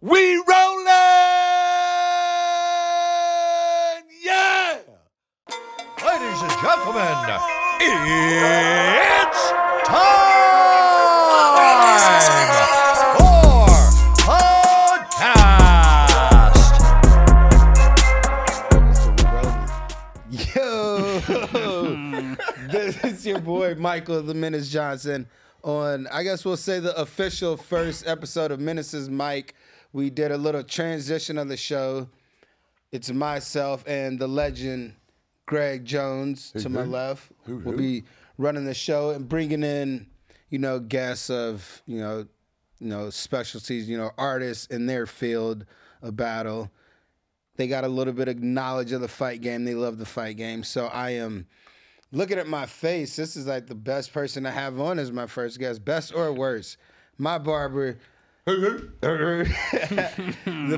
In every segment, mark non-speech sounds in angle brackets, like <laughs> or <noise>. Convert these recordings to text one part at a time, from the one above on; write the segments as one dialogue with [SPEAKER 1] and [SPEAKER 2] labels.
[SPEAKER 1] We rolling! Yeah!
[SPEAKER 2] Ladies and gentlemen, it's time for podcast.
[SPEAKER 3] Yo, this is your boy Michael the Menace Johnson on, I guess we'll say the official first episode of Menace's Mike. We did a little transition of the show. It's myself and the legend Greg Jones to my left. We'll be running the show and bringing in, you know, guests of, you know, you know, specialties, you know, artists in their field of battle they got a little bit of knowledge of the fight game. They love the fight game. So I am looking at my face. This is like the best person I have on as my first guest, best or worst. My barber, <laughs> the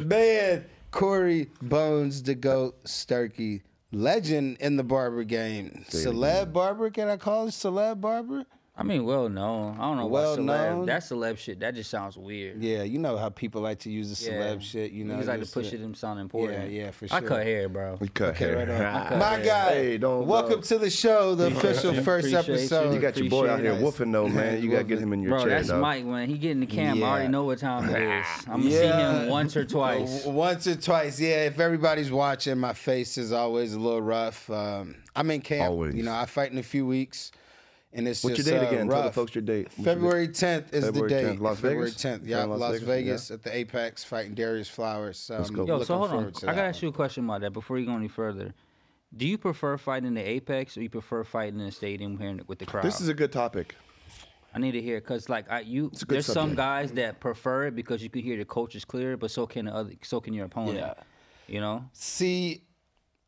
[SPEAKER 3] man Corey Bones, the goat, Sturkey, legend in the barber game, celeb barber. Can I call it celeb barber?
[SPEAKER 4] I mean, well known. I don't know
[SPEAKER 3] Well
[SPEAKER 4] why celeb.
[SPEAKER 3] known.
[SPEAKER 4] That celeb shit. That just sounds weird.
[SPEAKER 3] Yeah, you know how people like to use the
[SPEAKER 4] Yeah.
[SPEAKER 3] celeb shit. You know,
[SPEAKER 4] Niggas like to
[SPEAKER 3] just,
[SPEAKER 4] push
[SPEAKER 3] uh,
[SPEAKER 4] it and sound important.
[SPEAKER 3] yeah, for
[SPEAKER 4] I
[SPEAKER 3] sure.
[SPEAKER 4] cut hair, bro.
[SPEAKER 2] We cut
[SPEAKER 3] Okay,
[SPEAKER 2] hair.
[SPEAKER 3] right on.
[SPEAKER 4] cut
[SPEAKER 3] My
[SPEAKER 4] hair.
[SPEAKER 3] guy,
[SPEAKER 2] Hey, don't-
[SPEAKER 3] welcome
[SPEAKER 2] don't-
[SPEAKER 3] to the show, the official
[SPEAKER 4] yeah.
[SPEAKER 3] first
[SPEAKER 4] Appreciate you.
[SPEAKER 3] episode.
[SPEAKER 2] You got your boy out here
[SPEAKER 3] Appreciate it.
[SPEAKER 2] woofing though, man. You gotta get him in your
[SPEAKER 4] Bro,
[SPEAKER 2] chair.
[SPEAKER 4] that's
[SPEAKER 2] dog.
[SPEAKER 4] Mike when he get in the cam. I already
[SPEAKER 3] Yeah.
[SPEAKER 4] know what time it
[SPEAKER 2] <laughs>
[SPEAKER 4] is. I'm gonna see
[SPEAKER 3] Yeah. <laughs>
[SPEAKER 4] him once or twice.
[SPEAKER 3] W- Uh, Once or twice, yeah. If everybody's watching, my face is always a little rough. Um, I'm in camp.
[SPEAKER 2] Always.
[SPEAKER 3] You know, I fight in a few weeks, and it's
[SPEAKER 2] What's your
[SPEAKER 3] just
[SPEAKER 2] date
[SPEAKER 3] uh,
[SPEAKER 2] again?
[SPEAKER 3] rough.
[SPEAKER 2] Tell the folks your date. What's your date?
[SPEAKER 3] February 10th is
[SPEAKER 2] February
[SPEAKER 3] the
[SPEAKER 2] 10th,
[SPEAKER 3] date.
[SPEAKER 2] Las
[SPEAKER 3] February
[SPEAKER 2] Vegas?
[SPEAKER 3] 10th,
[SPEAKER 2] Yeah,
[SPEAKER 3] yeah,
[SPEAKER 2] Las
[SPEAKER 3] Las
[SPEAKER 2] Vegas,
[SPEAKER 3] Vegas, at the Apex fighting Darius Flowers. So
[SPEAKER 2] Let's
[SPEAKER 3] I'm
[SPEAKER 2] go.
[SPEAKER 4] Yo,
[SPEAKER 3] looking
[SPEAKER 4] so hold on.
[SPEAKER 3] forward to
[SPEAKER 4] I
[SPEAKER 3] that.
[SPEAKER 4] gotta ask you a question about that before you go any further. Do you prefer fighting in the apex or you prefer fighting in the stadium here in- with the crowd?
[SPEAKER 2] This is a good topic.
[SPEAKER 4] I need to hear because like I you
[SPEAKER 2] good
[SPEAKER 4] there's some
[SPEAKER 2] subject.
[SPEAKER 4] guys that prefer it because you can hear the coaches clear, but so can the other so can your opponent.
[SPEAKER 3] Yeah.
[SPEAKER 4] You know?
[SPEAKER 3] See,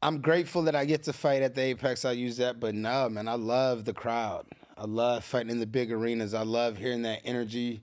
[SPEAKER 3] I'm grateful that I get to fight at the Apex. I use that, but no, man, I love the crowd. I love fighting in the big arenas. I love hearing that energy.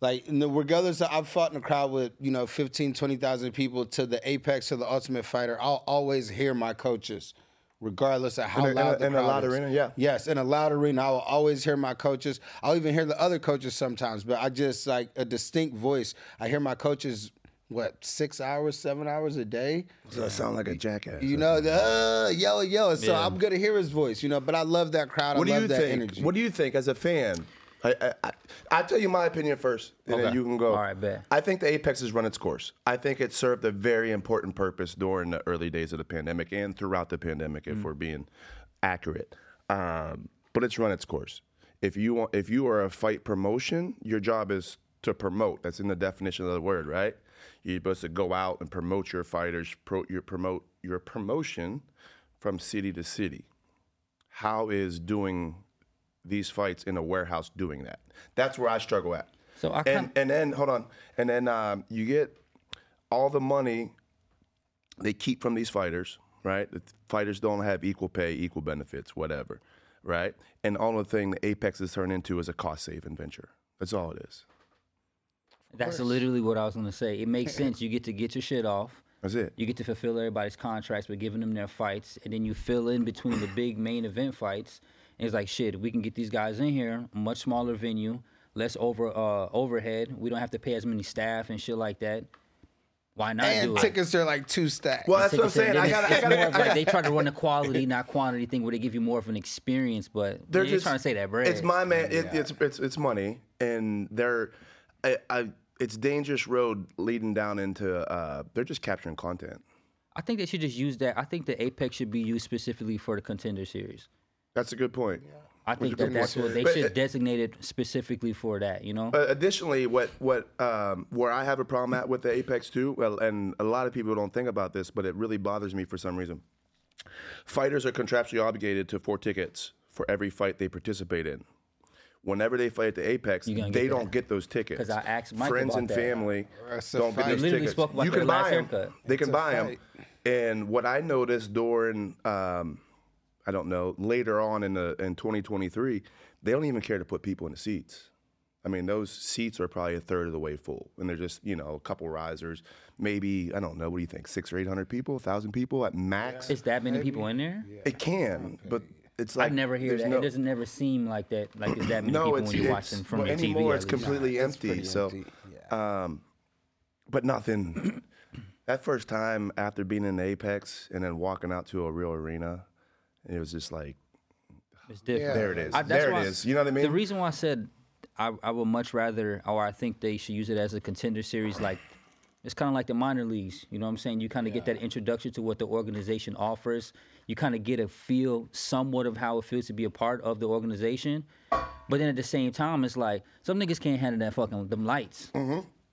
[SPEAKER 3] Like, in the- regardless, of, I've fought in a crowd with, you know, 15, 20,000 people to the Apex, to the Ultimate Fighter. I'll always hear my coaches, regardless of how
[SPEAKER 2] In a- in a-
[SPEAKER 3] loud the
[SPEAKER 2] in a
[SPEAKER 3] crowd
[SPEAKER 2] loud
[SPEAKER 3] is.
[SPEAKER 2] arena, yeah.
[SPEAKER 3] Yes, in a loud arena, I will always hear my coaches. I'll even hear the other coaches sometimes, but I just like a distinct voice. I hear my coaches, what, six hours, seven hours a day?
[SPEAKER 2] So I sound like a jackass.
[SPEAKER 3] You know, the, uh, yellow, yellow. So I'm gonna hear his voice, you know. But I love that crowd.
[SPEAKER 2] What
[SPEAKER 3] I
[SPEAKER 2] do
[SPEAKER 3] love
[SPEAKER 2] you
[SPEAKER 3] that
[SPEAKER 2] think?
[SPEAKER 3] energy.
[SPEAKER 2] What do you think as a fan? I, I, I, I tell you my opinion first, and then
[SPEAKER 4] Okay.
[SPEAKER 2] you can go.
[SPEAKER 4] All right, bet.
[SPEAKER 2] I think the Apex has run its course. I think it served a very important purpose during the early days of the pandemic and throughout the pandemic, if we're being accurate. Um, but it's run its course. If you want, if you are a fight promotion, your job is to promote. That's in the definition of the word, right? You're supposed to go out and promote your fighters, pro, your promote your promotion from city to city how is doing these fights in a warehouse doing that? That's where I struggle at.
[SPEAKER 4] So I
[SPEAKER 2] and
[SPEAKER 4] kind
[SPEAKER 2] and then hold on, and then um, you get all the money they keep from these fighters, right? The fighters don't have equal pay, equal benefits, whatever, right? And all the thing the Apex has turned into is a cost saving venture. That's all it is.
[SPEAKER 4] that's literally what I was gonna say. It
[SPEAKER 2] <laughs>
[SPEAKER 4] makes sense. You get to get your shit off.
[SPEAKER 2] That's it.
[SPEAKER 4] You get to fulfill everybody's contracts by giving them their fights, and then you fill in between the big main event fights. And it's like shit. We can get these guys in here, much smaller venue, less over uh, overhead. We don't have to pay as many staff and shit like that. Why not do
[SPEAKER 3] and
[SPEAKER 4] it?
[SPEAKER 3] tickets are like two stacks.
[SPEAKER 2] Well, that's what I'm
[SPEAKER 4] Tickets and
[SPEAKER 2] saying.
[SPEAKER 4] then
[SPEAKER 2] I
[SPEAKER 4] it's-
[SPEAKER 2] gotta, I
[SPEAKER 4] it's more
[SPEAKER 2] gotta,
[SPEAKER 4] of like they try to run a quality, not quantity thing, where they give you more of an experience. But
[SPEAKER 2] they're
[SPEAKER 4] they're just trying to say that bread.
[SPEAKER 2] It's my man. It, It's it's it's money, and they're, I, I, it's dangerous road leading down into. Uh, they're just capturing content.
[SPEAKER 4] I think they should just use that. I think the Apex should be used specifically for the contender series.
[SPEAKER 2] That's a good point.
[SPEAKER 4] I think that that's what they
[SPEAKER 2] But-
[SPEAKER 4] should designate it specifically for that. You know,
[SPEAKER 2] Uh, additionally, what what um, where I have a problem at with the Apex too, well, and a lot of people don't think about this, but it really bothers me for some reason. Fighters are contractually obligated to four tickets for every fight they participate in. Whenever they fight at the Apex, they
[SPEAKER 4] gonna
[SPEAKER 2] don't
[SPEAKER 4] get that.
[SPEAKER 2] get those tickets.
[SPEAKER 4] 'Cause I asked Mike
[SPEAKER 2] friends
[SPEAKER 4] about
[SPEAKER 2] and
[SPEAKER 4] that.
[SPEAKER 2] family
[SPEAKER 3] That's a
[SPEAKER 2] don't get
[SPEAKER 3] fight.
[SPEAKER 2] those
[SPEAKER 4] They literally
[SPEAKER 2] tickets.
[SPEAKER 4] spoke about
[SPEAKER 2] you
[SPEAKER 4] their
[SPEAKER 2] can
[SPEAKER 4] last
[SPEAKER 2] buy them.
[SPEAKER 4] haircut.
[SPEAKER 2] They can
[SPEAKER 3] a
[SPEAKER 2] buy them.
[SPEAKER 3] fight.
[SPEAKER 2] And what I noticed during, um, I don't know, later on in the in 2023, they don't even care to put people in the seats. I mean, those seats are probably a third of the way full, and they're just you know a couple risers, maybe I don't know. What do you think? Six or eight hundred people, thousand people at max.
[SPEAKER 4] is that many people in there?
[SPEAKER 2] It can, but it's
[SPEAKER 4] I
[SPEAKER 2] like
[SPEAKER 4] never hear
[SPEAKER 2] there's
[SPEAKER 4] that.
[SPEAKER 2] No,
[SPEAKER 4] It doesn't never seem like that. Like
[SPEAKER 2] <clears throat>
[SPEAKER 4] it's that many
[SPEAKER 2] no,
[SPEAKER 4] people
[SPEAKER 2] it's,
[SPEAKER 4] when you're
[SPEAKER 2] it's-
[SPEAKER 4] watching from
[SPEAKER 2] well,
[SPEAKER 4] your TV.
[SPEAKER 2] anymore.
[SPEAKER 4] at
[SPEAKER 2] It's
[SPEAKER 4] least.
[SPEAKER 2] completely
[SPEAKER 3] Nah, it's
[SPEAKER 2] empty.
[SPEAKER 3] pretty
[SPEAKER 2] so,
[SPEAKER 3] empty,
[SPEAKER 2] um, but
[SPEAKER 4] <clears throat>
[SPEAKER 2] nothing. that first time after being in Apex and then walking out to a real arena, it was just like,
[SPEAKER 4] It's different.
[SPEAKER 2] there it is.
[SPEAKER 4] Uh, I- that's
[SPEAKER 2] there
[SPEAKER 4] why
[SPEAKER 2] it
[SPEAKER 4] I-
[SPEAKER 2] is. You know what I mean?
[SPEAKER 4] The reason why I said I, I would much rather, or I think they should use it as a contender series, like it's kind of like the minor leagues. You know what I'm saying? You kind of get that introduction to what the organization offers. You kind of get a feel, somewhat, of how it feels to be a part of the organization. But then at the same time, it's like some niggas can't handle that fucking them lights.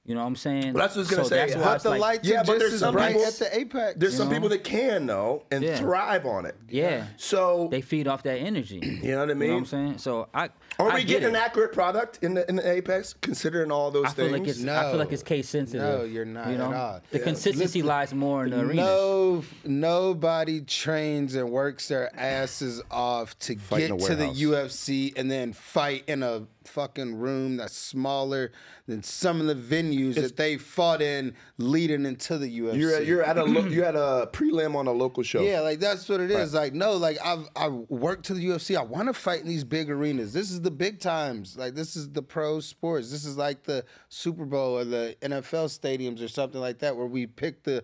[SPEAKER 4] You know what I'm saying?
[SPEAKER 2] Mm-hmm. Well, that's what I was gonna
[SPEAKER 4] so
[SPEAKER 2] say.
[SPEAKER 4] That's why
[SPEAKER 2] But
[SPEAKER 3] But
[SPEAKER 4] it's
[SPEAKER 3] the
[SPEAKER 4] like,
[SPEAKER 3] lights
[SPEAKER 2] Yeah,
[SPEAKER 3] are
[SPEAKER 2] but
[SPEAKER 3] just
[SPEAKER 2] there's
[SPEAKER 3] as
[SPEAKER 2] some
[SPEAKER 3] bright
[SPEAKER 2] people-
[SPEAKER 3] at the apex.
[SPEAKER 2] There's some
[SPEAKER 4] know?
[SPEAKER 2] people that can though and
[SPEAKER 4] Yeah.
[SPEAKER 2] thrive on it.
[SPEAKER 4] Yeah.
[SPEAKER 2] So
[SPEAKER 4] They feed off that energy.
[SPEAKER 2] you know what I mean?
[SPEAKER 4] You know what I'm saying? So I
[SPEAKER 2] Are
[SPEAKER 4] I
[SPEAKER 2] we
[SPEAKER 4] get
[SPEAKER 2] getting
[SPEAKER 4] it.
[SPEAKER 2] an accurate product in the in the Apex, considering all those
[SPEAKER 4] I feel
[SPEAKER 2] things?
[SPEAKER 4] like it's I feel like
[SPEAKER 3] No.
[SPEAKER 4] it's case sensitive.
[SPEAKER 3] No, you're not
[SPEAKER 4] You know,
[SPEAKER 3] at all.
[SPEAKER 4] the
[SPEAKER 3] Yeah.
[SPEAKER 4] consistency
[SPEAKER 3] Listen,
[SPEAKER 4] lies more in the arenas.
[SPEAKER 3] No, nobody trains and works their asses off to
[SPEAKER 2] Fight in
[SPEAKER 3] get
[SPEAKER 2] a
[SPEAKER 3] to the
[SPEAKER 2] warehouse.
[SPEAKER 3] UFC and then fight in a fucking room that's smaller than some of the venues that they fought in leading into the UFC.
[SPEAKER 2] you're you're at a
[SPEAKER 4] <clears throat>
[SPEAKER 2] lo- you're at a prelim on a local show.
[SPEAKER 4] Oh.
[SPEAKER 3] yeah, like that's what it is. Like no, like I've I worked to the UFC. I want to fight in these big arenas. This is the big times. Like this is the pro sports. This is like the Super Bowl or the NFL stadiums or something like that, where we pick the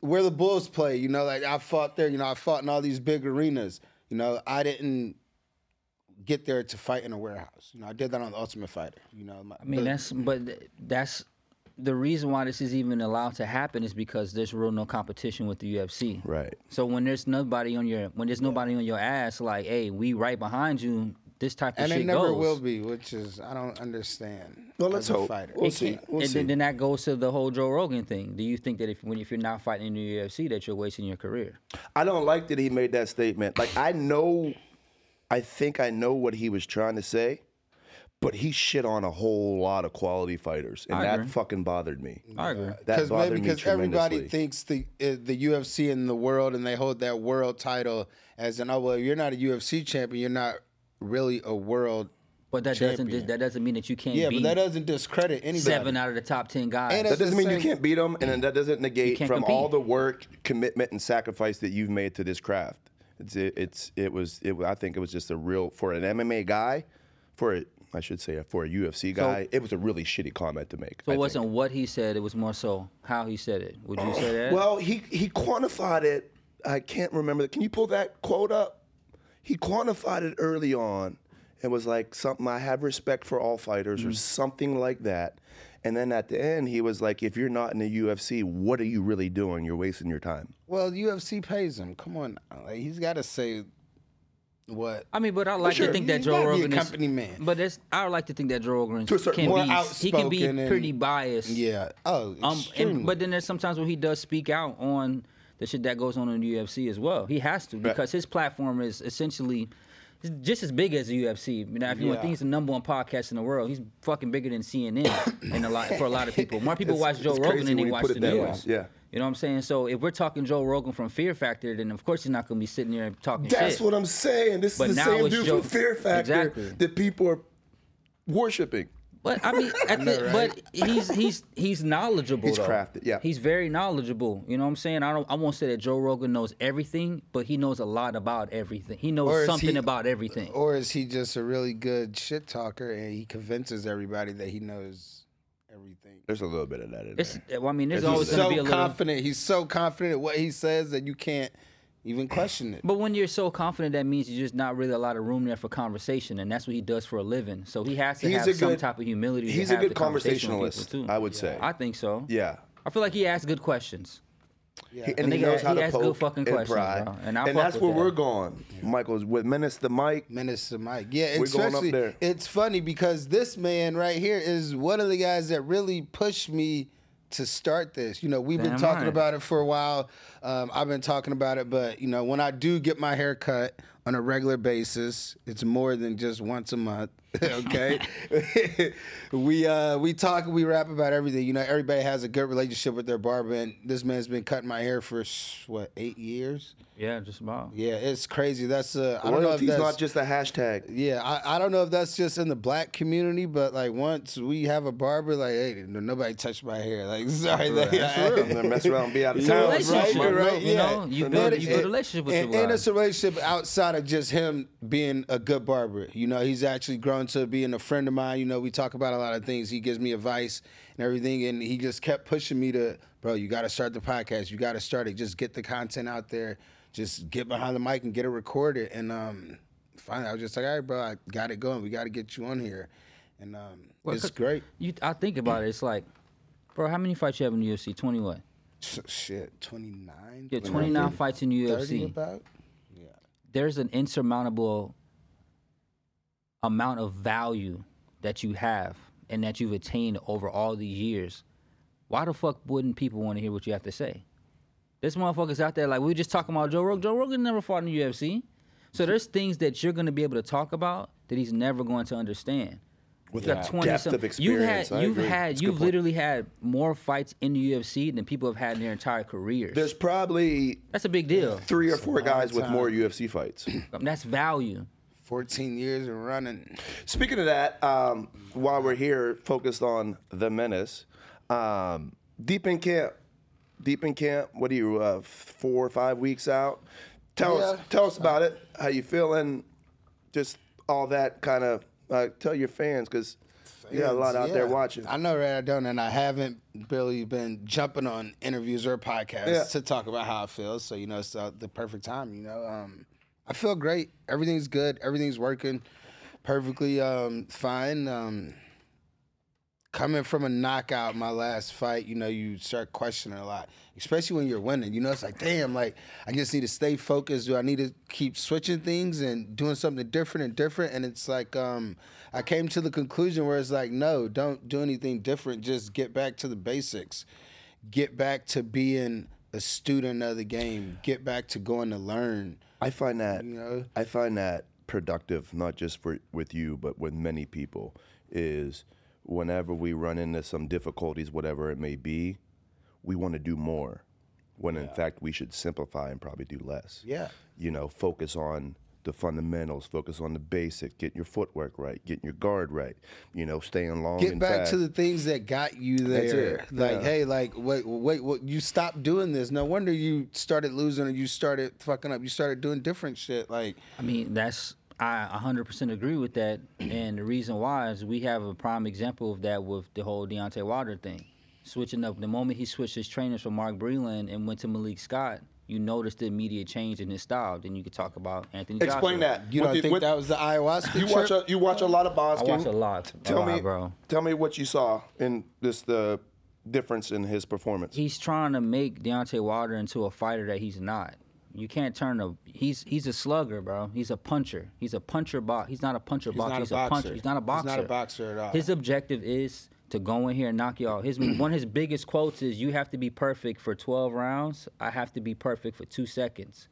[SPEAKER 3] where the Bulls play. You know, like I fought there. You know, I fought in all these big arenas. You know, I didn't get there to fight in a warehouse. You know, I did that on the Ultimate Fighter. You know, my,
[SPEAKER 4] I mean that's but th- that's the reason why this is even allowed to happen is because there's real no competition with the UFC.
[SPEAKER 2] Right.
[SPEAKER 4] So when there's nobody on your when there's nobody on your ass, like hey, we right behind you. This type of
[SPEAKER 3] and
[SPEAKER 4] shit
[SPEAKER 3] it never
[SPEAKER 4] goes.
[SPEAKER 3] will be, which is I don't understand.
[SPEAKER 2] Well, let's
[SPEAKER 3] as a
[SPEAKER 2] hope.
[SPEAKER 3] Fighter.
[SPEAKER 2] We'll
[SPEAKER 4] It
[SPEAKER 2] see.
[SPEAKER 4] can't-
[SPEAKER 2] We'll
[SPEAKER 4] and
[SPEAKER 2] see.
[SPEAKER 4] then, then that goes to the whole Joe Rogan thing. Do you think that if when if you're not fighting in the UFC that you're wasting your career?
[SPEAKER 2] I don't like that he made that statement. Like I know, I think I know what he was trying to say, but he shit on a whole lot of quality fighters, and
[SPEAKER 4] I
[SPEAKER 2] that
[SPEAKER 4] agree.
[SPEAKER 2] fucking bothered me.
[SPEAKER 4] I agree.
[SPEAKER 2] That
[SPEAKER 3] because
[SPEAKER 2] bothered
[SPEAKER 3] maybe
[SPEAKER 2] me
[SPEAKER 3] because everybody
[SPEAKER 2] tremendously.
[SPEAKER 3] thinks the uh, the UFC and the world and they hold that world title as an oh well you're not a UFC champion you're not really a world
[SPEAKER 4] But that
[SPEAKER 3] Champion.
[SPEAKER 4] doesn't that doesn't mean that you can't
[SPEAKER 3] yeah
[SPEAKER 4] be
[SPEAKER 3] but that doesn't discredit anybody
[SPEAKER 4] seven out of the top ten guys.
[SPEAKER 3] And
[SPEAKER 2] That
[SPEAKER 3] it's-
[SPEAKER 2] doesn't mean you
[SPEAKER 3] Same.
[SPEAKER 2] can't beat them, and then that doesn't negate
[SPEAKER 4] can't
[SPEAKER 2] from all
[SPEAKER 4] compete.
[SPEAKER 2] the work, commitment, and sacrifice that you've made to this craft. It's it, it's it was it. wa- I think it was just a real for an MMA guy, for a, I should say for a UFC guy. it was a really shitty comment to make.
[SPEAKER 4] So
[SPEAKER 2] I
[SPEAKER 4] it
[SPEAKER 2] think.
[SPEAKER 4] wasn't what he said; it was more so how he said it. Would you say that?
[SPEAKER 2] Well, he he quantified it. I can't remember. that. Can you pull that quote up? He quantified it early on and was like something I have respect for all fighters
[SPEAKER 4] Mm.
[SPEAKER 2] or something like that. And then at the end, he was like, "If you're not in the UFC, what are you really doing? You're wasting your time."
[SPEAKER 3] well UFC pays him come on like, he's got to say what
[SPEAKER 4] I mean, but I like
[SPEAKER 2] sure.
[SPEAKER 4] to think that
[SPEAKER 3] You
[SPEAKER 4] Joe
[SPEAKER 3] gotta be a
[SPEAKER 4] Rogan is
[SPEAKER 3] company man.
[SPEAKER 4] But it's, I like to think that Joe Rogan
[SPEAKER 2] a certain-
[SPEAKER 4] can
[SPEAKER 3] More
[SPEAKER 4] be he can be
[SPEAKER 3] outspoken and-
[SPEAKER 4] pretty biased.
[SPEAKER 3] yeah oh
[SPEAKER 4] Um,
[SPEAKER 3] extremely.
[SPEAKER 4] and, but then there's sometimes where he does speak out on the shit that goes on in the UFC as well. He has to because his platform is essentially just as big as the UFC. Now, if you want, I
[SPEAKER 3] Yeah.
[SPEAKER 4] think he's the number one podcast in the world. He's fucking bigger
[SPEAKER 2] <coughs>
[SPEAKER 4] than CNN and a lot for a lot of people. More people watch Joe
[SPEAKER 2] it's
[SPEAKER 4] Rogan
[SPEAKER 2] crazy
[SPEAKER 4] than they
[SPEAKER 2] when you
[SPEAKER 4] watch
[SPEAKER 2] put
[SPEAKER 4] the
[SPEAKER 2] it that way.
[SPEAKER 4] news.
[SPEAKER 2] Yeah.
[SPEAKER 4] You know what I'm saying? So if we're talking Joe Rogan from Fear Factor, then of course he's not going to be sitting there talking
[SPEAKER 2] That's
[SPEAKER 4] shit.
[SPEAKER 2] what I'm saying. This
[SPEAKER 4] But
[SPEAKER 2] is the
[SPEAKER 4] now
[SPEAKER 2] same
[SPEAKER 4] it's
[SPEAKER 2] dude
[SPEAKER 4] Joe-
[SPEAKER 2] from Fear Factor
[SPEAKER 4] Exactly.
[SPEAKER 2] that people are worshiping.
[SPEAKER 4] But
[SPEAKER 2] <laughs>
[SPEAKER 4] I mean, at the, but he's he's he's knowledgeable.
[SPEAKER 2] He's
[SPEAKER 4] though.
[SPEAKER 2] crafted, yeah.
[SPEAKER 4] He's very knowledgeable. You know what I'm saying? I don't. I won't say that Joe Rogan knows everything, but he knows a lot about everything. He knows
[SPEAKER 3] Or is
[SPEAKER 4] something
[SPEAKER 3] he-
[SPEAKER 4] about everything.
[SPEAKER 3] or is he just a really good shit talker and he convinces everybody that he knows everything
[SPEAKER 2] There's a little bit of that in
[SPEAKER 4] it's.
[SPEAKER 2] there.
[SPEAKER 4] Well, I mean, there's
[SPEAKER 2] It's
[SPEAKER 4] always
[SPEAKER 3] he's
[SPEAKER 4] going
[SPEAKER 3] so
[SPEAKER 4] to be a little.
[SPEAKER 3] confident he's so confident at what he says that you can't even question it
[SPEAKER 4] But when you're so confident, that means you're just not really a lot of room there for conversation, and that's what he does for a living. So he has to
[SPEAKER 2] He's
[SPEAKER 4] have
[SPEAKER 2] a
[SPEAKER 4] some
[SPEAKER 2] good-
[SPEAKER 4] type of humility. to
[SPEAKER 2] He's a
[SPEAKER 4] have
[SPEAKER 2] good
[SPEAKER 4] the conversation with
[SPEAKER 2] conversationalist.
[SPEAKER 4] people, too.
[SPEAKER 2] I would say.
[SPEAKER 4] I think so.
[SPEAKER 2] Yeah.
[SPEAKER 4] I feel like he asks good questions.
[SPEAKER 2] He-
[SPEAKER 4] And
[SPEAKER 2] and he
[SPEAKER 4] nigga
[SPEAKER 2] knows
[SPEAKER 4] a-
[SPEAKER 2] how
[SPEAKER 4] he
[SPEAKER 2] to
[SPEAKER 4] asks good
[SPEAKER 2] poke
[SPEAKER 4] fucking
[SPEAKER 2] and
[SPEAKER 4] questions,
[SPEAKER 2] pry.
[SPEAKER 4] bro,
[SPEAKER 2] And,
[SPEAKER 4] and I fuck
[SPEAKER 2] that's
[SPEAKER 4] with
[SPEAKER 2] where
[SPEAKER 4] that.
[SPEAKER 2] we're going, Michael's with menace the mic.
[SPEAKER 3] Minister Mike. Yeah,
[SPEAKER 2] We're going up
[SPEAKER 3] especially
[SPEAKER 2] there.
[SPEAKER 3] it's funny because this man right here is one of the guys that really pushed me to start this. You know, we've been
[SPEAKER 4] Damn
[SPEAKER 3] talking
[SPEAKER 4] right.
[SPEAKER 3] about it for a while. Um, I've been talking about it, but you know, when I do get my hair cut on a regular basis, it's more than just once a month. <laughs> okay, we uh, we talk, we rap about everything. You know, everybody has a good relationship with their barber, and this man's been cutting my hair for what eight years.
[SPEAKER 4] Yeah, just about.
[SPEAKER 3] Yeah, it's crazy. That's uh, I don't know if
[SPEAKER 2] Loyalty's
[SPEAKER 3] that's
[SPEAKER 2] not just a hashtag.
[SPEAKER 3] yeah, I, I don't know if that's just in the black community, but like once we have a barber, like hey, n- nobody touched my hair. Like <laughs> sorry, like,
[SPEAKER 2] That's real. Gonna
[SPEAKER 3] <laughs>
[SPEAKER 2] mess around, and be out of
[SPEAKER 3] It's
[SPEAKER 2] town.
[SPEAKER 3] a
[SPEAKER 4] Relationship,
[SPEAKER 3] relationship,
[SPEAKER 4] bro.
[SPEAKER 3] right?
[SPEAKER 4] You
[SPEAKER 3] yeah.
[SPEAKER 4] know, you build-
[SPEAKER 3] And-
[SPEAKER 4] you build a relationship with
[SPEAKER 3] and,
[SPEAKER 4] your
[SPEAKER 3] and
[SPEAKER 4] wife.
[SPEAKER 3] it's a relationship outside out of just him being a good barber. You know, he's actually grown to being a friend of mine. You know, we talk about a lot of things. He gives me advice and everything, and he just kept pushing me to, bro, you got to start the podcast. You got to start it. Just get the content out there. Just get behind the mic and get it recorded. And um, finally, I was just like, all right, bro, I got it going. We got to get you on here. And um, it's
[SPEAKER 4] 'cause-
[SPEAKER 3] great.
[SPEAKER 4] You, I think about it. It's like, bro, how many fights you have in the UFC? Twenty what?
[SPEAKER 3] Shit, 29?
[SPEAKER 4] Yeah, twenty nine fights in the
[SPEAKER 3] 30
[SPEAKER 4] UFC.
[SPEAKER 3] about? Yeah.
[SPEAKER 4] There's an insurmountable amount of value that you have and that you've attained over all these years. Why the fuck wouldn't people want to hear what you have to say? This motherfucker's out there like we were just talking about Joe Rogan. Joe Rogan never fought in the UFC. So there's things that you're gonna be able to talk about that he's never going to understand.
[SPEAKER 2] With
[SPEAKER 4] Like
[SPEAKER 2] that
[SPEAKER 4] 20
[SPEAKER 2] depth
[SPEAKER 4] some-
[SPEAKER 2] of experience,
[SPEAKER 4] You've had,
[SPEAKER 2] I
[SPEAKER 4] you've
[SPEAKER 2] agree.
[SPEAKER 4] had,
[SPEAKER 2] It's a good
[SPEAKER 4] you've
[SPEAKER 2] point.
[SPEAKER 4] literally had more fights in the UFC than people have had in their entire careers.
[SPEAKER 2] There's probably
[SPEAKER 4] that's a big deal.
[SPEAKER 2] three or four
[SPEAKER 3] a long
[SPEAKER 2] guys with
[SPEAKER 3] time.
[SPEAKER 2] more UFC
[SPEAKER 4] <clears throat>
[SPEAKER 2] fights.
[SPEAKER 4] Um, That's value.
[SPEAKER 3] 14 years and running.
[SPEAKER 2] Speaking of that, um, while we're here focused on the menace, um, deep in camp, deep in camp. What are you? Uh, four or five weeks out. Tell us,
[SPEAKER 3] Yeah.
[SPEAKER 2] tell us about it. How you feeling? Just all that kind of. Uh, tell your fans because you got a lot out there
[SPEAKER 3] Yeah.
[SPEAKER 2] watching.
[SPEAKER 3] I know that I don't, and I haven't really been jumping on interviews or podcasts
[SPEAKER 2] Yeah.
[SPEAKER 3] to talk about how I feel. So you know, it's uh, the perfect time. You know, um, I feel great. Everything's good. Everything's working perfectly um, fine. Um, coming from a knockout, my last fight, you know, you start questioning a lot, especially when you're winning. You know, it's like, damn, like I just need to stay focused. Do I need to keep switching things and doing something different and different? And it's like, um, I came to the conclusion where it's like, no, don't do anything different. Just get back to the basics. Get back to being a student of the game. Get back to going to learn.
[SPEAKER 2] I find that
[SPEAKER 3] know?
[SPEAKER 2] I find that productive, not just for with you, but with many people, is whenever we run into some difficulties, whatever it may be, we want to do more. When in fact we should simplify and probably do less.
[SPEAKER 3] Yeah.
[SPEAKER 2] You know, focus on the fundamentals, focus on the basic, get your footwork right, get your guard right, you know, staying long
[SPEAKER 3] get
[SPEAKER 2] and
[SPEAKER 3] back
[SPEAKER 2] fast.
[SPEAKER 3] to the things that got you
[SPEAKER 2] That's
[SPEAKER 3] there.
[SPEAKER 2] it.
[SPEAKER 3] Like,
[SPEAKER 2] Yeah.
[SPEAKER 3] hey, like, wait, wait, what? You stopped doing this. No wonder you started losing, or you started fucking up. You started doing different shit. Like,
[SPEAKER 4] I mean, that's I 100% agree with that. And the reason why is we have a prime example of that with the whole Deontay Wilder thing. Switching up the moment he switched his trainers from Mark Breland and went to Malik Scott, you noticed the immediate change in his style. Then you could talk about Anthony.
[SPEAKER 2] Explain
[SPEAKER 4] Joshua.
[SPEAKER 2] that.
[SPEAKER 3] you
[SPEAKER 2] What
[SPEAKER 3] don't
[SPEAKER 2] did-
[SPEAKER 3] think
[SPEAKER 2] what-
[SPEAKER 3] that was the ayahuasca?
[SPEAKER 2] you
[SPEAKER 3] trip?
[SPEAKER 2] watch a, you watch a lot of
[SPEAKER 4] I
[SPEAKER 2] boxing.
[SPEAKER 4] watch a lot. a
[SPEAKER 2] Tell
[SPEAKER 4] lot,
[SPEAKER 2] me,
[SPEAKER 4] bro.
[SPEAKER 2] Tell me what you saw in this the difference in his performance.
[SPEAKER 4] he's trying to make Deontay Wilder into a fighter that he's not. You can't turn a he's he's a slugger, bro. He's a puncher. He's a puncher box. He's not a puncher box.
[SPEAKER 3] not a
[SPEAKER 4] he's a, puncher.
[SPEAKER 3] boxer.
[SPEAKER 4] He's not a
[SPEAKER 3] He's not
[SPEAKER 4] boxer.
[SPEAKER 3] a boxer at all.
[SPEAKER 4] His objective is to go in here and knock y'all.
[SPEAKER 3] <clears throat>
[SPEAKER 4] His one of his biggest quotes is, "You have to be perfect for 12 rounds. I have to be perfect for two seconds."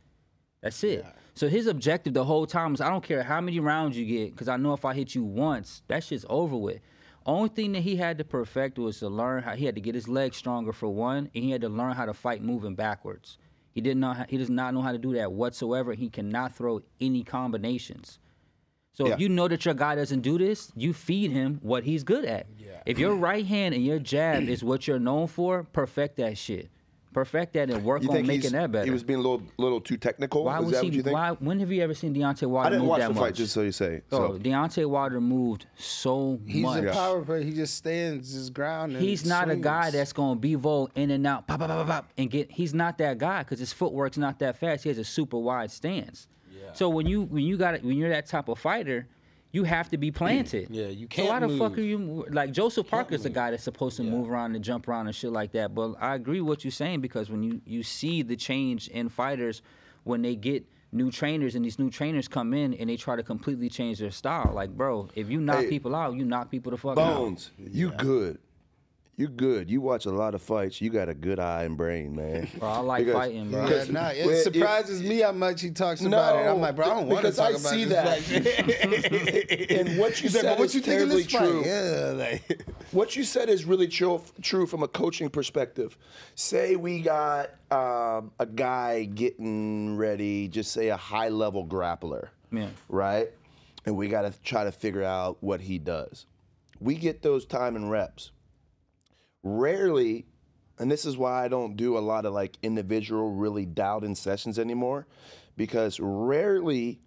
[SPEAKER 4] That's it. So his objective the whole time is I don't care how many rounds you get, because I know if I hit you once, that shit's over with. Only thing that he had to perfect was to learn how he had to get his legs stronger for one, and he had to learn how to fight moving backwards. He did not. He does not know how to do that whatsoever. He cannot throw any combinations. So
[SPEAKER 2] Yeah.
[SPEAKER 4] if you know that your guy doesn't do this, you feed him what he's good at. If your right hand and your jab is what you're known for, perfect that shit. Perfect that and work on
[SPEAKER 2] he's-
[SPEAKER 4] making that better.
[SPEAKER 2] He was being a little, little too technical.
[SPEAKER 4] Why
[SPEAKER 2] Is
[SPEAKER 4] was
[SPEAKER 2] that
[SPEAKER 4] he?
[SPEAKER 2] what you think?
[SPEAKER 4] Why? When have you ever seen Deontay Wilder
[SPEAKER 2] I didn't
[SPEAKER 4] move
[SPEAKER 2] watch
[SPEAKER 4] that
[SPEAKER 2] the
[SPEAKER 4] much? Oh,
[SPEAKER 2] fight, just so you say.
[SPEAKER 4] so,
[SPEAKER 2] So,
[SPEAKER 4] Deontay Wilder moved so
[SPEAKER 3] He's
[SPEAKER 4] much.
[SPEAKER 3] a power player. He just stands his ground. And
[SPEAKER 4] He's not a guy
[SPEAKER 3] swings.
[SPEAKER 4] that's gonna bevo in and out, pop, pop, pop, pop, pop, and get. He's not that guy because his footwork's not that fast. He has a super wide stance. So when you when you got when you're that type of fighter, you have to be planted.
[SPEAKER 3] Yeah, you
[SPEAKER 4] So why
[SPEAKER 3] can't
[SPEAKER 4] the fuck
[SPEAKER 3] move.
[SPEAKER 4] are you like Joseph Parker's the guy that's supposed to move around and jump around and shit like that? But I agree with what you're saying because when you you see the change in fighters when they get new trainers and these new trainers come in and they try to completely change their style. Like, bro, if you knock
[SPEAKER 2] Hey,
[SPEAKER 4] people out, you knock people the fuck out.
[SPEAKER 2] Bones, you good. You good. You watch a lot of fights. You got a good eye and brain, man.
[SPEAKER 4] Bro, I like fighting, bro.
[SPEAKER 3] Yeah,
[SPEAKER 2] because-
[SPEAKER 3] nah, it
[SPEAKER 2] well,
[SPEAKER 3] surprises me how much he talks about it. I'm like, bro, I don't want to
[SPEAKER 2] because
[SPEAKER 3] talk
[SPEAKER 2] I
[SPEAKER 3] about
[SPEAKER 2] see
[SPEAKER 3] this. Like,
[SPEAKER 2] that. <laughs> and what you
[SPEAKER 3] he's
[SPEAKER 2] said
[SPEAKER 3] like, but what
[SPEAKER 2] is
[SPEAKER 3] you think of
[SPEAKER 2] terribly
[SPEAKER 3] this fight?
[SPEAKER 2] true.
[SPEAKER 3] Yeah, like, <laughs>
[SPEAKER 2] What you said is really true, true from a coaching perspective. Say we got um, a guy getting ready, just say a high level grappler,
[SPEAKER 4] Yeah.
[SPEAKER 2] right? And we got to try to figure out what he does. We get those time and reps. Rarely, and this is why I don't do a lot of like individual really dialed in sessions anymore, because rarely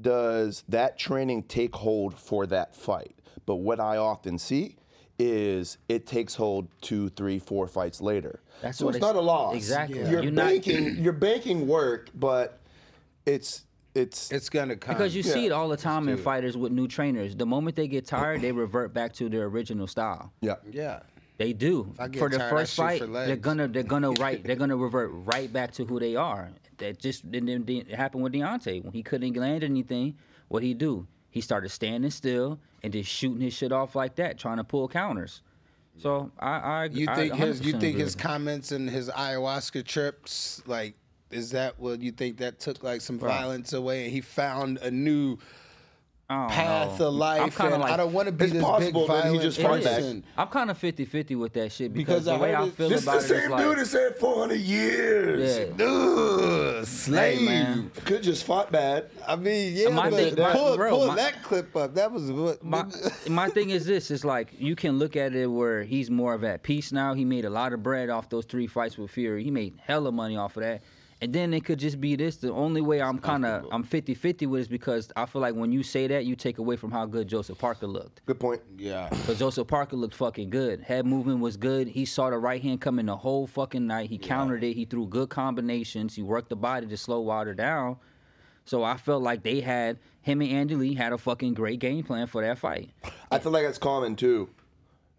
[SPEAKER 2] does that training take hold for that fight? But what I often see is it takes hold two, three, four fights later.
[SPEAKER 4] That's
[SPEAKER 2] so
[SPEAKER 4] what
[SPEAKER 2] it's
[SPEAKER 4] it's-
[SPEAKER 2] not a loss.
[SPEAKER 4] exactly.
[SPEAKER 2] You're,
[SPEAKER 4] You're not-
[SPEAKER 2] banking you're banking work, but it's it's
[SPEAKER 3] It's gonna come
[SPEAKER 4] Because you see
[SPEAKER 2] Yeah.
[SPEAKER 4] it all the time in fighters with new trainers. The moment they get tired, they revert back to their original style.
[SPEAKER 2] yeah.
[SPEAKER 3] Yeah.
[SPEAKER 4] They do.
[SPEAKER 3] I get
[SPEAKER 4] For the
[SPEAKER 3] tired, I
[SPEAKER 4] first
[SPEAKER 3] shoot for
[SPEAKER 4] fight,
[SPEAKER 3] legs.
[SPEAKER 4] they're gonna
[SPEAKER 3] <laughs>
[SPEAKER 4] they're gonna right they're gonna revert right back to who they are. That just didn't, didn't happen with Deontay when he couldn't land anything. What he do? He started standing still and just shooting his shit off like that, trying to pull counters. So I, I
[SPEAKER 3] You
[SPEAKER 4] I
[SPEAKER 3] think his you
[SPEAKER 4] 100%
[SPEAKER 3] think
[SPEAKER 4] agree.
[SPEAKER 3] his comments and his ayahuasca trips like is that what you think that took like some violence away and he found a new
[SPEAKER 4] I don't
[SPEAKER 3] path
[SPEAKER 4] know.
[SPEAKER 3] of life?
[SPEAKER 4] I'm kind
[SPEAKER 3] and
[SPEAKER 4] of like
[SPEAKER 3] I don't want to be
[SPEAKER 2] It's
[SPEAKER 3] this
[SPEAKER 2] possible
[SPEAKER 3] big
[SPEAKER 2] that he
[SPEAKER 3] violent
[SPEAKER 2] just
[SPEAKER 4] It
[SPEAKER 2] fought
[SPEAKER 4] is.
[SPEAKER 2] back.
[SPEAKER 3] person.
[SPEAKER 4] I'm kind of 50-50 with that shit because,
[SPEAKER 3] Because I
[SPEAKER 4] the way
[SPEAKER 3] heard
[SPEAKER 4] I
[SPEAKER 3] it-
[SPEAKER 4] feel
[SPEAKER 3] this
[SPEAKER 4] about it is like,
[SPEAKER 2] said 400 years.
[SPEAKER 4] Yeah.
[SPEAKER 2] Ugh,
[SPEAKER 4] Hey, man.
[SPEAKER 2] Could just fought bad.
[SPEAKER 3] I mean, yeah,
[SPEAKER 4] My
[SPEAKER 3] but
[SPEAKER 4] thing- my-
[SPEAKER 3] pull,
[SPEAKER 4] bro,
[SPEAKER 3] pull
[SPEAKER 4] my-
[SPEAKER 3] that clip up. That was what <laughs>
[SPEAKER 4] my my thing is this is like you can look at it where he's more of at peace now. He made a lot of bread off those three fights with Fury. He made hella money off of that. And then it could just be this. The only way I'm kind of I'm 50-50 with is because I feel like when you say that, you take away from how good Joseph Parker looked.
[SPEAKER 2] Good point.
[SPEAKER 3] yeah.
[SPEAKER 4] Because Joseph Parker looked fucking good. Head movement was good. He saw the right hand coming the whole fucking night. He countered it. He threw good combinations. He worked the body to slow Wilder down. So I felt like they had him and Andy Lee had a fucking great game plan for that fight.
[SPEAKER 2] I feel like it's common too.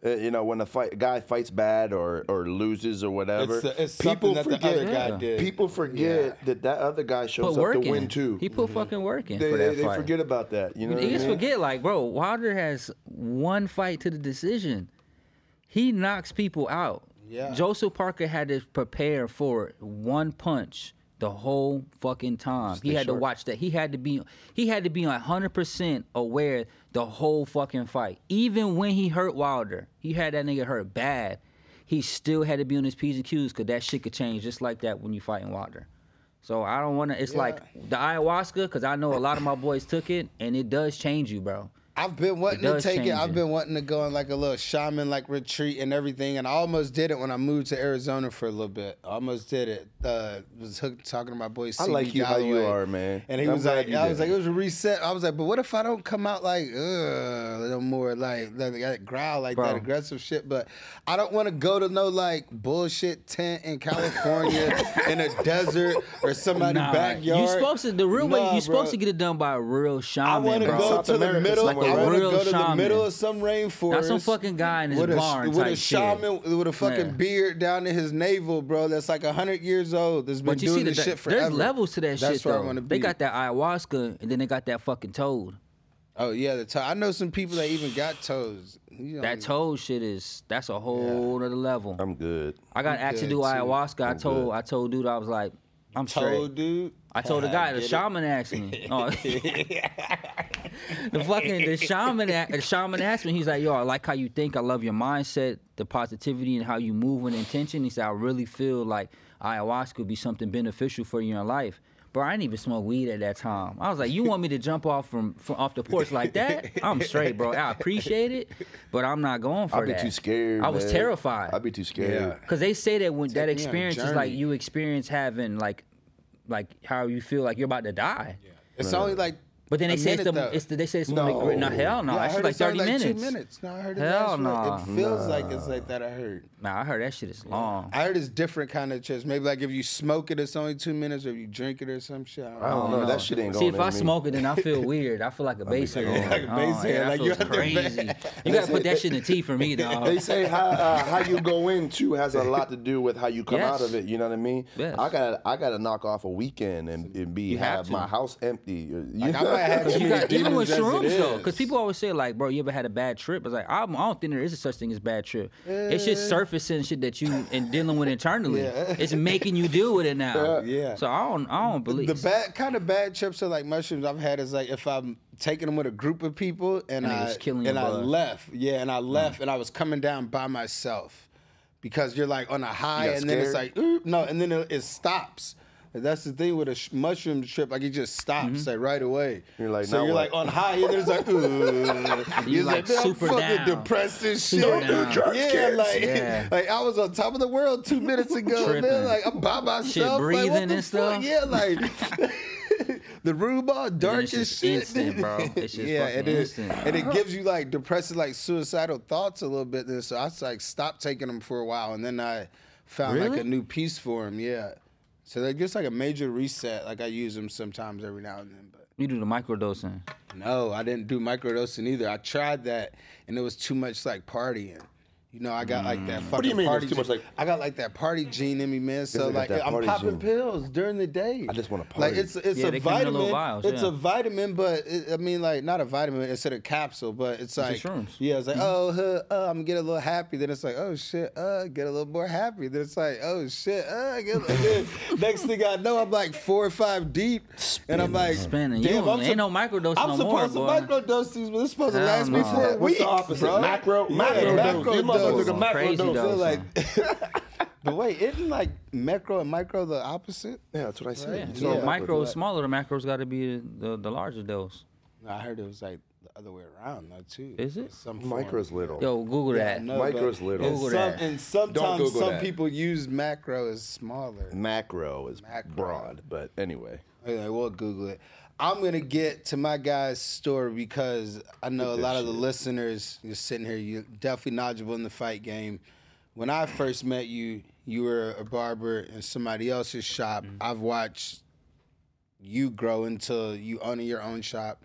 [SPEAKER 2] Uh, You know, when a fight guy fights bad or or loses or whatever,
[SPEAKER 3] It's- uh, it's something that the other guy Yeah. did.
[SPEAKER 2] People forget
[SPEAKER 3] Yeah.
[SPEAKER 2] that that other guy
[SPEAKER 4] put
[SPEAKER 2] shows
[SPEAKER 4] work
[SPEAKER 2] up to
[SPEAKER 4] in.
[SPEAKER 2] win too. Mm-hmm.
[SPEAKER 4] He put fucking work in
[SPEAKER 2] they,
[SPEAKER 4] for
[SPEAKER 2] they,
[SPEAKER 4] that
[SPEAKER 2] they
[SPEAKER 4] fight.
[SPEAKER 2] forget Mm-hmm. about that. You know,
[SPEAKER 4] They
[SPEAKER 2] what I
[SPEAKER 4] just
[SPEAKER 2] mean?
[SPEAKER 4] forget, like, bro, Wilder has one fight to the decision. He knocks people out.
[SPEAKER 3] Yeah.
[SPEAKER 4] Joseph Parker had to prepare for it. one punch the whole fucking time. he had to watch that. He had to be he had to be hundred percent aware the whole fucking fight. Even when he hurt Wilder, he had that nigga hurt bad. He still had to be on his P's and Q's because that shit could change just like that when you fighting Wilder. So I don't want to. It's like the ayahuasca because I know a lot of my boys took it and it does change you, bro.
[SPEAKER 3] I've been wanting
[SPEAKER 4] It
[SPEAKER 3] to
[SPEAKER 4] does
[SPEAKER 3] take it.
[SPEAKER 4] change
[SPEAKER 3] I've
[SPEAKER 4] it.
[SPEAKER 3] been wanting to go on like a little shaman like retreat and everything, and I almost did it when I moved to Arizona for a little bit. I almost did it. Uh, was hooked, talking to my boy.
[SPEAKER 2] I
[SPEAKER 3] CB
[SPEAKER 2] like you how you
[SPEAKER 3] Galloway,
[SPEAKER 2] are, man.
[SPEAKER 3] And he
[SPEAKER 2] I'm
[SPEAKER 3] was
[SPEAKER 2] glad
[SPEAKER 3] like,
[SPEAKER 2] you
[SPEAKER 3] I
[SPEAKER 2] did
[SPEAKER 3] was
[SPEAKER 2] it.
[SPEAKER 3] like, it was a reset. I was like, but what if I don't come out like ugh, a little more like like that growl like that
[SPEAKER 4] Bro.
[SPEAKER 3] aggressive shit? But I don't want to go to no like bullshit tent
[SPEAKER 2] <laughs>
[SPEAKER 3] in California in a desert or somebody's
[SPEAKER 4] Nah,
[SPEAKER 3] backyard.
[SPEAKER 4] You supposed to the real way.
[SPEAKER 3] Nah, bro.
[SPEAKER 4] You supposed to get it done by a real shaman.
[SPEAKER 3] I want to
[SPEAKER 4] bro.
[SPEAKER 3] go
[SPEAKER 2] South
[SPEAKER 3] to the
[SPEAKER 2] America
[SPEAKER 3] middle.
[SPEAKER 2] somewhere.
[SPEAKER 3] I want to
[SPEAKER 4] Like a
[SPEAKER 3] go
[SPEAKER 4] real
[SPEAKER 3] to the
[SPEAKER 4] shaman.
[SPEAKER 3] middle of some rainforest.
[SPEAKER 4] Not some fucking guy in his
[SPEAKER 3] with a,
[SPEAKER 4] barn
[SPEAKER 3] with a
[SPEAKER 4] type
[SPEAKER 3] shaman
[SPEAKER 4] shit.
[SPEAKER 3] with a fucking
[SPEAKER 4] Yeah.
[SPEAKER 3] beard down to his navel, bro. That's like hundred years old. That's been
[SPEAKER 4] But you see
[SPEAKER 3] doing
[SPEAKER 4] the
[SPEAKER 3] this shit forever.
[SPEAKER 4] there's levels to that
[SPEAKER 3] That's
[SPEAKER 4] shit
[SPEAKER 3] where
[SPEAKER 4] though.
[SPEAKER 3] I want to be.
[SPEAKER 4] They got that ayahuasca and then they got that fucking toad.
[SPEAKER 3] Oh yeah, the toe. I know some people that even got toes. You know,
[SPEAKER 4] That toad shit is that's a whole other level.
[SPEAKER 2] I'm good.
[SPEAKER 4] I got asked to
[SPEAKER 3] good,
[SPEAKER 4] do
[SPEAKER 3] too.
[SPEAKER 4] ayahuasca. I told
[SPEAKER 2] good.
[SPEAKER 4] I told dude I was like, I'm straight.
[SPEAKER 3] toe, dude.
[SPEAKER 4] I told the guy, the shaman asked me. Oh. <laughs> the fucking the shaman, a- the shaman asked me. He's like, "Yo, I like how you think. I love your mindset, the positivity, and how you move with intention." He said, "I really feel like ayahuasca would be something beneficial for you in life." Bro, I didn't even smoke weed at that time. I was like, "You want me to jump off from, from off the porch like that? I'm straight, bro. I appreciate it, but I'm not going for
[SPEAKER 2] I'd be
[SPEAKER 4] that."
[SPEAKER 2] too scared.
[SPEAKER 4] I was
[SPEAKER 2] man.
[SPEAKER 4] terrified.
[SPEAKER 2] I'd be too scared.
[SPEAKER 3] Yeah.
[SPEAKER 4] Because they say that when that
[SPEAKER 3] me on a
[SPEAKER 4] experience is like
[SPEAKER 3] journey.
[SPEAKER 4] you experience having like, like how you feel like you're about to die.
[SPEAKER 3] It's only like.
[SPEAKER 4] But then
[SPEAKER 3] a
[SPEAKER 4] they say it's
[SPEAKER 3] minute,
[SPEAKER 4] the,
[SPEAKER 3] though.
[SPEAKER 4] it's the, they say it's gonna be great. No, hell no.
[SPEAKER 3] Yeah, I
[SPEAKER 4] That's
[SPEAKER 3] heard
[SPEAKER 4] like
[SPEAKER 3] it's only
[SPEAKER 4] 30
[SPEAKER 3] like
[SPEAKER 4] minutes.
[SPEAKER 3] Two minutes. No, I heard it.
[SPEAKER 4] Hell
[SPEAKER 3] last
[SPEAKER 4] nah.
[SPEAKER 3] It feels like it's like that. I heard.
[SPEAKER 4] Nah, I heard that shit is long.
[SPEAKER 3] I heard it's different kind of trips. Maybe like if you smoke it, it's only two minutes, or if you drink it or some shit. I don't
[SPEAKER 2] I
[SPEAKER 3] know.
[SPEAKER 2] don't know. That shit ain't
[SPEAKER 4] See,
[SPEAKER 2] going.
[SPEAKER 4] if
[SPEAKER 2] in
[SPEAKER 4] I
[SPEAKER 2] me.
[SPEAKER 4] smoke it, then
[SPEAKER 3] <laughs>
[SPEAKER 4] I feel weird. I feel like a bass head.
[SPEAKER 3] like a
[SPEAKER 4] Oh,
[SPEAKER 3] bass head,
[SPEAKER 4] yeah, that
[SPEAKER 3] like,
[SPEAKER 4] feels
[SPEAKER 3] you out there
[SPEAKER 4] crazy.
[SPEAKER 3] back.
[SPEAKER 4] You gotta put that shit in the tea
[SPEAKER 3] <laughs>
[SPEAKER 4] for me,
[SPEAKER 2] They
[SPEAKER 4] dog.
[SPEAKER 2] say how uh, how you go into has a lot to do with how you come out
[SPEAKER 4] Yes.
[SPEAKER 2] of it. You know what I mean?
[SPEAKER 4] Yes.
[SPEAKER 2] I got I got to knock off a weekend and, and be
[SPEAKER 4] have
[SPEAKER 2] have
[SPEAKER 4] to.
[SPEAKER 2] my house empty. <laughs> You
[SPEAKER 3] I might have
[SPEAKER 4] Cause
[SPEAKER 3] too
[SPEAKER 4] you
[SPEAKER 3] many
[SPEAKER 4] got, even
[SPEAKER 3] demons
[SPEAKER 4] with
[SPEAKER 3] as it
[SPEAKER 4] shrooms though,
[SPEAKER 3] is.
[SPEAKER 4] because people always say like, "Bro, you ever had a bad trip?" It's like I don't I don't think there is a such thing as bad trip. It's just surfacing shit that you and dealing with internally. It's making you deal with it now.
[SPEAKER 3] Yeah.
[SPEAKER 4] So I don't, I don't believe
[SPEAKER 3] The bad kind of bad trips are like mushrooms I've had is like if I'm taking them with a group of people and,
[SPEAKER 4] And it
[SPEAKER 3] I
[SPEAKER 4] was killing
[SPEAKER 3] and
[SPEAKER 4] your
[SPEAKER 3] I
[SPEAKER 4] buzz.
[SPEAKER 3] left, yeah, and I left and I was coming down by myself because you're like on a high
[SPEAKER 2] got
[SPEAKER 3] and then it's
[SPEAKER 2] scared?
[SPEAKER 3] like oop, no, and then it, it stops. And that's the thing with a sh- mushroom trip, like it just stops
[SPEAKER 4] Mm-hmm.
[SPEAKER 3] like right away.
[SPEAKER 2] You're like,
[SPEAKER 3] so
[SPEAKER 2] now
[SPEAKER 3] you're
[SPEAKER 2] what?
[SPEAKER 3] like on high and then
[SPEAKER 2] <laughs>
[SPEAKER 3] it's like ooh,
[SPEAKER 4] You
[SPEAKER 3] It's
[SPEAKER 4] like
[SPEAKER 3] man,
[SPEAKER 4] super
[SPEAKER 3] I'm fucking
[SPEAKER 4] down.
[SPEAKER 3] depressed and shit.
[SPEAKER 4] Super down.
[SPEAKER 3] yeah, like
[SPEAKER 4] Yeah.
[SPEAKER 3] <laughs> like I was on top of the world two minutes ago, man.
[SPEAKER 4] Tripping.
[SPEAKER 3] Like <laughs> I'm by myself, like, what
[SPEAKER 4] breathing
[SPEAKER 3] the
[SPEAKER 4] and
[SPEAKER 3] fuck?
[SPEAKER 4] stuff.
[SPEAKER 3] Yeah, like the rhubarb
[SPEAKER 4] And
[SPEAKER 3] dark
[SPEAKER 4] it's
[SPEAKER 3] as
[SPEAKER 4] just
[SPEAKER 3] shit.
[SPEAKER 4] instant,
[SPEAKER 3] <laughs>
[SPEAKER 4] bro. It's just
[SPEAKER 3] yeah,
[SPEAKER 4] fucking
[SPEAKER 3] it is,
[SPEAKER 4] instant.
[SPEAKER 3] and it gives you like depressive, like suicidal thoughts a little bit. There, so I s- like stopped taking them for a while, and then I found like
[SPEAKER 4] Really?
[SPEAKER 3] a new piece for them. Yeah, so that gets like a major reset. Like I use them sometimes every now and then, but.
[SPEAKER 4] You do the microdosing.
[SPEAKER 3] No, I didn't do microdosing either. I tried that, and it was too much like partying. You know, I got like that fucking
[SPEAKER 2] do you mean it was
[SPEAKER 3] party
[SPEAKER 2] too much,
[SPEAKER 3] gene-
[SPEAKER 2] like-
[SPEAKER 3] I got like that party gene in me, man. So
[SPEAKER 2] got
[SPEAKER 3] like
[SPEAKER 2] that
[SPEAKER 3] I'm
[SPEAKER 2] party
[SPEAKER 3] popping
[SPEAKER 2] gene.
[SPEAKER 3] pills during the day. I
[SPEAKER 2] just wanna
[SPEAKER 3] Like
[SPEAKER 2] party.
[SPEAKER 3] it's it's
[SPEAKER 4] Yeah,
[SPEAKER 3] a
[SPEAKER 4] they come in little
[SPEAKER 3] vitamin.
[SPEAKER 4] vials,
[SPEAKER 3] it's
[SPEAKER 4] yeah.
[SPEAKER 3] a vitamin, but it, I mean like not a vitamin. It's in a capsule, but it's like
[SPEAKER 4] shrooms.
[SPEAKER 3] yeah. It's like oh, huh, uh, I'm get a little happy. Then it's like oh shit, uh, get a little more happy. Then it's like oh shit, uh, get a
[SPEAKER 4] <laughs>
[SPEAKER 3] little. then next thing I know, I'm like four or five deep, and I'm like
[SPEAKER 4] Spinning.
[SPEAKER 3] damn,
[SPEAKER 4] you
[SPEAKER 3] I'm
[SPEAKER 4] ain't
[SPEAKER 3] sup-
[SPEAKER 4] no microdosing
[SPEAKER 3] I'm
[SPEAKER 4] no more,
[SPEAKER 3] supposed
[SPEAKER 4] boy.
[SPEAKER 3] to microdose these, but it's supposed to
[SPEAKER 4] Hell
[SPEAKER 3] last me
[SPEAKER 4] no.
[SPEAKER 3] for a
[SPEAKER 2] What's
[SPEAKER 3] week.
[SPEAKER 2] the opposite?
[SPEAKER 3] Bro.
[SPEAKER 2] Macro, macro,
[SPEAKER 3] macro
[SPEAKER 2] dose. You
[SPEAKER 3] dose.
[SPEAKER 2] motherfucker
[SPEAKER 3] Going
[SPEAKER 2] macro
[SPEAKER 4] crazy
[SPEAKER 2] dose.
[SPEAKER 4] dose.
[SPEAKER 3] So
[SPEAKER 4] Awesome.
[SPEAKER 3] like, <laughs> but wait, isn't like macro and micro the opposite?
[SPEAKER 2] Yeah, that's what I said.
[SPEAKER 4] yeah.
[SPEAKER 2] It's
[SPEAKER 4] So
[SPEAKER 2] all
[SPEAKER 4] micro
[SPEAKER 2] macro.
[SPEAKER 4] is smaller. The macro's got to be the, the larger dose.
[SPEAKER 3] I heard it was like the other way around though too.
[SPEAKER 4] Is it?
[SPEAKER 3] Some
[SPEAKER 2] Micro's
[SPEAKER 3] form.
[SPEAKER 2] little.
[SPEAKER 4] Yo, Google
[SPEAKER 3] Yeah, I
[SPEAKER 4] that.
[SPEAKER 3] know,
[SPEAKER 2] Micro's
[SPEAKER 3] but-
[SPEAKER 2] little.
[SPEAKER 3] And,
[SPEAKER 4] Google
[SPEAKER 3] some,
[SPEAKER 4] that.
[SPEAKER 3] and sometimes
[SPEAKER 2] Google
[SPEAKER 3] some
[SPEAKER 2] that.
[SPEAKER 3] people use macro as smaller.
[SPEAKER 2] Macro is
[SPEAKER 3] Macro.
[SPEAKER 2] broad, but anyway.
[SPEAKER 3] Anyway, we'll Google it. I'm gonna get to my guy's story because I know a lot of the listeners you're sitting here, you're definitely knowledgeable in the fight game. When I first met you, you were a barber in somebody else's shop. I've watched you grow until you own your own shop,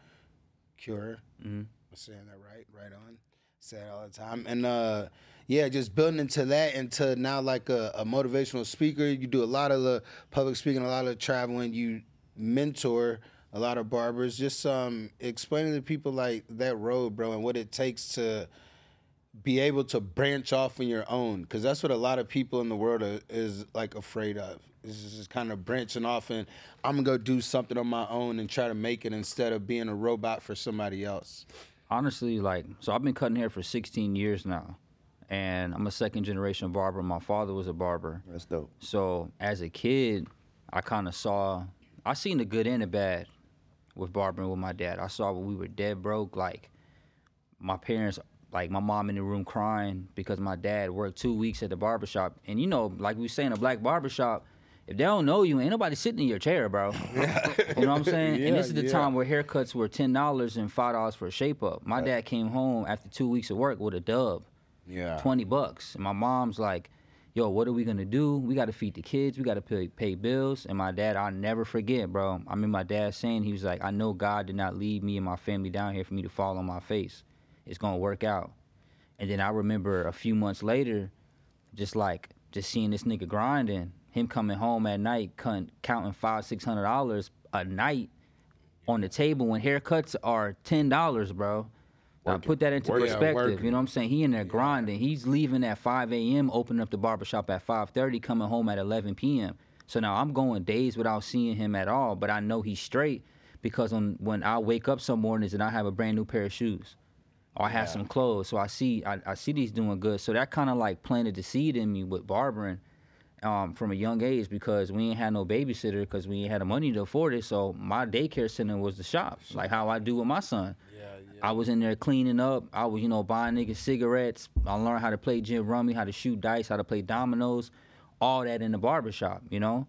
[SPEAKER 3] Cure. I'm saying that right, right on. Say it all the time. And uh, yeah, just building into that, into now like a, a motivational speaker. You do a lot of the public speaking, a lot of the traveling. You mentor a lot of barbers. Just um, explaining to people like that road, bro, and what it takes to be able to branch off on your own because that's what a lot of people in the world are, is like afraid of is just kind of branching off and i'm gonna go do something on my own and try to make it instead of being a robot for somebody else
[SPEAKER 4] honestly, like, so I've been cutting hair for 16 years now, and I'm a second generation barber. My father was a barber.
[SPEAKER 2] That's dope.
[SPEAKER 4] So as a kid, I kind of saw, I seen the good and the bad with barbering with my dad. I saw when we were dead broke, like my parents, like my mom in the room crying because my dad worked two weeks at the barbershop. And you know, like we were saying, a black barbershop, if they don't know you, ain't nobody sitting in your chair, bro. you know what I'm saying? and this is the time where haircuts were $10 and $5 for a shape up. My dad came home after two weeks of work with a dub.
[SPEAKER 3] yeah
[SPEAKER 4] 20 bucks. And my mom's like, yo, what are we gonna do? We gotta feed the kids, we gotta pay, pay bills. And my dad, I'll never forget, bro. I mean, my dad saying, he was like, I know God did not leave me and my family down here for me to fall on my face. It's gonna work out. And then I remember a few months later, just like, just seeing this nigga grinding, him coming home at night, cunt, counting five, six hundred dollars a night on the table when haircuts are ten dollars, bro. Now put that into
[SPEAKER 3] Working. Yeah,
[SPEAKER 4] perspective.
[SPEAKER 3] working.
[SPEAKER 4] you know what I'm saying? He in there grinding. He's leaving at 5 a.m., opening up the barbershop at 5:30, coming home at 11 p.m. So now I'm going days without seeing him at all, but I know he's straight because on, when I wake up some mornings and I have a brand new pair of shoes, or I have some clothes, so I see I, I see these doing good. So that kind of like planted the seed in me with barbering um, from a young age because we ain't had no babysitter because we ain't had the money to afford it. So my daycare center was the shop, like how I do with my son. I was in there cleaning up. I was, you know, buying niggas cigarettes. I learned how to play gin rummy, how to shoot dice, how to play dominoes, all that in the barbershop, you know?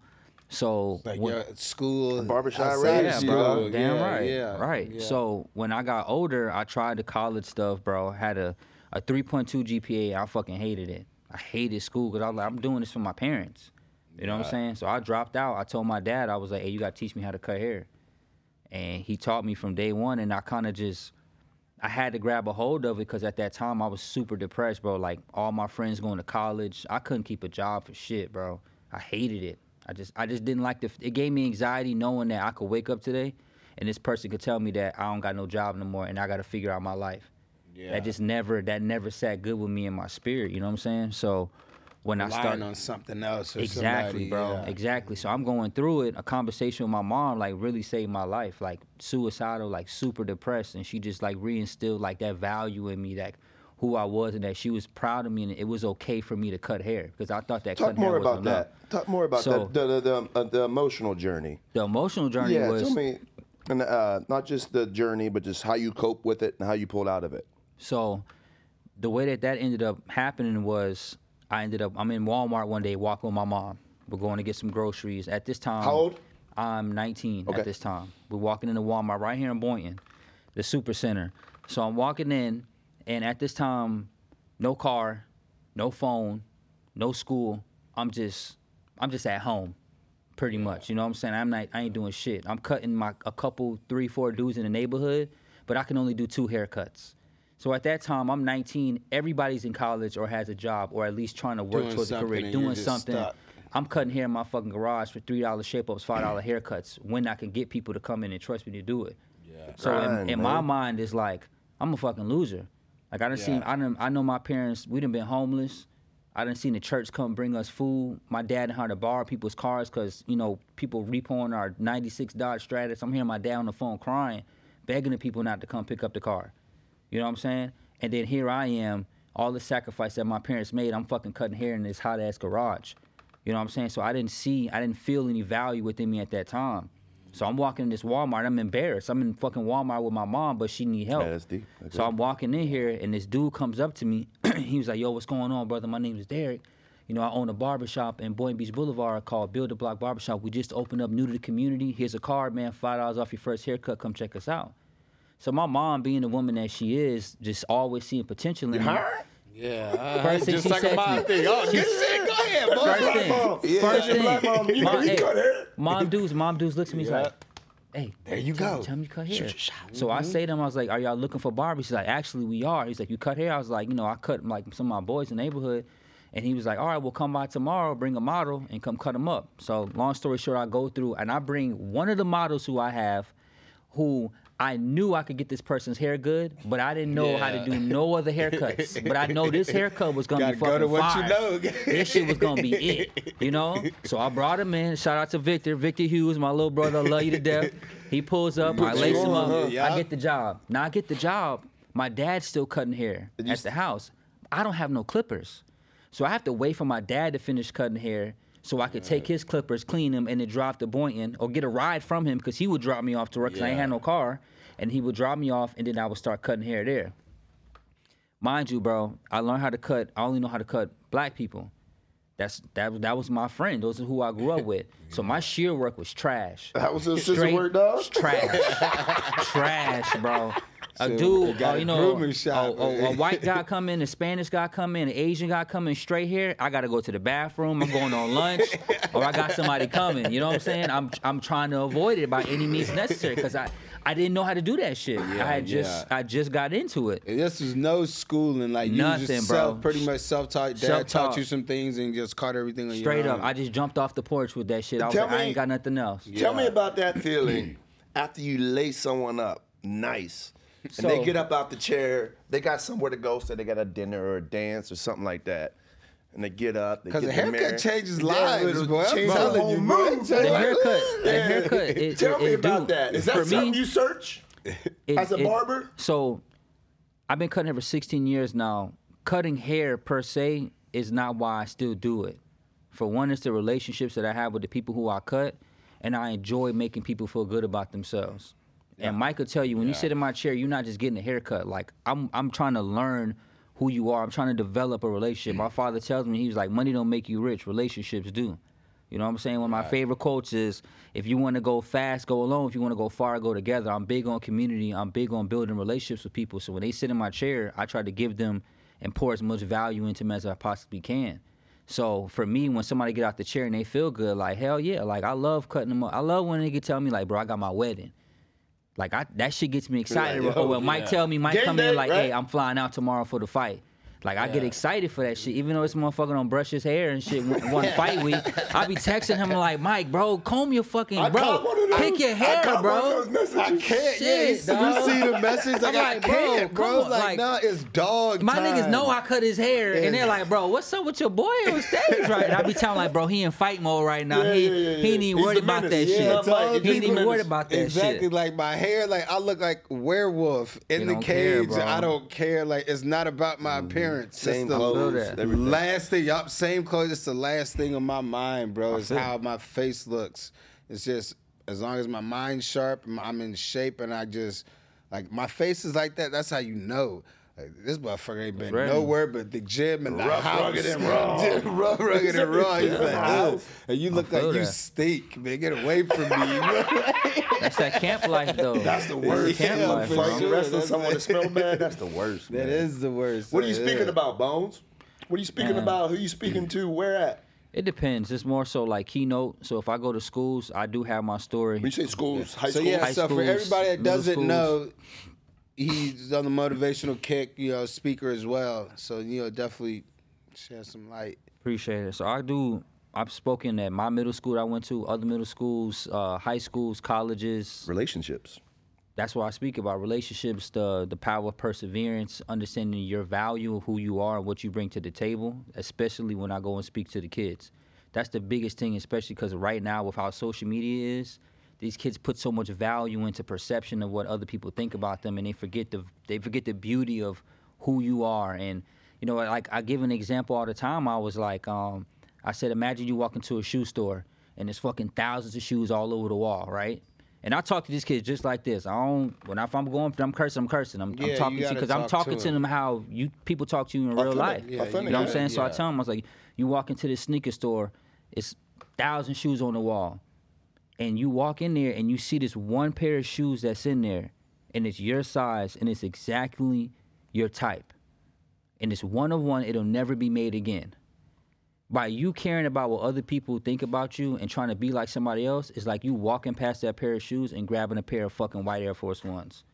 [SPEAKER 4] So
[SPEAKER 3] like
[SPEAKER 4] when-
[SPEAKER 3] yeah, at school
[SPEAKER 2] Barbershop
[SPEAKER 3] outside
[SPEAKER 2] raves,
[SPEAKER 3] of
[SPEAKER 2] bro.
[SPEAKER 3] school.
[SPEAKER 4] Damn
[SPEAKER 3] Yeah,
[SPEAKER 4] right.
[SPEAKER 3] yeah
[SPEAKER 4] Right.
[SPEAKER 3] yeah.
[SPEAKER 4] So when I got older, I tried the college stuff, bro. Had a, a 3.2 GPA. I fucking hated it. I hated school because I was like, I'm doing this for my parents. You know what I'm saying? So I dropped out. I told my dad, I was like, hey, you got to teach me how to cut hair. And he taught me from day one, and I kind of just. I had to grab a hold of it because at that time I was super depressed, bro. Like all my friends going to college, I couldn't keep a job for shit, bro. I hated it. I just, I just didn't like the. It gave me anxiety knowing that I could wake up today, and this person could tell me that I don't got no job no more, and I got to figure out my life.
[SPEAKER 3] Yeah.
[SPEAKER 4] That just never, that never sat good with me in my spirit. You know what I'm saying? So when I
[SPEAKER 3] relying
[SPEAKER 4] started
[SPEAKER 3] on something else or
[SPEAKER 4] Exactly,
[SPEAKER 3] somebody,
[SPEAKER 4] bro.
[SPEAKER 3] yeah.
[SPEAKER 4] Exactly. So I'm going through it. A conversation with my mom like really saved my life. Like suicidal, like super depressed, and she just like reinstilled like that value in me, like who I was, and that she was proud of me, and it was okay for me to cut hair because I thought that
[SPEAKER 2] Talk
[SPEAKER 4] cutting
[SPEAKER 2] more
[SPEAKER 4] hair
[SPEAKER 2] about
[SPEAKER 4] was enough.
[SPEAKER 2] that. Talk more about
[SPEAKER 4] So-
[SPEAKER 2] that. The, the, the, uh, the emotional journey.
[SPEAKER 4] The emotional journey
[SPEAKER 2] Yeah,
[SPEAKER 4] was
[SPEAKER 2] tell me, and uh, not just the journey, but just how you cope with it and how you pulled out of it.
[SPEAKER 4] So the way that that ended up happening was I ended up I'm in Walmart one day walking with my mom. We're going to get some groceries. At this time,
[SPEAKER 2] How old?
[SPEAKER 4] I'm 19
[SPEAKER 2] Okay.
[SPEAKER 4] at this time. We're walking into Walmart right here in Boynton, the super center. So I'm walking in, and at this time, no car, no phone, no school. I'm just, I'm just at home, pretty much. You know what I'm saying? I'm not, I ain't doing shit. I'm cutting my a couple, three, four dudes in the neighborhood, but I can only do two haircuts. So at that time, I'm 19. Everybody's in college or has a job or at least trying to work
[SPEAKER 3] Doing
[SPEAKER 4] towards a
[SPEAKER 3] something
[SPEAKER 4] career,
[SPEAKER 3] and
[SPEAKER 4] doing
[SPEAKER 3] you're just
[SPEAKER 4] something.
[SPEAKER 3] stuck.
[SPEAKER 4] I'm cutting hair in my fucking garage for three dollar shape ups, five dollar haircuts when I can get people to come in and trust me to do it. Yeah. So in,
[SPEAKER 2] Grind,
[SPEAKER 4] in my
[SPEAKER 2] man.
[SPEAKER 4] mind, it's like I'm a fucking loser. Like I done seen, I done, I know my parents. We done been homeless. I done seen the church come bring us food. My dad had to borrow people's cars because you know people repoing our '96 Dodge Stratus. I'm hearing my dad on the phone crying, begging the people not to come pick up the car. You know what I'm saying? And then here I am, all the sacrifice that my parents made. I'm fucking cutting hair in this hot ass garage. You know what I'm saying? So I didn't see, I didn't feel any value within me at that time. So I'm walking in this Walmart. I'm embarrassed. I'm in fucking Walmart with my mom, but she need help.
[SPEAKER 2] Yeah, that's deep. That's
[SPEAKER 4] so
[SPEAKER 2] deep.
[SPEAKER 4] I'm walking in here, and this dude comes up to me. <clears throat> he was like, "Yo, what's going on, brother? My name is Derek. You know, I own a barbershop in Boynton Beach Boulevard called Build a Block Barbershop. We just opened up new to the community. Here's a card, man. Five dollars off your first haircut. Come check us out." So my mom, being the woman that she is, just always seeing potential in her.
[SPEAKER 3] Yeah,
[SPEAKER 4] First thing
[SPEAKER 3] just
[SPEAKER 4] she
[SPEAKER 3] like
[SPEAKER 4] said
[SPEAKER 3] a
[SPEAKER 4] to
[SPEAKER 3] mom
[SPEAKER 4] me-
[SPEAKER 3] thing. Oh, good shit. Go ahead, boy.
[SPEAKER 4] First thing, first thing, mom, hey, mom dudes, mom dudes looks at me, he's like, hey, there
[SPEAKER 3] you
[SPEAKER 4] tell,
[SPEAKER 3] go.
[SPEAKER 4] Tell me you cut hair. So
[SPEAKER 3] Mm-hmm.
[SPEAKER 4] I say to him, I was like, are y'all looking for barber? She's like, actually, we are. He's like, you cut hair? I was like, you know, I cut like some of my boys in the neighborhood. And he was like, all right, well, come by tomorrow, bring a model, and come cut them up. So long story short, I go through and I bring one of the models who I have who I knew I could get this person's hair good, but I didn't know how to
[SPEAKER 3] Yeah.
[SPEAKER 4] do no other haircuts. but I know this haircut was gonna be
[SPEAKER 3] Gotta go to
[SPEAKER 4] fucking
[SPEAKER 3] what you
[SPEAKER 4] fire.
[SPEAKER 3] know.
[SPEAKER 4] this shit was gonna be it, you know. So I brought him in. Shout out to Victor, Victor Hughes, my little brother. I love you to death. He pulls up, I
[SPEAKER 3] you
[SPEAKER 4] lace him
[SPEAKER 3] on, huh?
[SPEAKER 4] up,
[SPEAKER 3] Yeah.
[SPEAKER 4] I get the job. Now I get the job. My dad's still cutting hair at the house. I don't have no clippers, so I have to wait for my dad to finish cutting hair. So I could take his clippers, clean them, and then drive to Boynton or get a ride from him because he would drop me off to work because I ain't had no car, and he would drop me off, and then I would start cutting hair there mind you, bro, I learned how to cut. I only know how to cut black people. That's that. That was my friend. Those are who
[SPEAKER 3] <laughs>
[SPEAKER 4] I grew up with. So my shear work was trash.
[SPEAKER 5] That was his scissor
[SPEAKER 4] Straight
[SPEAKER 5] work, dog.
[SPEAKER 3] <laughs>
[SPEAKER 4] Trash, trash, bro. A
[SPEAKER 3] So, we
[SPEAKER 4] dude,
[SPEAKER 3] got
[SPEAKER 4] oh,
[SPEAKER 3] a
[SPEAKER 4] you know,
[SPEAKER 3] grooming shop,
[SPEAKER 4] a- a- a
[SPEAKER 3] man. <laughs>
[SPEAKER 4] white guy come in, a Spanish guy come in, an Asian guy come in, straight hair. I gotta go to the bathroom. I'm going on lunch, or I got somebody coming. You know what I'm saying? I'm I'm trying to avoid it by any means necessary because I I didn't know how to do that shit. I had just
[SPEAKER 3] yeah.
[SPEAKER 4] I just got into it.
[SPEAKER 3] And This was no schooling, like you was
[SPEAKER 4] Nothing,
[SPEAKER 3] just
[SPEAKER 4] bro.
[SPEAKER 3] self, pretty much self-taught. Dad
[SPEAKER 4] Self-taught.
[SPEAKER 3] taught you some things and just caught everything on
[SPEAKER 4] Straight
[SPEAKER 3] your
[SPEAKER 4] up,
[SPEAKER 3] own.
[SPEAKER 4] I just jumped off the porch with that shit. I was
[SPEAKER 5] Tell
[SPEAKER 4] like, I
[SPEAKER 5] me-
[SPEAKER 4] ain't got nothing else.
[SPEAKER 5] Tell me
[SPEAKER 3] <clears throat>
[SPEAKER 5] about that feeling after you lay someone up nice. And
[SPEAKER 4] So-
[SPEAKER 5] they
[SPEAKER 2] get up out the chair. They got somewhere to go, so they got a dinner or a dance or something like that. And they get up. Because
[SPEAKER 3] Cause a haircut changes lives,
[SPEAKER 5] it'll
[SPEAKER 3] boy. I'm
[SPEAKER 5] change the
[SPEAKER 3] telling
[SPEAKER 5] whole
[SPEAKER 3] you, boy.
[SPEAKER 5] mood,
[SPEAKER 3] Tell
[SPEAKER 5] boy.
[SPEAKER 4] The
[SPEAKER 3] you-
[SPEAKER 4] haircut, the haircut. It,
[SPEAKER 5] Tell
[SPEAKER 4] it-
[SPEAKER 5] me
[SPEAKER 4] it
[SPEAKER 5] about
[SPEAKER 4] do.
[SPEAKER 5] that. Is that
[SPEAKER 4] For me,
[SPEAKER 5] something you search?
[SPEAKER 4] it-
[SPEAKER 5] as a
[SPEAKER 4] it-
[SPEAKER 5] barber?
[SPEAKER 4] So, I've been cutting hair for 16 years now. Cutting hair per se is not why I still do it. For one, it's the relationships that I have with the people who I cut, and I enjoy making people feel good about themselves. And Mike could tell you when you sit in my chair, you're not just getting a haircut. Like I'm, I'm trying to learn who you are. I'm trying to develop a relationship.
[SPEAKER 5] Mm.
[SPEAKER 4] My father tells me he was like, money don't make you rich, relationships do. You know what I'm saying? One of my favorite quotes is, if you want to go fast, go alone. If you want to go far, go together. I'm big on community. I'm big on building relationships with people. So when they sit in my chair, I try to give them and pour as much value into them as I possibly can. So for me, when somebody get out the chair and they feel good, like hell yeah, like I love cutting them up. I love when they can tell me like, bro, I got my wedding. Like I, that shit gets me excited.
[SPEAKER 5] Like,
[SPEAKER 4] or
[SPEAKER 5] yo,
[SPEAKER 4] when Mike tell me, Mike
[SPEAKER 5] Game
[SPEAKER 4] come
[SPEAKER 5] day,
[SPEAKER 4] in like,
[SPEAKER 5] right?
[SPEAKER 4] hey, I'm flying out tomorrow for the fight. Like I get excited for that shit, even though this motherfucker don't brush his hair and shit one
[SPEAKER 5] <laughs>
[SPEAKER 4] one fight week. I be texting him like, Mike, bro, comb your fucking
[SPEAKER 5] I
[SPEAKER 4] bro,
[SPEAKER 5] caught one of those-
[SPEAKER 4] pick your
[SPEAKER 5] I
[SPEAKER 4] hair,
[SPEAKER 5] caught
[SPEAKER 4] bro.
[SPEAKER 5] One of those messages.
[SPEAKER 3] Can't- yeah,
[SPEAKER 4] Shit,
[SPEAKER 3] you see-
[SPEAKER 4] dog.
[SPEAKER 3] you see the message? Like,
[SPEAKER 4] I'm
[SPEAKER 3] I
[SPEAKER 4] like,
[SPEAKER 3] can't,
[SPEAKER 4] bro,
[SPEAKER 3] bro.
[SPEAKER 4] come on,
[SPEAKER 3] Like,
[SPEAKER 4] like-
[SPEAKER 3] nah, it's dog
[SPEAKER 4] My
[SPEAKER 3] time.
[SPEAKER 4] niggas know I cut his hair, and they're like, "Bro, what's up with your boy
[SPEAKER 5] <laughs>
[SPEAKER 4] on stage right?" And I be telling like, "Bro, he in fight mode right now.
[SPEAKER 5] Yeah,
[SPEAKER 4] he
[SPEAKER 5] yeah, yeah, yeah.
[SPEAKER 4] he ain't even
[SPEAKER 5] He's
[SPEAKER 4] worried
[SPEAKER 5] the
[SPEAKER 4] about that
[SPEAKER 5] menace. Yeah,
[SPEAKER 4] shit.
[SPEAKER 5] it's like-
[SPEAKER 4] he ain't even
[SPEAKER 5] it's-
[SPEAKER 4] worried about that
[SPEAKER 3] exactly,
[SPEAKER 4] shit.
[SPEAKER 3] like my hair, like I look like werewolf in
[SPEAKER 4] You
[SPEAKER 3] the
[SPEAKER 4] don't care,
[SPEAKER 3] cage.
[SPEAKER 4] bro. Mm-hmm.
[SPEAKER 3] I don't care. Like it's not about my appearance.
[SPEAKER 2] Same
[SPEAKER 3] it's the
[SPEAKER 2] clothes,
[SPEAKER 4] Feel that.
[SPEAKER 2] everything.
[SPEAKER 3] last thing. Yup, same clothes. It's the last thing on my mind, bro. Is how my face looks. It's just as long as my mind's sharp, I'm- I'm in shape, and I just like my face is like that. That's how you know. Like, this motherfucker ain't been
[SPEAKER 4] Right.
[SPEAKER 3] nowhere but the gym and the
[SPEAKER 5] Rough,
[SPEAKER 3] house. <laughs>
[SPEAKER 5] rugged, and raw.
[SPEAKER 3] Dude,
[SPEAKER 4] <laughs>
[SPEAKER 3] rough, rugged, and raw. He's
[SPEAKER 5] Yeah.
[SPEAKER 3] like, oh, and you look like
[SPEAKER 4] feel
[SPEAKER 3] you
[SPEAKER 4] that.
[SPEAKER 3] stink, man. Get away from <laughs> me.
[SPEAKER 4] That's that camp life though.
[SPEAKER 5] That's the worst.
[SPEAKER 4] camp
[SPEAKER 5] Yeah,
[SPEAKER 4] life,
[SPEAKER 5] for
[SPEAKER 4] bro.
[SPEAKER 5] sure. Wrestling
[SPEAKER 3] That's
[SPEAKER 5] someone <laughs>
[SPEAKER 3] it.
[SPEAKER 5] that smell bad. That's the worst.
[SPEAKER 3] that
[SPEAKER 5] man.
[SPEAKER 3] is the worst.
[SPEAKER 5] What are you
[SPEAKER 3] man.
[SPEAKER 5] speaking about, Bones? What are you speaking
[SPEAKER 4] Man.
[SPEAKER 5] about? Who you speaking to? Where at?
[SPEAKER 4] It depends. It's more so like keynote. So if I go to schools, I do have my story.
[SPEAKER 5] When you say schools, high
[SPEAKER 3] So
[SPEAKER 5] school.
[SPEAKER 3] yeah,
[SPEAKER 4] High
[SPEAKER 3] so for
[SPEAKER 4] schools,
[SPEAKER 3] everybody that
[SPEAKER 4] middle
[SPEAKER 3] doesn't
[SPEAKER 4] schools.
[SPEAKER 3] know, he's on the motivational kick, you know, speaker as well. So you know, definitely share some light.
[SPEAKER 4] Appreciate it. So I do. I've spoken at my middle school that I went to, other middle schools, uh, high schools, colleges.
[SPEAKER 2] Relationships.
[SPEAKER 4] That's what I speak about relationships, the the power of perseverance, understanding your value, who you are, and what you bring to the table. Especially when I go and speak to the kids, that's the biggest thing. Especially because right now, with how social media is, these kids put so much value into perception of what other people think about them, and they forget the they forget the beauty of who you are. And you know, like I give an example all the time. I was like, um, I said, imagine you walk into a shoe store and there's fucking thousands of shoes all over the wall, right? And I talk to these kids just like this. I don't. When I, if I'm going, I'm cursing. I'm cursing. I'm,
[SPEAKER 3] Yeah, you
[SPEAKER 4] I'm talking to
[SPEAKER 3] gotta
[SPEAKER 4] because I'm
[SPEAKER 3] talk
[SPEAKER 4] talking
[SPEAKER 3] to
[SPEAKER 4] to,
[SPEAKER 3] them.
[SPEAKER 4] them how you people talk to you in real
[SPEAKER 5] Authentic-
[SPEAKER 4] life.
[SPEAKER 5] yeah,
[SPEAKER 4] you know what I'm
[SPEAKER 5] authentic,
[SPEAKER 4] saying? So I
[SPEAKER 3] yeah.
[SPEAKER 4] tell them, I was like, you walk into this sneaker store, it's thousand shoes on the wall and you walk in there and you see this one pair of shoes that's in there and it's your size and it's exactly your type and it's one of one it'll never be made again by you caring about what other people think about you and trying to be like somebody else it's like you walking past that pair of shoes and grabbing a pair of fucking white air force ones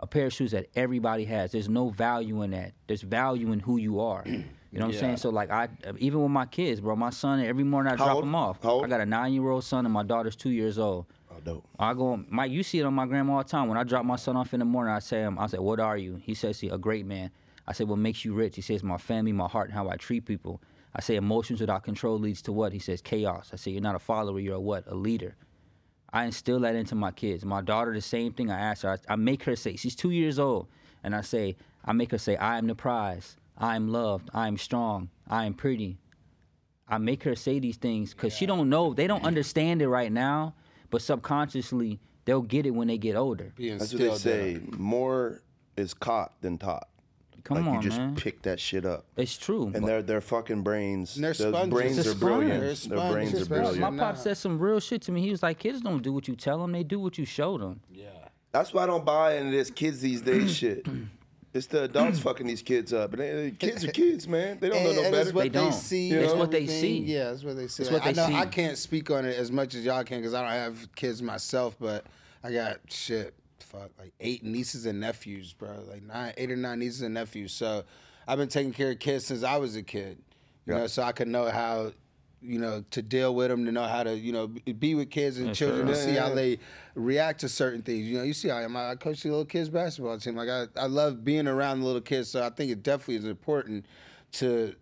[SPEAKER 4] a pair of shoes that everybody has. There's no value in that. There's value in who you are. <clears throat> You know what I'm saying? So like I, even with my kids, bro, my son every morning I drop
[SPEAKER 5] old?
[SPEAKER 4] him off.
[SPEAKER 5] How old?
[SPEAKER 4] I got a nine year old son and my daughter's two years old.
[SPEAKER 5] Oh, dope.
[SPEAKER 4] I go, Mike. You see it on my grandma all the time. When I drop my son off in the morning, I say him, I say, "What are you?" He says, "He a great man." I say, "What makes you rich?" He says, "My family, my heart, and how I treat people." I say, "Emotions without control leads to what?" He says, "Chaos." I say, "You're not a follower. You're a what? A leader." I instill that into my kids. My daughter, the same thing. I ask her. I, I make her say, she's two years old, and I say, I make her say, "I am the prize. I am loved. I am strong. I am pretty. I make her say these things because she don't know. They don't understand it right now, but subconsciously they'll get it when they get older.
[SPEAKER 3] Being
[SPEAKER 2] That's what
[SPEAKER 3] still
[SPEAKER 2] they say. More is caught than taught.
[SPEAKER 4] Come
[SPEAKER 2] like
[SPEAKER 4] on,
[SPEAKER 2] you just
[SPEAKER 4] man.
[SPEAKER 2] pick that shit up.
[SPEAKER 4] It's true.
[SPEAKER 2] And
[SPEAKER 4] but-
[SPEAKER 2] their their fucking brains.
[SPEAKER 3] And they're
[SPEAKER 2] those
[SPEAKER 3] sponges.
[SPEAKER 2] brains
[SPEAKER 4] It's a
[SPEAKER 2] are brilliant.
[SPEAKER 4] sponge.
[SPEAKER 2] Their
[SPEAKER 3] They're
[SPEAKER 2] brains are
[SPEAKER 3] sponges, bro.
[SPEAKER 2] brilliant.
[SPEAKER 4] my
[SPEAKER 3] Nah.
[SPEAKER 4] pop said some real shit to me. He was like, "Kids don't do what you tell them; they do what you show them."
[SPEAKER 2] That's why I don't buy into this kids these
[SPEAKER 3] <clears throat>
[SPEAKER 2] days shit. It's the adults fucking these kids up. And they, kids are kids, man. They don't
[SPEAKER 3] And,
[SPEAKER 2] know no
[SPEAKER 3] and it's
[SPEAKER 2] better.
[SPEAKER 3] what
[SPEAKER 4] They
[SPEAKER 3] they,
[SPEAKER 4] don't.
[SPEAKER 3] see.
[SPEAKER 4] It's
[SPEAKER 3] and
[SPEAKER 4] what they
[SPEAKER 3] everything.
[SPEAKER 4] see.
[SPEAKER 3] Yeah, that's what they see.
[SPEAKER 4] It's what
[SPEAKER 3] I
[SPEAKER 4] they
[SPEAKER 3] know
[SPEAKER 4] see.
[SPEAKER 3] I can't speak on it as much as y'all can because I don't have kids myself, but I got shit, fuck, like eight nieces and nephews, bro. Like nine, eight or nine nieces and nephews. So I've been taking care of kids since I was a kid. You know, so I could know how, you know, to deal with them, to know how to, you know, b- be with kids and children, to see how they react to certain things. You know, you see how I am. I coach the little kids basketball team. Like I, I love being around the little kids. So I think it definitely is important to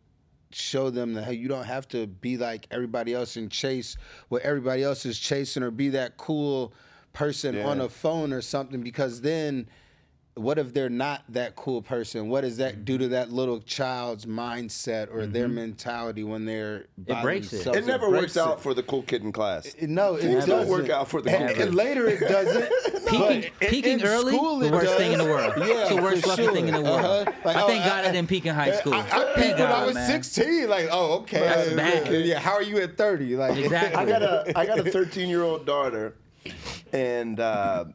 [SPEAKER 3] show them that hey, you don't have to be like everybody else and chase what everybody else is chasing or be that cool person on a phone or something because then what if they're not that cool person what does that do to that little child's mindset or their mentality when they're by
[SPEAKER 4] breaks it.
[SPEAKER 3] themselves?
[SPEAKER 5] Mm-hmm. It never
[SPEAKER 3] breaks
[SPEAKER 5] works out for the cool kid in class.
[SPEAKER 3] it. no it
[SPEAKER 5] Things don't
[SPEAKER 3] doesn't
[SPEAKER 5] work out for the
[SPEAKER 2] <laughs>
[SPEAKER 3] and,
[SPEAKER 5] cool
[SPEAKER 3] and
[SPEAKER 5] kid.
[SPEAKER 3] later it
[SPEAKER 5] <laughs>
[SPEAKER 3] doesn't
[SPEAKER 4] Peaking,
[SPEAKER 3] But in-
[SPEAKER 4] peaking
[SPEAKER 3] in
[SPEAKER 4] early,
[SPEAKER 3] school
[SPEAKER 4] the
[SPEAKER 3] it
[SPEAKER 4] worst
[SPEAKER 3] does.
[SPEAKER 4] thing in the world.
[SPEAKER 3] yeah,
[SPEAKER 4] it's the worst
[SPEAKER 3] for
[SPEAKER 4] fucking
[SPEAKER 3] sure.
[SPEAKER 4] thing in the world.
[SPEAKER 3] Uh-huh. Like,
[SPEAKER 4] I
[SPEAKER 3] oh,
[SPEAKER 4] thank God I, didn't peak in high school.
[SPEAKER 3] I, I
[SPEAKER 4] thank
[SPEAKER 3] peaked when I
[SPEAKER 4] God,
[SPEAKER 3] was
[SPEAKER 4] man.
[SPEAKER 3] 16. Like, oh, okay.
[SPEAKER 4] That's
[SPEAKER 3] Yeah,
[SPEAKER 4] bad.
[SPEAKER 3] Yeah, how are you at 30? Like,
[SPEAKER 4] Exactly.
[SPEAKER 2] I got a I got a 13 year old daughter, and uh,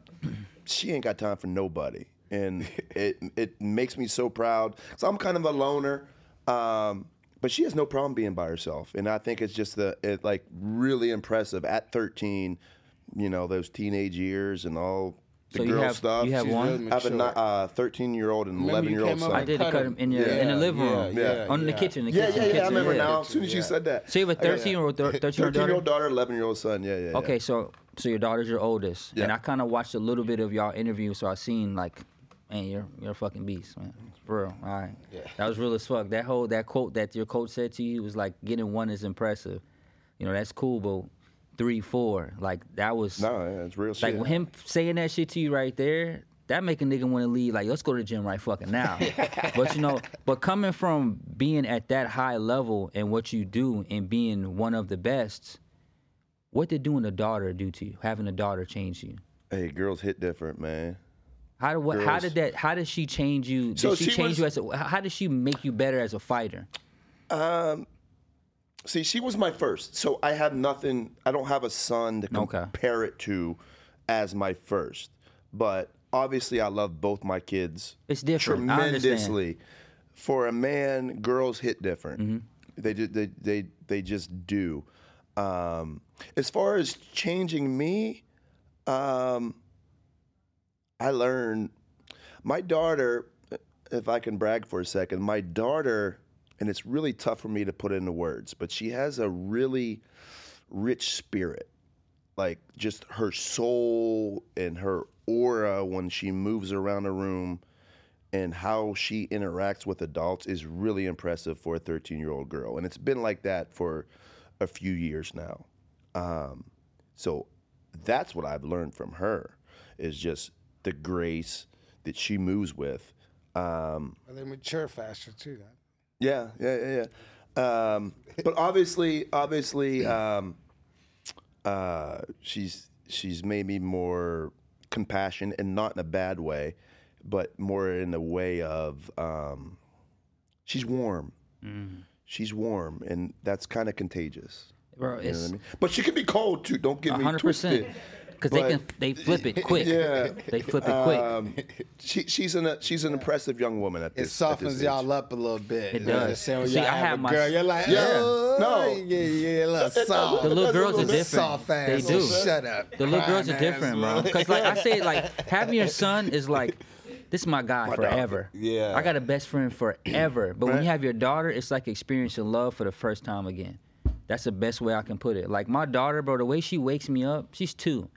[SPEAKER 2] she ain't got time for nobody, and it it makes me so proud. So I'm kind of a loner, um, but she has no problem being by herself, and I think it's just the it like really impressive at 13, you know those teenage years and all the
[SPEAKER 4] So you
[SPEAKER 2] girl
[SPEAKER 4] have-
[SPEAKER 2] stuff.
[SPEAKER 4] you have
[SPEAKER 3] She's
[SPEAKER 4] one?
[SPEAKER 3] really
[SPEAKER 2] I have a ni-
[SPEAKER 3] mature.
[SPEAKER 2] uh, 13 year old and
[SPEAKER 3] you
[SPEAKER 2] 11 year old
[SPEAKER 3] came over
[SPEAKER 2] son.
[SPEAKER 4] I did a
[SPEAKER 3] Cut
[SPEAKER 4] cut
[SPEAKER 3] him.
[SPEAKER 4] in your in
[SPEAKER 3] Yeah,
[SPEAKER 4] the living room,
[SPEAKER 3] yeah, yeah,
[SPEAKER 4] on the
[SPEAKER 3] yeah.
[SPEAKER 4] kitchen, the
[SPEAKER 2] Yeah,
[SPEAKER 4] kitchen,
[SPEAKER 2] yeah, yeah. I
[SPEAKER 4] kitchen,
[SPEAKER 2] remember
[SPEAKER 4] yeah.
[SPEAKER 2] now. As soon as you said that,
[SPEAKER 4] So you have a
[SPEAKER 2] I got
[SPEAKER 4] 13 year old, 13 year old
[SPEAKER 2] 13 year
[SPEAKER 4] daughter.
[SPEAKER 2] old daughter, 11 year old son. Yeah, yeah. yeah.
[SPEAKER 4] Okay, so so your daughter's your oldest, and
[SPEAKER 2] Yeah.
[SPEAKER 4] I kind of watched a little bit of y'all interview, so I seen like, man, you're you're a fucking beast, man, for real. All right, that was real as fuck. That whole that quote that your coach said to you was like, getting one is impressive, you know that's cool, but three, four, like that was
[SPEAKER 2] No, yeah, it's real shit.
[SPEAKER 4] like him saying that shit to you right there, that make a nigga want to leave. Like, let's go to the gym right
[SPEAKER 2] <laughs>
[SPEAKER 4] fucking now. but you know, but coming from being at that high level and what you do and being one of the best, what did doing a daughter do to you? Having a daughter change you?
[SPEAKER 2] Hey, girls hit different, man.
[SPEAKER 4] How did what? How
[SPEAKER 6] Girls.
[SPEAKER 4] did that? How did she change you? Did
[SPEAKER 2] So
[SPEAKER 4] she,
[SPEAKER 2] she was-
[SPEAKER 4] change you as a? How did she make you better as a fighter?
[SPEAKER 2] See, she was my first, so I have nothing. I don't have a son to
[SPEAKER 4] Okay.
[SPEAKER 2] compare it to as my first. But obviously, I love both my kids.
[SPEAKER 4] It's different. I understand.
[SPEAKER 2] tremendously. For a man, girls hit different.
[SPEAKER 4] Mm-hmm.
[SPEAKER 2] They ju- they they they just do. Um, as far as changing me, um, I learned my daughter. If I can brag for a second, my daughter, and it's really tough for me to put into words, but she has a really rich spirit like just her soul and her aura when she moves around the room and how she interacts with adults is really impressive for a 13 year old girl. And it's been like that for a few years now. Um, so that's what I've learned from her is just the grace that she moves with. Um,
[SPEAKER 3] They mature faster too.
[SPEAKER 2] yeah, yeah, yeah, yeah. Um, but obviously, obviously, um, uh, she's she's made me more compassionate, and not in a bad way, but more in the way of um, she's warm. She's warm, and that's kind of contagious. You know
[SPEAKER 4] Bro,
[SPEAKER 2] what
[SPEAKER 4] it's
[SPEAKER 2] I mean? But she can be cold too. Don't get
[SPEAKER 4] a
[SPEAKER 2] me
[SPEAKER 4] hundred percent.
[SPEAKER 2] twisted.
[SPEAKER 4] Because they
[SPEAKER 2] But-
[SPEAKER 4] can, they flip it
[SPEAKER 2] <laughs>
[SPEAKER 4] quick.
[SPEAKER 2] Yeah.
[SPEAKER 4] They flip it quick.
[SPEAKER 2] Um, she, she's an she's an impressive young woman at
[SPEAKER 3] It
[SPEAKER 2] this. at this
[SPEAKER 3] softens y'all
[SPEAKER 2] age.
[SPEAKER 3] up a little bit.
[SPEAKER 4] It
[SPEAKER 3] You know what I'm
[SPEAKER 4] does.
[SPEAKER 3] saying? When
[SPEAKER 4] See,
[SPEAKER 3] y'all
[SPEAKER 4] I have
[SPEAKER 3] a
[SPEAKER 4] my-
[SPEAKER 3] girl. You're like,
[SPEAKER 2] Yeah.
[SPEAKER 3] oh,
[SPEAKER 2] No.
[SPEAKER 3] yeah, yeah, yeah, <laughs> look, soft.
[SPEAKER 4] the little
[SPEAKER 2] that's a
[SPEAKER 4] girls are
[SPEAKER 2] little bit
[SPEAKER 4] different.
[SPEAKER 3] soft ass.
[SPEAKER 4] They do.
[SPEAKER 3] Shut up.
[SPEAKER 4] The little girls are
[SPEAKER 3] Crying ass
[SPEAKER 4] different, bro.
[SPEAKER 3] little-
[SPEAKER 4] Because like I say,
[SPEAKER 2] <laughs>
[SPEAKER 4] like having your son is like, this is my guy forever.
[SPEAKER 2] Yeah.
[SPEAKER 4] I got a best friend forever. But when you have your daughter, it's like experiencing love for the first time again. That's the best way I can put it. Like my daughter, bro, the way she wakes me up, she's two.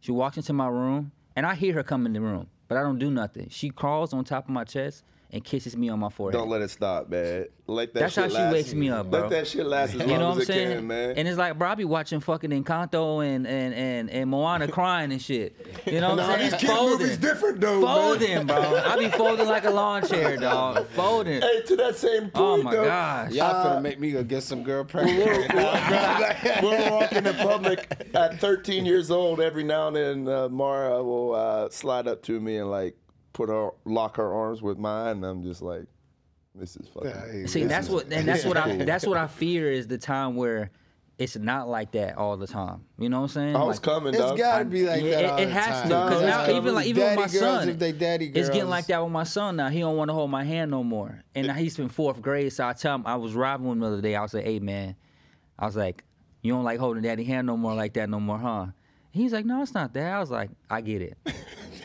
[SPEAKER 4] She walks into my room, and I hear her come in the room, but I don't do nothing. She crawls on top of my chest and kisses me on my forehead.
[SPEAKER 2] Don't let it stop, man. Let that.
[SPEAKER 4] That's
[SPEAKER 2] shit
[SPEAKER 4] how she
[SPEAKER 2] last.
[SPEAKER 4] wakes me up, bro.
[SPEAKER 2] Let that shit last as long
[SPEAKER 4] You know
[SPEAKER 2] as
[SPEAKER 4] what I'm
[SPEAKER 2] it
[SPEAKER 4] saying?
[SPEAKER 2] can, man.
[SPEAKER 4] And it's like, bro, I be watching fucking Encanto and and and, and
[SPEAKER 2] <laughs>
[SPEAKER 4] Moana crying and shit. You know what
[SPEAKER 2] Nah,
[SPEAKER 4] I'm saying?
[SPEAKER 2] these kid movies different though. Man.
[SPEAKER 4] folding, bro. I be folding like a lawn chair, dog. Folding.
[SPEAKER 2] Hey, to that same point.
[SPEAKER 4] Oh my
[SPEAKER 2] though,
[SPEAKER 3] <laughs>
[SPEAKER 4] gosh.
[SPEAKER 3] Y'all finna make me go get some girl
[SPEAKER 2] We're,
[SPEAKER 3] pregnant. <laughs>
[SPEAKER 2] we're, we're walking in public at 13 years old. Every now and then, uh, Mara will uh, slide up to me and like put her lock her arms with mine, and I'm just like, this is fucking.
[SPEAKER 4] See,
[SPEAKER 2] this
[SPEAKER 4] that's
[SPEAKER 2] is-
[SPEAKER 4] what and
[SPEAKER 2] this
[SPEAKER 4] that's
[SPEAKER 2] is
[SPEAKER 4] what I
[SPEAKER 2] cool.
[SPEAKER 4] that's what I fear is the time where it's not like that all the time. You know what I'm saying?
[SPEAKER 2] I was
[SPEAKER 4] Like-
[SPEAKER 2] coming,
[SPEAKER 3] It's
[SPEAKER 2] dog.
[SPEAKER 3] gotta be like
[SPEAKER 4] Yeah,
[SPEAKER 3] that.
[SPEAKER 4] it,
[SPEAKER 3] all
[SPEAKER 4] it
[SPEAKER 3] the
[SPEAKER 4] has
[SPEAKER 3] time.
[SPEAKER 4] to because
[SPEAKER 2] No,
[SPEAKER 4] now
[SPEAKER 2] it's gotta
[SPEAKER 4] even like even
[SPEAKER 3] daddy
[SPEAKER 4] with my
[SPEAKER 3] girls,
[SPEAKER 4] son,
[SPEAKER 3] if they daddy girls,
[SPEAKER 4] it's getting like that with my son now. He don't want to hold my hand no more, and now he's in fourth grade. So I tell him I was robbing him the other day. I was like, "Hey man," I was like, "You don't like holding daddy hand no more like that no more, huh?" He's like, "No, it's not that." I was like, "I
[SPEAKER 3] <laughs>
[SPEAKER 4] get it,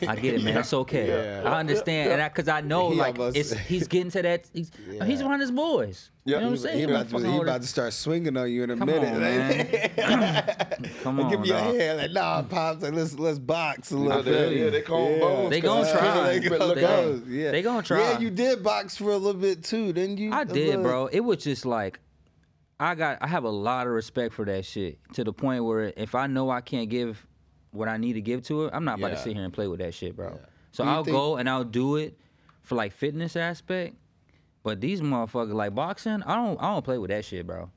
[SPEAKER 4] I get it, man. It's okay. I understand." And because I, know
[SPEAKER 3] He
[SPEAKER 4] like
[SPEAKER 3] almost-
[SPEAKER 4] it's he's getting to that. He's, he's around his boys.
[SPEAKER 2] Yeah,
[SPEAKER 4] you know what I'm
[SPEAKER 2] he-
[SPEAKER 4] saying?
[SPEAKER 3] He
[SPEAKER 4] Like,
[SPEAKER 3] about, to,
[SPEAKER 4] fucking
[SPEAKER 3] he
[SPEAKER 4] hold
[SPEAKER 3] about
[SPEAKER 4] it-
[SPEAKER 3] to start swinging on you in a
[SPEAKER 4] Come
[SPEAKER 3] minute.
[SPEAKER 4] on,
[SPEAKER 3] <laughs>
[SPEAKER 4] man. Come on,
[SPEAKER 3] Give me your
[SPEAKER 4] dog.
[SPEAKER 3] hand, like nah, pops. Like, let's let's box a little
[SPEAKER 2] Yeah,
[SPEAKER 3] bit.
[SPEAKER 2] they, yeah, they call 'em
[SPEAKER 3] Yeah.
[SPEAKER 2] bones.
[SPEAKER 4] They gonna
[SPEAKER 2] 'cause
[SPEAKER 4] try.
[SPEAKER 2] they
[SPEAKER 4] They
[SPEAKER 2] look
[SPEAKER 4] gonna-
[SPEAKER 2] out.
[SPEAKER 3] Goes, yeah.
[SPEAKER 4] They gonna
[SPEAKER 3] Yeah,
[SPEAKER 4] try.
[SPEAKER 3] you did box for a little bit too, didn't you?
[SPEAKER 4] I
[SPEAKER 3] A
[SPEAKER 4] did,
[SPEAKER 3] little-
[SPEAKER 4] bro. It was just like I got I have a lot of respect for that shit to the point where if I know I can't give what I need to give to it, I'm not about
[SPEAKER 3] Yeah.
[SPEAKER 4] to sit here and play with that shit, bro. So
[SPEAKER 3] Do you
[SPEAKER 4] I'll
[SPEAKER 3] think-
[SPEAKER 4] go and I'll do it for like fitness aspect. But these motherfuckers like boxing, I don't I don't play with that shit, bro.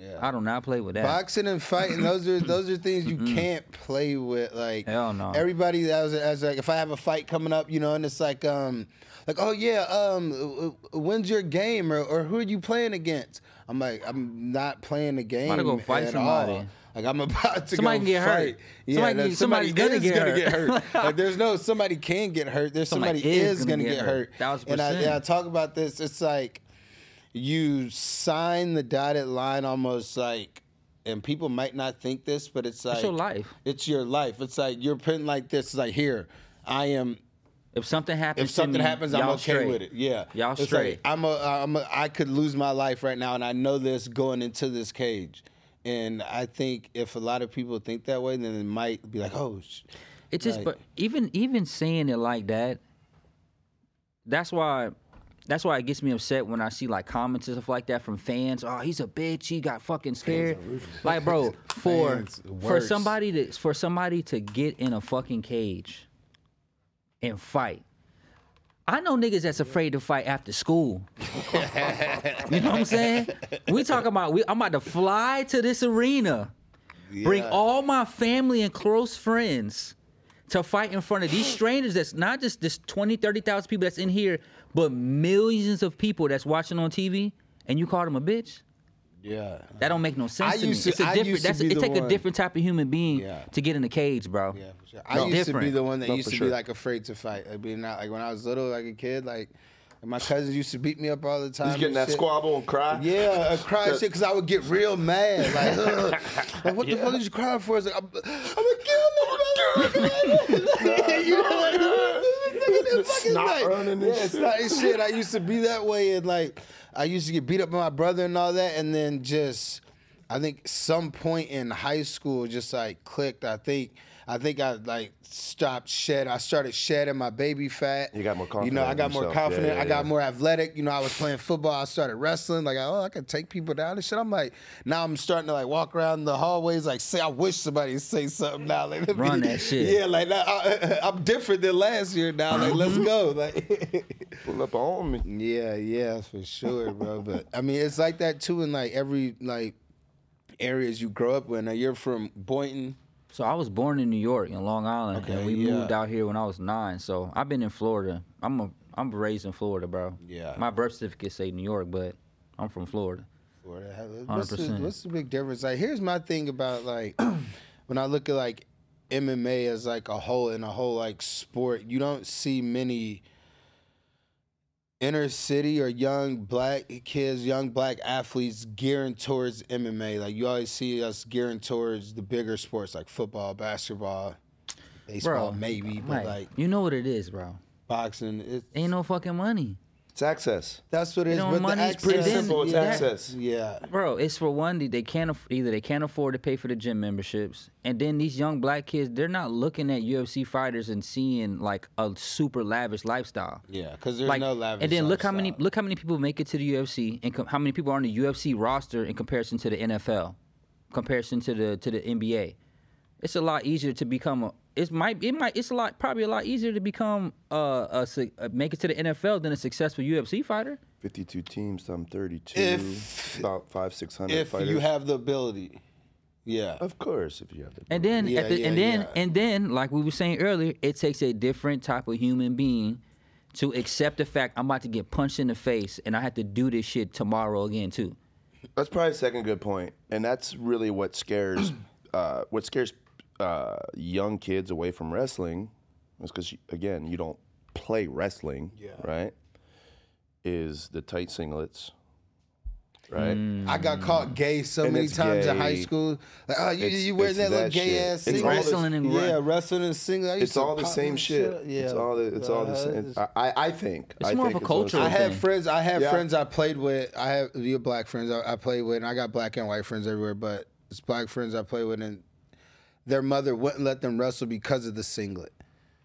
[SPEAKER 3] Yeah.
[SPEAKER 4] I do not play with that.
[SPEAKER 3] Boxing and fighting, those are those are things you can't play with. Like
[SPEAKER 4] Hell no.
[SPEAKER 3] Everybody that was, as like, if I have a fight coming up, you know, and it's like, um, like oh yeah, um, w- w- when's your game or, or who are you playing against? I'm like, I'm not playing the game.
[SPEAKER 4] to go fight
[SPEAKER 3] at
[SPEAKER 4] somebody.
[SPEAKER 3] all. Like I'm about to
[SPEAKER 4] Somebody
[SPEAKER 3] go
[SPEAKER 4] can get hurt.
[SPEAKER 3] fight. Yeah,
[SPEAKER 4] Somebody
[SPEAKER 3] that
[SPEAKER 4] can- somebody's gonna
[SPEAKER 3] is
[SPEAKER 4] get
[SPEAKER 3] gonna
[SPEAKER 4] hurt.
[SPEAKER 3] get hurt. like there's no somebody can get hurt. There's somebody, is gonna, get hurt.
[SPEAKER 4] Thousand
[SPEAKER 3] And I, and
[SPEAKER 4] percent.
[SPEAKER 3] I talk about this. It's like you sign the dotted line almost like and people might not think this but it's like
[SPEAKER 4] your life.
[SPEAKER 3] it's your life it's like you're printing like this like here i am
[SPEAKER 4] if something happens,
[SPEAKER 3] if something
[SPEAKER 4] to me,
[SPEAKER 3] happens i'm
[SPEAKER 4] y'all
[SPEAKER 3] okay
[SPEAKER 4] straight.
[SPEAKER 3] with it yeah
[SPEAKER 4] Y'all
[SPEAKER 3] It's like,
[SPEAKER 4] straight.
[SPEAKER 3] i'm a i'm a i could lose my life right now and i know this going into this cage and i think if a lot of people think that way then it might be like oh sh-
[SPEAKER 4] It just,
[SPEAKER 3] Like-
[SPEAKER 4] but even even saying it like that, that's why, that's why it gets me upset when I see like comments and stuff like that from fans. Oh, he's a bitch. He got fucking scared. <laughs> Like, bro,
[SPEAKER 3] <laughs>
[SPEAKER 4] for
[SPEAKER 3] Fans,
[SPEAKER 4] for
[SPEAKER 3] worse.
[SPEAKER 4] somebody to for somebody to get in a fucking cage and fight. I know niggas that's afraid to fight
[SPEAKER 3] <laughs>
[SPEAKER 4] after school. you know what I'm saying? We talking about we, I'm about to fly to this arena, bring all my family and close friends to fight in front
[SPEAKER 3] <gasps>
[SPEAKER 4] of these strangers that's not just this 20, 30,000 people that's in here, but millions of people that's watching on TV, and you call them a bitch?
[SPEAKER 3] Yeah.
[SPEAKER 4] That don't make no sense
[SPEAKER 3] I
[SPEAKER 4] to me.
[SPEAKER 3] used to-
[SPEAKER 4] it's a
[SPEAKER 3] I
[SPEAKER 4] different.
[SPEAKER 3] used to
[SPEAKER 4] That's
[SPEAKER 3] be
[SPEAKER 4] it.
[SPEAKER 3] the
[SPEAKER 4] Take a
[SPEAKER 3] one-
[SPEAKER 4] different type of human being
[SPEAKER 3] Yeah.
[SPEAKER 4] to get in the cage, bro.
[SPEAKER 3] Yeah, for sure. I used to be
[SPEAKER 4] Different.
[SPEAKER 3] the one that
[SPEAKER 2] No,
[SPEAKER 3] used
[SPEAKER 2] for
[SPEAKER 3] to
[SPEAKER 2] sure.
[SPEAKER 3] be like afraid to fight. Like being out, like when I was little, like a kid, like my cousins used to beat me up all the time.
[SPEAKER 5] He's getting
[SPEAKER 3] and
[SPEAKER 5] that
[SPEAKER 3] shit.
[SPEAKER 5] squabble and cry.
[SPEAKER 3] Yeah, I cried shit because I would get real mad. Like,
[SPEAKER 2] <laughs>
[SPEAKER 3] ugh. like what the fuck is you crying for? It's like, I'm, I'm gonna kill him. <laughs> you know, like,
[SPEAKER 5] The snot running and
[SPEAKER 3] yeah,
[SPEAKER 5] shit.
[SPEAKER 3] snot and shit. I used to be that way, and like, I used to get beat up by my brother and all that, and then just, I think some point in high school, just like clicked. I think. I think I like stopped shed. I started shedding my baby fat.
[SPEAKER 2] You got more
[SPEAKER 3] You know, I
[SPEAKER 2] confident in
[SPEAKER 3] got more
[SPEAKER 2] yourself. Yeah,
[SPEAKER 3] confident.
[SPEAKER 2] yeah,
[SPEAKER 3] I got
[SPEAKER 2] yeah.
[SPEAKER 3] more more athletic. You know, I was playing football. I started wrestling. Like, oh, I can take people down and shit. I'm like, now I'm starting to like walk around the hallways. Like, say, I wish somebody would say something now. Like, let
[SPEAKER 4] Run that shit.
[SPEAKER 3] Yeah, like now, I, <laughs> I'm different than last year now. Like, let's go. Like, <laughs>
[SPEAKER 5] Pull up on me.
[SPEAKER 3] Mm-hmm. yeah, yeah, for sure, bro. But I mean, it's like that too in like every like areas you grow up in. Now you're from Boynton.
[SPEAKER 4] So I was born in New York in Long Island,
[SPEAKER 3] Okay,
[SPEAKER 4] and we
[SPEAKER 3] yeah.
[SPEAKER 4] moved out here when I was nine. So I've been in Florida. I'm a, I'm raised in Florida, bro.
[SPEAKER 3] Yeah.
[SPEAKER 4] My birth certificate say New York, but I'm from Florida.
[SPEAKER 3] Florida. How- What's the,
[SPEAKER 4] 100%.
[SPEAKER 3] what's the big difference? Like, here's my thing about like <clears throat> when I look at like MMA as like a whole and a whole like sport, you don't see many inner city or young black kids, young black athletes gearing towards MMA. Like you always see us gearing towards the bigger sports like football, basketball, baseball, maybe, but
[SPEAKER 4] right.
[SPEAKER 3] like
[SPEAKER 4] you know what it is, bro.
[SPEAKER 3] boxing. It's,
[SPEAKER 4] Ain't no fucking money,
[SPEAKER 2] It's access.
[SPEAKER 3] that's what it is.
[SPEAKER 4] know,
[SPEAKER 3] But the
[SPEAKER 4] money's
[SPEAKER 3] access,
[SPEAKER 4] pretty
[SPEAKER 5] simple, it's
[SPEAKER 3] yeah,
[SPEAKER 5] access.
[SPEAKER 3] Yeah.
[SPEAKER 4] bro. It's for one, they- they can't aff- either they can't afford to pay for the gym memberships, and then these young black kids, they're not looking at UFC fighters and seeing like a super lavish lifestyle.
[SPEAKER 3] Yeah, because there's
[SPEAKER 4] like,
[SPEAKER 3] no lavish.
[SPEAKER 4] and then look how many
[SPEAKER 3] lifestyle.
[SPEAKER 4] look how many people make it to the UFC, and com- how many people are on the UFC roster in comparison to the NFL, comparison to the to the NBA. It's a lot easier to become. A, it might it might it's a lot probably a lot easier to become uh, a, su- uh make it to the NFL than a successful UFC fighter.
[SPEAKER 2] 52 teams, some 32.
[SPEAKER 3] If-
[SPEAKER 2] about five, 600
[SPEAKER 3] if
[SPEAKER 2] fighters.
[SPEAKER 3] you have the ability. Yeah.
[SPEAKER 2] of course, if you have the
[SPEAKER 4] And then
[SPEAKER 3] Yeah,
[SPEAKER 4] at the, and
[SPEAKER 3] yeah,
[SPEAKER 4] then
[SPEAKER 3] yeah.
[SPEAKER 4] and then like we were saying earlier, it takes a different type of human being to accept the fact I'm about to get punched in the face and I have to do this shit tomorrow again too.
[SPEAKER 2] That's probably a second good point, and that's really what scares <clears throat> uh, what scares uh, young kids away from wrestling is because again you don't play wrestling, right? Is the tight singlets, right?
[SPEAKER 4] Mm.
[SPEAKER 3] I got caught gay so
[SPEAKER 2] And
[SPEAKER 3] many
[SPEAKER 2] it's
[SPEAKER 3] times in high
[SPEAKER 2] gay.
[SPEAKER 3] school. Like, oh, you,
[SPEAKER 2] It's-
[SPEAKER 3] you wearing
[SPEAKER 2] it's
[SPEAKER 3] that little
[SPEAKER 2] that
[SPEAKER 3] gay
[SPEAKER 2] shit.
[SPEAKER 3] ass
[SPEAKER 2] It's
[SPEAKER 3] singlet?
[SPEAKER 2] all this-
[SPEAKER 4] Wrestling and
[SPEAKER 3] yeah,
[SPEAKER 4] run.
[SPEAKER 3] wrestling and singlet. I used
[SPEAKER 2] It's
[SPEAKER 3] to
[SPEAKER 2] all the
[SPEAKER 3] pop
[SPEAKER 2] same
[SPEAKER 3] my
[SPEAKER 2] shit.
[SPEAKER 3] Yeah, Uh,
[SPEAKER 2] It's all the, it's all the same. I, I I think
[SPEAKER 4] It's
[SPEAKER 2] I
[SPEAKER 4] more
[SPEAKER 2] think
[SPEAKER 4] of a
[SPEAKER 2] all the same.
[SPEAKER 4] cultural
[SPEAKER 3] I had
[SPEAKER 4] thing.
[SPEAKER 3] friends. I had
[SPEAKER 2] Yeah.
[SPEAKER 3] friends I played with. I have your black friends I, I played with, and I got black and white friends everywhere. But it's black friends I played with, and their mother wouldn't let them wrestle because of the singlet.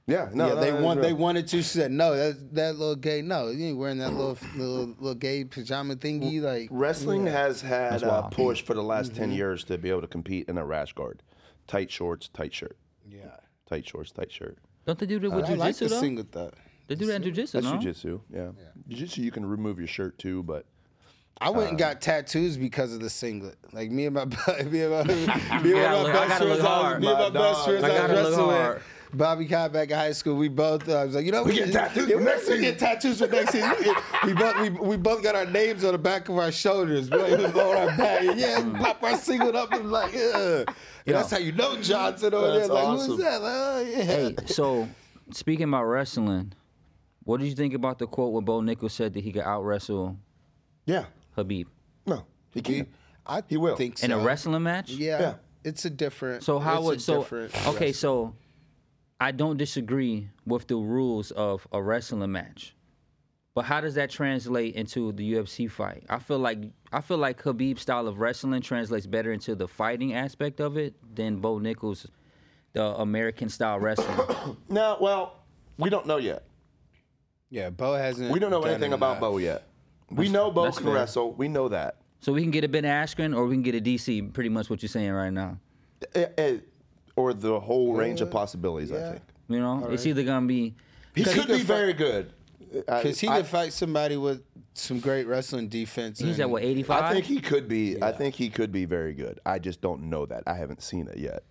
[SPEAKER 2] Yeah, no,
[SPEAKER 3] yeah,
[SPEAKER 2] no,
[SPEAKER 3] they
[SPEAKER 2] no,
[SPEAKER 3] want
[SPEAKER 2] no.
[SPEAKER 3] they wanted to. She said, "No, that that little gay. No, you ain't wearing that little little little gay pajama thingy. Like
[SPEAKER 2] Wrestling has had
[SPEAKER 4] That's
[SPEAKER 2] a
[SPEAKER 4] wild.
[SPEAKER 2] push for the last ten years to be able to compete in a rash guard, tight shorts, tight shirt,
[SPEAKER 3] yeah.
[SPEAKER 2] tight shorts, tight shirt.
[SPEAKER 4] Don't they do that with
[SPEAKER 3] Oh, I like
[SPEAKER 4] jujitsu
[SPEAKER 3] the
[SPEAKER 4] though?
[SPEAKER 3] singlet though.
[SPEAKER 4] They do that in jujitsu,
[SPEAKER 2] That's
[SPEAKER 4] no?
[SPEAKER 2] jujitsu, yeah. Jujitsu, you can remove your shirt too, but
[SPEAKER 3] I went and got tattoos because of the singlet. Like me and my bu- <laughs> me and my, me and
[SPEAKER 4] gotta
[SPEAKER 3] my
[SPEAKER 4] look- I
[SPEAKER 3] best
[SPEAKER 4] gotta look
[SPEAKER 3] friends, I was,
[SPEAKER 4] hard.
[SPEAKER 3] me and my
[SPEAKER 2] My
[SPEAKER 3] best
[SPEAKER 2] dog.
[SPEAKER 3] friends,
[SPEAKER 2] I
[SPEAKER 3] I,
[SPEAKER 4] gotta
[SPEAKER 3] was
[SPEAKER 4] look
[SPEAKER 3] wrestling
[SPEAKER 4] hard.
[SPEAKER 3] with Bobby Cobb back in high school. We both, uh, I was like, you know, we,
[SPEAKER 5] get tattoos
[SPEAKER 3] yeah,
[SPEAKER 5] for
[SPEAKER 3] we,
[SPEAKER 5] next
[SPEAKER 3] we get tattoos for next season. we, we both we, we both got our names on the back of our shoulders, bro, on our back. Yeah, pop our singlet up and like, yeah. And that's how you know Johnson over
[SPEAKER 5] That's
[SPEAKER 3] there. Like,
[SPEAKER 5] awesome.
[SPEAKER 3] who's that? Like, oh, yeah.
[SPEAKER 4] Hey, so speaking about wrestling, what did you think about the quote when Bo Nichols said that he could out wrestle
[SPEAKER 5] Yeah.
[SPEAKER 4] Habib
[SPEAKER 5] No. He can.
[SPEAKER 3] I
[SPEAKER 5] He will.
[SPEAKER 3] think so.
[SPEAKER 4] in a wrestling match?
[SPEAKER 3] Yeah,
[SPEAKER 5] Yeah.
[SPEAKER 3] it's a different.
[SPEAKER 4] So how
[SPEAKER 3] it's
[SPEAKER 4] would
[SPEAKER 3] a
[SPEAKER 4] so
[SPEAKER 3] different
[SPEAKER 4] okay? So I don't disagree with the rules of a wrestling match, but how does that translate into the UFC fight? I feel like I feel like Habib's style of wrestling translates better into the fighting aspect of it than Bo Nichols, the American style wrestling.
[SPEAKER 5] No, well, we don't know yet.
[SPEAKER 3] Yeah, Bo hasn't.
[SPEAKER 5] We don't know
[SPEAKER 3] done
[SPEAKER 5] anything about
[SPEAKER 3] enough.
[SPEAKER 5] Bo yet. We know Bo
[SPEAKER 4] that's
[SPEAKER 5] can
[SPEAKER 4] fair.
[SPEAKER 5] wrestle. We know that.
[SPEAKER 4] So we can get a Ben Askren or we can get a DC. Pretty much what you're saying right now.
[SPEAKER 5] Eh, eh, or the whole range of possibilities, I think.
[SPEAKER 4] You know, it's either gonna be
[SPEAKER 5] He
[SPEAKER 3] Because
[SPEAKER 5] could
[SPEAKER 3] he
[SPEAKER 5] be
[SPEAKER 3] could
[SPEAKER 5] very good. I-
[SPEAKER 3] Because he
[SPEAKER 5] I-
[SPEAKER 3] could fight somebody with some great wrestling defense.
[SPEAKER 4] he's
[SPEAKER 3] and-
[SPEAKER 4] at what 85.
[SPEAKER 2] I think he could be. I think he could be very good. I just don't know that. I haven't seen it yet.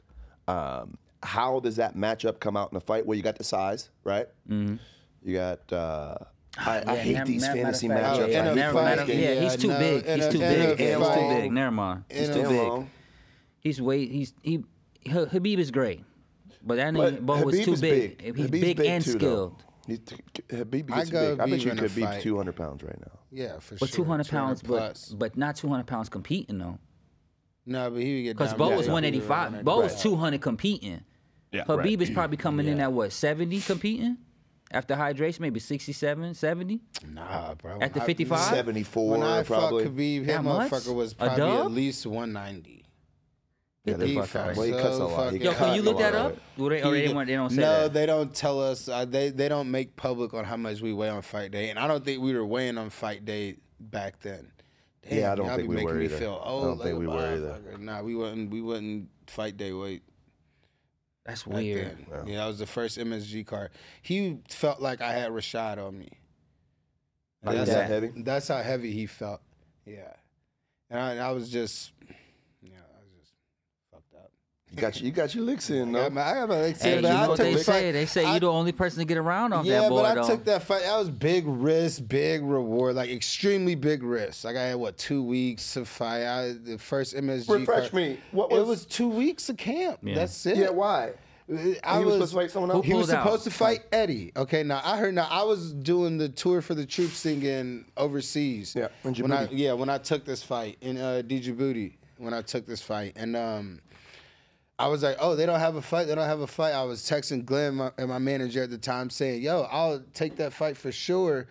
[SPEAKER 2] Um,
[SPEAKER 5] how does that matchup come out in a fight? Well, you got the size, right?
[SPEAKER 4] Mm-hmm.
[SPEAKER 5] You got. Uh,
[SPEAKER 4] <sighs>
[SPEAKER 5] I, I hate
[SPEAKER 4] Never-
[SPEAKER 5] these
[SPEAKER 4] matter of
[SPEAKER 5] fantasy
[SPEAKER 4] fact,
[SPEAKER 5] matchups.
[SPEAKER 4] Yeah,
[SPEAKER 5] I
[SPEAKER 3] in a
[SPEAKER 5] hate
[SPEAKER 4] never-
[SPEAKER 3] fight,
[SPEAKER 4] matter- yeah, he's
[SPEAKER 3] yeah,
[SPEAKER 4] too
[SPEAKER 3] no,
[SPEAKER 4] big.
[SPEAKER 3] in
[SPEAKER 4] He's
[SPEAKER 3] a-
[SPEAKER 4] too
[SPEAKER 3] in
[SPEAKER 4] big.
[SPEAKER 5] a
[SPEAKER 4] He's too
[SPEAKER 5] fight-
[SPEAKER 4] big. Never mind. He's
[SPEAKER 3] in
[SPEAKER 4] too
[SPEAKER 3] a-
[SPEAKER 4] big.
[SPEAKER 5] Long.
[SPEAKER 4] He's way. He's he. Ha- Habib is great, but that nigga
[SPEAKER 5] But
[SPEAKER 4] Bo was
[SPEAKER 5] Habib
[SPEAKER 4] too
[SPEAKER 5] is
[SPEAKER 4] big. He's
[SPEAKER 5] Habib's
[SPEAKER 4] big, and
[SPEAKER 5] too, though.
[SPEAKER 4] skilled.
[SPEAKER 5] He t- Habib
[SPEAKER 3] I
[SPEAKER 5] gets
[SPEAKER 3] go
[SPEAKER 5] big. I bet
[SPEAKER 3] Habib
[SPEAKER 5] you
[SPEAKER 3] in a
[SPEAKER 5] could be
[SPEAKER 3] fight.
[SPEAKER 5] 200 pounds right now.
[SPEAKER 3] Yeah, for
[SPEAKER 4] But
[SPEAKER 3] sure.
[SPEAKER 4] 200 pounds,
[SPEAKER 3] plus.
[SPEAKER 4] but but not 200 pounds competing though.
[SPEAKER 3] no, but he would get
[SPEAKER 4] Because
[SPEAKER 3] down
[SPEAKER 4] Bo
[SPEAKER 3] with
[SPEAKER 4] was
[SPEAKER 3] that.
[SPEAKER 4] 185. Bo was 200 competing.
[SPEAKER 2] Yeah,
[SPEAKER 4] Habib is probably coming in at what 70 competing after hydration, maybe 67, 70
[SPEAKER 3] Nah, bro.
[SPEAKER 4] at the
[SPEAKER 3] I-
[SPEAKER 4] 55.
[SPEAKER 5] 74
[SPEAKER 3] When I
[SPEAKER 5] probably.
[SPEAKER 3] fought Khabib,
[SPEAKER 4] That
[SPEAKER 3] that
[SPEAKER 4] much?
[SPEAKER 3] motherfucker was
[SPEAKER 4] A
[SPEAKER 3] probably
[SPEAKER 4] dub?
[SPEAKER 3] at least 190.
[SPEAKER 5] Yeah, they
[SPEAKER 3] He
[SPEAKER 5] fuck
[SPEAKER 3] fought
[SPEAKER 5] out. Well, he cuts a
[SPEAKER 3] so
[SPEAKER 5] lot. He
[SPEAKER 3] fucking-
[SPEAKER 4] Yo,
[SPEAKER 5] cut
[SPEAKER 4] can you
[SPEAKER 5] a
[SPEAKER 4] look
[SPEAKER 5] lot
[SPEAKER 4] that
[SPEAKER 5] of
[SPEAKER 4] up?
[SPEAKER 5] it.
[SPEAKER 4] Well, they, or
[SPEAKER 3] He
[SPEAKER 4] they,
[SPEAKER 3] did-
[SPEAKER 4] won't- they don't say
[SPEAKER 3] no,
[SPEAKER 4] that.
[SPEAKER 3] they don't tell us. Uh, they they don't make public on how much we weigh on fight day, and I don't think we were weighing on fight day back then. Damn,
[SPEAKER 5] Yeah, I don't
[SPEAKER 3] y'all
[SPEAKER 5] think
[SPEAKER 3] be
[SPEAKER 5] we
[SPEAKER 3] making
[SPEAKER 5] were
[SPEAKER 3] me
[SPEAKER 5] either.
[SPEAKER 3] Feel
[SPEAKER 5] I
[SPEAKER 3] old
[SPEAKER 5] don't
[SPEAKER 3] like
[SPEAKER 5] think
[SPEAKER 3] a
[SPEAKER 5] we were either.
[SPEAKER 3] motherfucker. Nah, we wasn't. We wasn't fight day weight.
[SPEAKER 4] That's
[SPEAKER 3] back
[SPEAKER 4] weird.
[SPEAKER 3] then. Yeah, that was the first MSG card. He felt like I had Rashad on me.
[SPEAKER 5] Like
[SPEAKER 3] that's
[SPEAKER 5] that
[SPEAKER 3] how,
[SPEAKER 5] heavy?
[SPEAKER 3] That's how heavy he felt. Yeah, and I, I was just, yeah, I was just fucked up.
[SPEAKER 5] You got, your- you got your licks in,
[SPEAKER 3] I
[SPEAKER 5] though.
[SPEAKER 3] got my- I got my leg
[SPEAKER 4] Hey,
[SPEAKER 3] tear,
[SPEAKER 4] you
[SPEAKER 3] but I
[SPEAKER 4] know what
[SPEAKER 3] took
[SPEAKER 4] they
[SPEAKER 3] the
[SPEAKER 4] say?
[SPEAKER 3] fight-
[SPEAKER 4] They say
[SPEAKER 3] I-
[SPEAKER 4] you're the only person to get around off
[SPEAKER 3] yeah,
[SPEAKER 4] that boy,
[SPEAKER 3] but I
[SPEAKER 4] though.
[SPEAKER 3] took that fight. That was big risk, big reward, like extremely big risk. Like I had what two weeks to fight. I, the first MSG.
[SPEAKER 5] Refresh
[SPEAKER 3] card-
[SPEAKER 5] me. What
[SPEAKER 3] it
[SPEAKER 5] was-
[SPEAKER 3] was two weeks of camp. That's it.
[SPEAKER 5] Yeah, why?
[SPEAKER 3] I
[SPEAKER 5] He was supposed to fight someone else?
[SPEAKER 4] Who
[SPEAKER 3] He was
[SPEAKER 4] pulled out?
[SPEAKER 3] supposed to fight Eddie. Okay, now I heard. Now I was doing the tour for the troops singing overseas.
[SPEAKER 5] Yeah, in
[SPEAKER 3] when I
[SPEAKER 5] Djibouti.
[SPEAKER 3] yeah when I took this fight in uh, Djibouti when I took this fight and um. I was like, oh, they don't have a fight. They don't have a fight. I was texting Glenn my, and my manager at the time saying, yo, I'll take that fight for sure.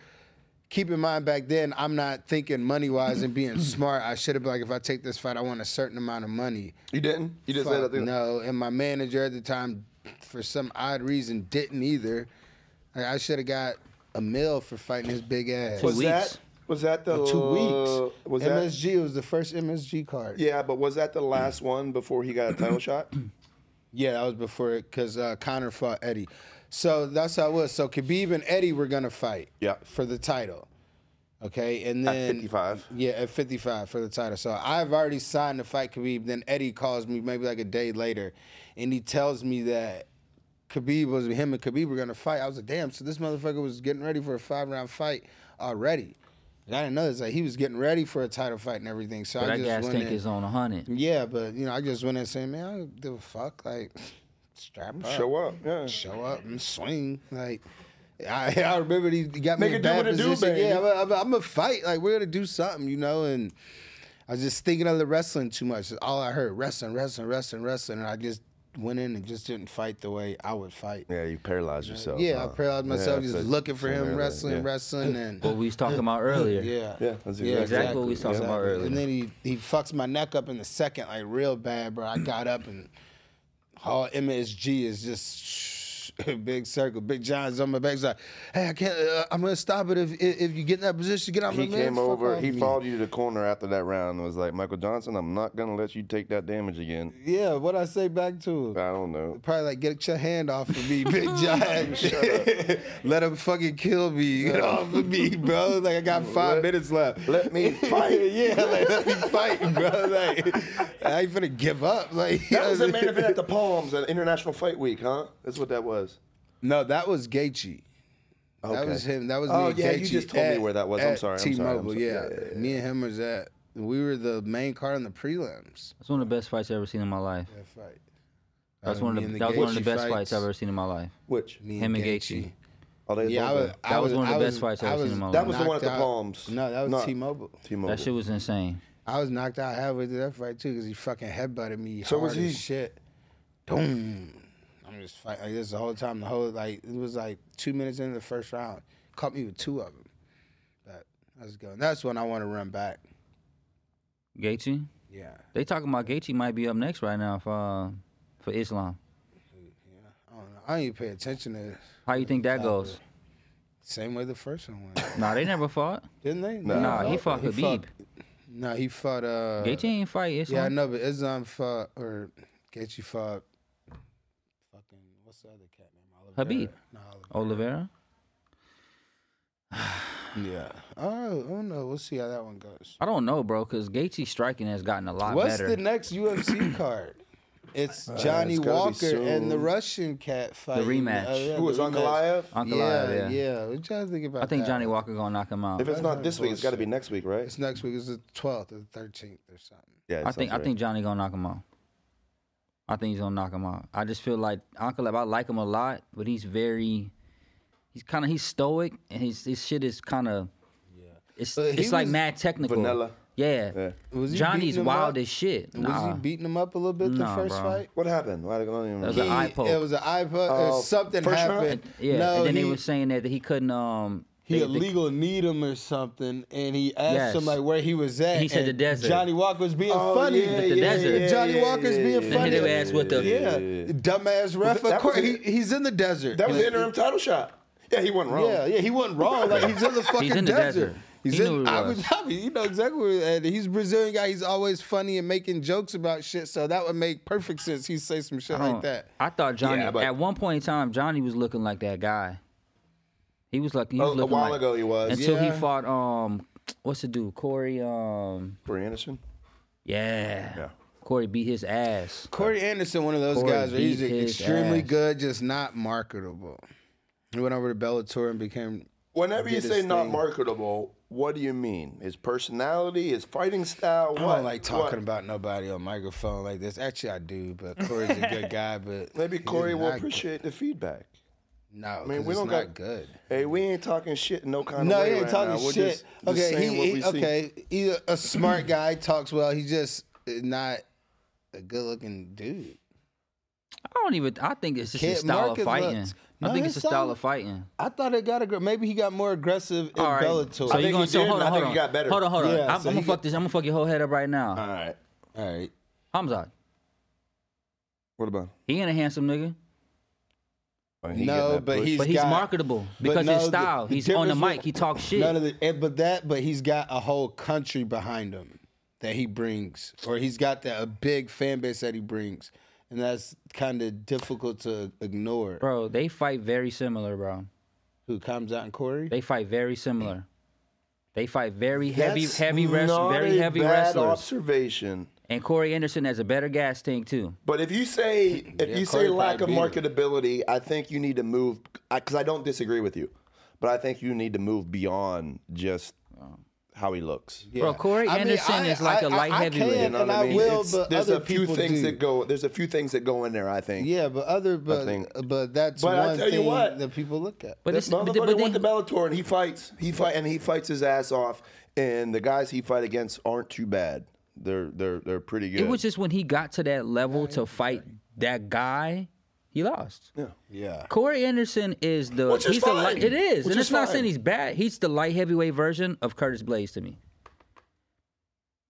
[SPEAKER 3] Keep in mind back then, I'm not thinking money wise and
[SPEAKER 5] <clears throat>
[SPEAKER 3] being smart. I should have been like, if I take this fight, I want a certain amount of money.
[SPEAKER 5] You didn't? You didn't say
[SPEAKER 3] Fuck
[SPEAKER 5] nothing?
[SPEAKER 3] No, and my manager at the time, for some odd reason, didn't either. Like, I should have got a mill for fighting his big ass.
[SPEAKER 4] Two
[SPEAKER 5] Was that,
[SPEAKER 4] weeks.
[SPEAKER 5] was that the...
[SPEAKER 3] Two weeks.
[SPEAKER 5] Was that...
[SPEAKER 3] MSG was the first MSG card.
[SPEAKER 5] Yeah, but was that the last one before he got a
[SPEAKER 4] <clears throat>
[SPEAKER 5] title shot?
[SPEAKER 3] Yeah, that was before it because uh, Connor fought Eddie. So that's how it was. So Khabib and Eddie were gonna fight.
[SPEAKER 5] Yeah.
[SPEAKER 3] For the title. Okay, and then
[SPEAKER 5] 55.
[SPEAKER 3] Yeah, at fifty-five for the title. So I've already signed to fight Khabib. Then Eddie calls me maybe like a day later, and he tells me that Khabib was him and Khabib were gonna fight. I was like, damn. So this motherfucker was getting ready for a five-round fight already. And I didn't know this. Like he was getting ready for a title fight and everything. So
[SPEAKER 4] But
[SPEAKER 3] I
[SPEAKER 4] that
[SPEAKER 3] just
[SPEAKER 4] gas
[SPEAKER 3] went
[SPEAKER 4] tank
[SPEAKER 3] in.
[SPEAKER 4] is on 100.
[SPEAKER 3] Yeah, but you know, I just went in saying, man, I don't give a fuck. Like, <laughs> strap up,
[SPEAKER 5] Mm, Show up. Yeah.
[SPEAKER 3] show up and swing. Like, I, <laughs> I remember he got me
[SPEAKER 5] Nigga,
[SPEAKER 3] in
[SPEAKER 5] do
[SPEAKER 3] bad
[SPEAKER 5] what it do,
[SPEAKER 3] position.
[SPEAKER 5] baby.
[SPEAKER 3] yeah, I'm gonna- I'm, gonna- I'm gonna fight. Like, we're gonna do something, you know. And I was just thinking of the wrestling too much. That's All I heard wrestling, wrestling, wrestling, wrestling, and I just went in and just didn't fight the way I would fight.
[SPEAKER 5] Yeah, you paralyzed yourself.
[SPEAKER 3] Yeah,
[SPEAKER 5] huh?
[SPEAKER 3] I paralyzed myself
[SPEAKER 5] Yeah,
[SPEAKER 3] just
[SPEAKER 5] so-
[SPEAKER 3] looking for him,
[SPEAKER 5] yeah,
[SPEAKER 3] wrestling,
[SPEAKER 5] yeah.
[SPEAKER 3] wrestling, and
[SPEAKER 4] What we was talking about earlier.
[SPEAKER 3] yeah.
[SPEAKER 5] Yeah, that's exactly,
[SPEAKER 4] exactly what we was talking about earlier.
[SPEAKER 3] And then he he fucks my neck up in the second, like real bad, bro. I got up and all MSG is just <laughs> a big circle. Big John's on my back. He's like, hey, I can't. Uh, I'm gonna stop it if if if you get in that position. Get out.
[SPEAKER 5] He
[SPEAKER 3] my man,
[SPEAKER 5] came
[SPEAKER 3] fuck
[SPEAKER 5] over.
[SPEAKER 3] off
[SPEAKER 5] He
[SPEAKER 3] me."
[SPEAKER 5] followed you to the corner after that round and was like, Michael Johnson, I'm not going to let you take that damage again.
[SPEAKER 3] Yeah, what I say back to him?
[SPEAKER 5] I don't know.
[SPEAKER 3] Probably like get your hand off of
[SPEAKER 5] <laughs>
[SPEAKER 3] me, Big John. <laughs> Let him fucking kill me. Get off of me, bro. Like I
[SPEAKER 5] <laughs>
[SPEAKER 3] got five
[SPEAKER 5] Let-
[SPEAKER 3] minutes left.
[SPEAKER 5] Let <laughs> me fight.
[SPEAKER 3] yeah, like let me fight, bro. Like I ain't finna give up. Like
[SPEAKER 5] That was the main event at the Palms at International Fight Week, huh? That's what that was.
[SPEAKER 3] No, that was Gaethje. That
[SPEAKER 5] Okay.
[SPEAKER 3] was him. That was me
[SPEAKER 5] Oh,
[SPEAKER 3] and
[SPEAKER 5] yeah,
[SPEAKER 3] Gaethje
[SPEAKER 5] you just told me
[SPEAKER 3] at-
[SPEAKER 5] where that was. I'm
[SPEAKER 3] at
[SPEAKER 5] sorry, I'm sorry, I'm
[SPEAKER 3] T-Mobile.
[SPEAKER 5] sorry.
[SPEAKER 3] Yeah.
[SPEAKER 5] Yeah, yeah, yeah.
[SPEAKER 3] me and him was at. We were the main card in the prelims.
[SPEAKER 4] That's one of the best fights I've ever seen in my life.
[SPEAKER 3] That fight.
[SPEAKER 4] That's
[SPEAKER 3] Uh,
[SPEAKER 4] one
[SPEAKER 3] me
[SPEAKER 4] of
[SPEAKER 3] and
[SPEAKER 4] the,
[SPEAKER 3] the
[SPEAKER 4] that was one of the
[SPEAKER 3] Gaethje
[SPEAKER 4] best fights
[SPEAKER 3] fights.
[SPEAKER 4] I've ever seen in my life.
[SPEAKER 5] Which?
[SPEAKER 3] Me
[SPEAKER 4] Him and Gaethje.
[SPEAKER 5] Oh, they
[SPEAKER 3] Yeah, I
[SPEAKER 5] both
[SPEAKER 3] was,
[SPEAKER 5] were.
[SPEAKER 3] I
[SPEAKER 4] That was one of the
[SPEAKER 3] I
[SPEAKER 4] best fights I've
[SPEAKER 3] I
[SPEAKER 4] seen in my life.
[SPEAKER 5] That was the one at the
[SPEAKER 3] knocked out-
[SPEAKER 5] Palms.
[SPEAKER 3] No, that was
[SPEAKER 5] Not-
[SPEAKER 3] T-Mobile.
[SPEAKER 5] T-Mobile.
[SPEAKER 4] That shit was insane.
[SPEAKER 3] I was knocked out halfway through that fight too because he fucking headbutted me.
[SPEAKER 5] So
[SPEAKER 3] hard
[SPEAKER 5] was he.
[SPEAKER 3] As shit. Boom. I'm just fighting like this the whole time. The whole like it was like two minutes into the first round. Caught me with two of them. But I was going. That's when I want to run back.
[SPEAKER 4] Gaethje?
[SPEAKER 3] Yeah.
[SPEAKER 4] They talking about Gaethje might be up next right now for, uh, for Islam.
[SPEAKER 3] I don't know. I don't even pay attention to
[SPEAKER 4] How you think that goes?
[SPEAKER 3] same way the first one
[SPEAKER 5] <laughs>
[SPEAKER 3] went.
[SPEAKER 4] Nah, they never fought.
[SPEAKER 3] Didn't they?
[SPEAKER 5] Nah.
[SPEAKER 4] Nah, he fought
[SPEAKER 3] He
[SPEAKER 4] Habib.
[SPEAKER 3] No, he fought. Uh,
[SPEAKER 4] Gaethje ain't fight
[SPEAKER 3] Yeah, I
[SPEAKER 4] Islam.
[SPEAKER 3] know, but Islam fought or Gaethje fought. Fucking what's the other cat name?
[SPEAKER 4] Habib.
[SPEAKER 3] No, Oliver.
[SPEAKER 4] Oliveira?
[SPEAKER 3] Yeah. Oh, oh no. We'll see how that one goes.
[SPEAKER 4] I don't know, bro, because Gaethje's striking has gotten a lot
[SPEAKER 3] What's <clears throat>
[SPEAKER 4] better.
[SPEAKER 3] the next UFC card? Uh, It's Johnny
[SPEAKER 5] gotta be
[SPEAKER 3] Walker and the
[SPEAKER 5] soon.
[SPEAKER 3] Russian cat Uh, fight.
[SPEAKER 4] rematch.
[SPEAKER 5] Who is Uncle Live?
[SPEAKER 4] Uncle
[SPEAKER 3] Yeah,
[SPEAKER 4] Live,
[SPEAKER 3] yeah.
[SPEAKER 4] yeah.
[SPEAKER 3] We're trying to think about
[SPEAKER 4] I think
[SPEAKER 3] that.
[SPEAKER 4] Johnny Walker gonna knock him out.
[SPEAKER 5] If it's not this week, it's got to be next week, right?
[SPEAKER 3] It's next week. It's the 12th or 13th or something.
[SPEAKER 5] Yeah,
[SPEAKER 4] I think I think Johnny gonna knock him out. I think he's gonna knock him out. I just feel like Uncle Lab, I like him a lot, but he's very he's kinda he's stoic and his his shit is kinda it's
[SPEAKER 3] But Uh, he
[SPEAKER 4] it's like
[SPEAKER 3] was
[SPEAKER 4] mad technical.
[SPEAKER 5] vanilla.
[SPEAKER 4] Yeah.
[SPEAKER 3] Was he
[SPEAKER 4] Johnny's
[SPEAKER 3] beating him
[SPEAKER 4] wild
[SPEAKER 3] up?
[SPEAKER 4] as shit.
[SPEAKER 3] Was
[SPEAKER 4] Nah.
[SPEAKER 3] he beating him up a little bit the
[SPEAKER 4] Nah,
[SPEAKER 3] first
[SPEAKER 4] bro.
[SPEAKER 3] fight?
[SPEAKER 5] What happened? I don't even
[SPEAKER 4] That was
[SPEAKER 5] remember.
[SPEAKER 4] an
[SPEAKER 3] He-
[SPEAKER 4] eye poke.
[SPEAKER 3] It was an eye poke.
[SPEAKER 5] Oh,
[SPEAKER 3] something
[SPEAKER 5] first round?
[SPEAKER 3] happened.
[SPEAKER 4] yeah. and then
[SPEAKER 3] he,
[SPEAKER 4] they were saying that he couldn't um
[SPEAKER 3] he
[SPEAKER 4] they- they-
[SPEAKER 3] illegal need him or something, and he asked
[SPEAKER 4] Yes.
[SPEAKER 3] him like where he was at.
[SPEAKER 4] He said
[SPEAKER 3] and
[SPEAKER 4] the desert.
[SPEAKER 3] Johnny Walker was being
[SPEAKER 5] Oh,
[SPEAKER 3] funny.
[SPEAKER 5] yeah,
[SPEAKER 4] The yeah, desert. yeah,
[SPEAKER 3] Johnny
[SPEAKER 5] yeah,
[SPEAKER 3] Walker's
[SPEAKER 5] yeah,
[SPEAKER 3] being
[SPEAKER 5] yeah,
[SPEAKER 4] They
[SPEAKER 3] funny.
[SPEAKER 4] hit their ass with the
[SPEAKER 5] yeah,
[SPEAKER 3] Yeah, dumbass ref.
[SPEAKER 5] that
[SPEAKER 3] Of course,
[SPEAKER 5] was
[SPEAKER 3] he,
[SPEAKER 5] it.
[SPEAKER 3] he's in the desert.
[SPEAKER 5] That was the interim title shot. Yeah, he went wrong.
[SPEAKER 3] Yeah, yeah, he wasn't wrong. Like
[SPEAKER 4] <laughs>
[SPEAKER 3] he's in the fucking
[SPEAKER 4] in the
[SPEAKER 3] desert.
[SPEAKER 4] desert.
[SPEAKER 3] He's
[SPEAKER 4] He
[SPEAKER 3] in.
[SPEAKER 4] knew it
[SPEAKER 3] I
[SPEAKER 4] was.
[SPEAKER 3] was. <laughs> I mean, you know exactly. Where, and he's Brazilian guy. He's always funny and making jokes about shit. So that would make perfect sense. He say some shit
[SPEAKER 4] I
[SPEAKER 3] like
[SPEAKER 4] don't-
[SPEAKER 3] that.
[SPEAKER 4] I thought Johnny
[SPEAKER 5] Yeah, but-
[SPEAKER 4] at one point in time Johnny was looking like that guy. He was like he
[SPEAKER 5] A,
[SPEAKER 4] was
[SPEAKER 5] a
[SPEAKER 4] looking
[SPEAKER 5] while
[SPEAKER 4] like,
[SPEAKER 5] ago, he was.
[SPEAKER 4] until
[SPEAKER 3] Yeah.
[SPEAKER 4] he fought um what's the dude Corey um
[SPEAKER 5] Corey Anderson.
[SPEAKER 4] yeah, Corey beat his ass.
[SPEAKER 3] Corey Anderson, one of those
[SPEAKER 4] Corey
[SPEAKER 3] guys where he's
[SPEAKER 4] beat his
[SPEAKER 3] extremely
[SPEAKER 4] ass.
[SPEAKER 3] good, just not marketable. He went over to Bellator and became.
[SPEAKER 5] Whenever you
[SPEAKER 3] Did his
[SPEAKER 5] say not
[SPEAKER 3] thing.
[SPEAKER 5] marketable, what do you mean? His personality, his fighting style.
[SPEAKER 3] I
[SPEAKER 5] what?
[SPEAKER 3] don't like talking
[SPEAKER 5] What?
[SPEAKER 3] about nobody on microphone like this. Actually, I do,
[SPEAKER 5] <laughs>
[SPEAKER 3] but Corey's a good guy. But
[SPEAKER 5] Maybe
[SPEAKER 3] he's
[SPEAKER 5] Corey will
[SPEAKER 3] not-
[SPEAKER 5] appreciate the feedback.
[SPEAKER 3] No, I
[SPEAKER 5] mean, we
[SPEAKER 3] it's
[SPEAKER 5] don't
[SPEAKER 3] not
[SPEAKER 5] got-
[SPEAKER 3] good.
[SPEAKER 5] Hey, we ain't talking shit in no kind
[SPEAKER 3] No,
[SPEAKER 5] of way.
[SPEAKER 3] he ain't
[SPEAKER 5] right
[SPEAKER 3] talking
[SPEAKER 5] now. We're
[SPEAKER 3] shit.
[SPEAKER 5] just- just
[SPEAKER 3] okay,
[SPEAKER 5] saying
[SPEAKER 3] he,
[SPEAKER 5] what we
[SPEAKER 3] he-
[SPEAKER 5] see.
[SPEAKER 3] okay. He's a, a
[SPEAKER 5] <clears throat>
[SPEAKER 3] smart guy. Talks well. He's just eh, not a good-looking dude.
[SPEAKER 4] I don't even. I think it's just
[SPEAKER 3] Can't
[SPEAKER 4] his style
[SPEAKER 3] mark
[SPEAKER 4] of
[SPEAKER 3] it
[SPEAKER 4] fighting.
[SPEAKER 3] looks. No,
[SPEAKER 4] I think it's
[SPEAKER 3] his
[SPEAKER 4] his style
[SPEAKER 3] style-
[SPEAKER 4] of fighting.
[SPEAKER 3] I thought it got aggressive. Maybe he got more aggressive in
[SPEAKER 4] All right.
[SPEAKER 3] Bellator.
[SPEAKER 4] So
[SPEAKER 5] think
[SPEAKER 4] you gonna
[SPEAKER 5] he
[SPEAKER 4] so
[SPEAKER 5] did,
[SPEAKER 4] hold
[SPEAKER 5] and I
[SPEAKER 4] on, hold
[SPEAKER 5] think
[SPEAKER 4] on,
[SPEAKER 5] he got better.
[SPEAKER 4] hold on, hold on.
[SPEAKER 3] Yeah,
[SPEAKER 4] I'm,
[SPEAKER 3] so
[SPEAKER 4] I'm
[SPEAKER 3] he
[SPEAKER 4] gonna fuck this. I'm gonna fuck your whole head up right now.
[SPEAKER 5] All right.
[SPEAKER 3] All right.
[SPEAKER 4] Hamzat,
[SPEAKER 5] What about?
[SPEAKER 4] he ain't a handsome nigga,
[SPEAKER 3] no, but he's
[SPEAKER 4] but he's
[SPEAKER 3] got-
[SPEAKER 4] marketable
[SPEAKER 3] but
[SPEAKER 4] because
[SPEAKER 3] no,
[SPEAKER 4] his
[SPEAKER 3] the-
[SPEAKER 4] style.
[SPEAKER 3] the
[SPEAKER 4] he's on the
[SPEAKER 3] difference
[SPEAKER 4] mic.
[SPEAKER 3] with-
[SPEAKER 4] He talks shit.
[SPEAKER 3] None of the, eh, but that, but he's got a whole country behind him that he brings, or he's got that a big fan base that he brings, and that's kind of difficult to ignore.
[SPEAKER 4] bro, they fight very similar, bro.
[SPEAKER 3] Who comes out in Corey?
[SPEAKER 4] They fight very similar. They fight very heavy,
[SPEAKER 5] That's
[SPEAKER 4] heavy wrestler,
[SPEAKER 5] not
[SPEAKER 4] very
[SPEAKER 5] a
[SPEAKER 4] heavy
[SPEAKER 5] bad
[SPEAKER 4] wrestlers.
[SPEAKER 5] Observation.
[SPEAKER 4] And Corey Anderson has a better gas tank too.
[SPEAKER 5] But if
[SPEAKER 3] <laughs>
[SPEAKER 5] you say if
[SPEAKER 3] Yeah,
[SPEAKER 5] you
[SPEAKER 3] Corey
[SPEAKER 5] say lack of
[SPEAKER 3] probably beat him.
[SPEAKER 5] marketability, I think you need to move because I, don't disagree with you, but I think you need to move beyond just
[SPEAKER 4] Oh.
[SPEAKER 5] how he looks.
[SPEAKER 4] Bro, Corey Anderson is like
[SPEAKER 3] a
[SPEAKER 4] a light heavyweight.
[SPEAKER 5] You know
[SPEAKER 3] and
[SPEAKER 5] what
[SPEAKER 3] I,
[SPEAKER 5] I mean?
[SPEAKER 3] will,
[SPEAKER 5] It's-
[SPEAKER 3] but
[SPEAKER 5] there's
[SPEAKER 3] other
[SPEAKER 5] a few
[SPEAKER 3] people
[SPEAKER 5] things
[SPEAKER 3] do.
[SPEAKER 5] that go. There's a few things that go in there. I think.
[SPEAKER 3] Yeah, but other, but
[SPEAKER 5] think-
[SPEAKER 3] but that's
[SPEAKER 5] But I
[SPEAKER 3] one
[SPEAKER 5] tell you
[SPEAKER 3] thing
[SPEAKER 5] what.
[SPEAKER 3] that people look at.
[SPEAKER 4] But
[SPEAKER 5] This
[SPEAKER 4] it's
[SPEAKER 5] motherfucker
[SPEAKER 4] but, but
[SPEAKER 5] went to
[SPEAKER 4] they,
[SPEAKER 5] Bellator and he fights. He fight and he fights his ass off. And the guys he fight against aren't too bad. They're they're they're pretty good.
[SPEAKER 4] it was just when he got to that level to fight that guy, he lost.
[SPEAKER 3] yeah,
[SPEAKER 4] Corey Anderson is the
[SPEAKER 5] Which is
[SPEAKER 4] he's the light,
[SPEAKER 5] fine.
[SPEAKER 4] it is,
[SPEAKER 5] Which
[SPEAKER 4] and
[SPEAKER 5] is
[SPEAKER 4] it's not
[SPEAKER 5] fine.
[SPEAKER 4] saying he's bad. He's the light heavyweight version of Curtis Blaze to me.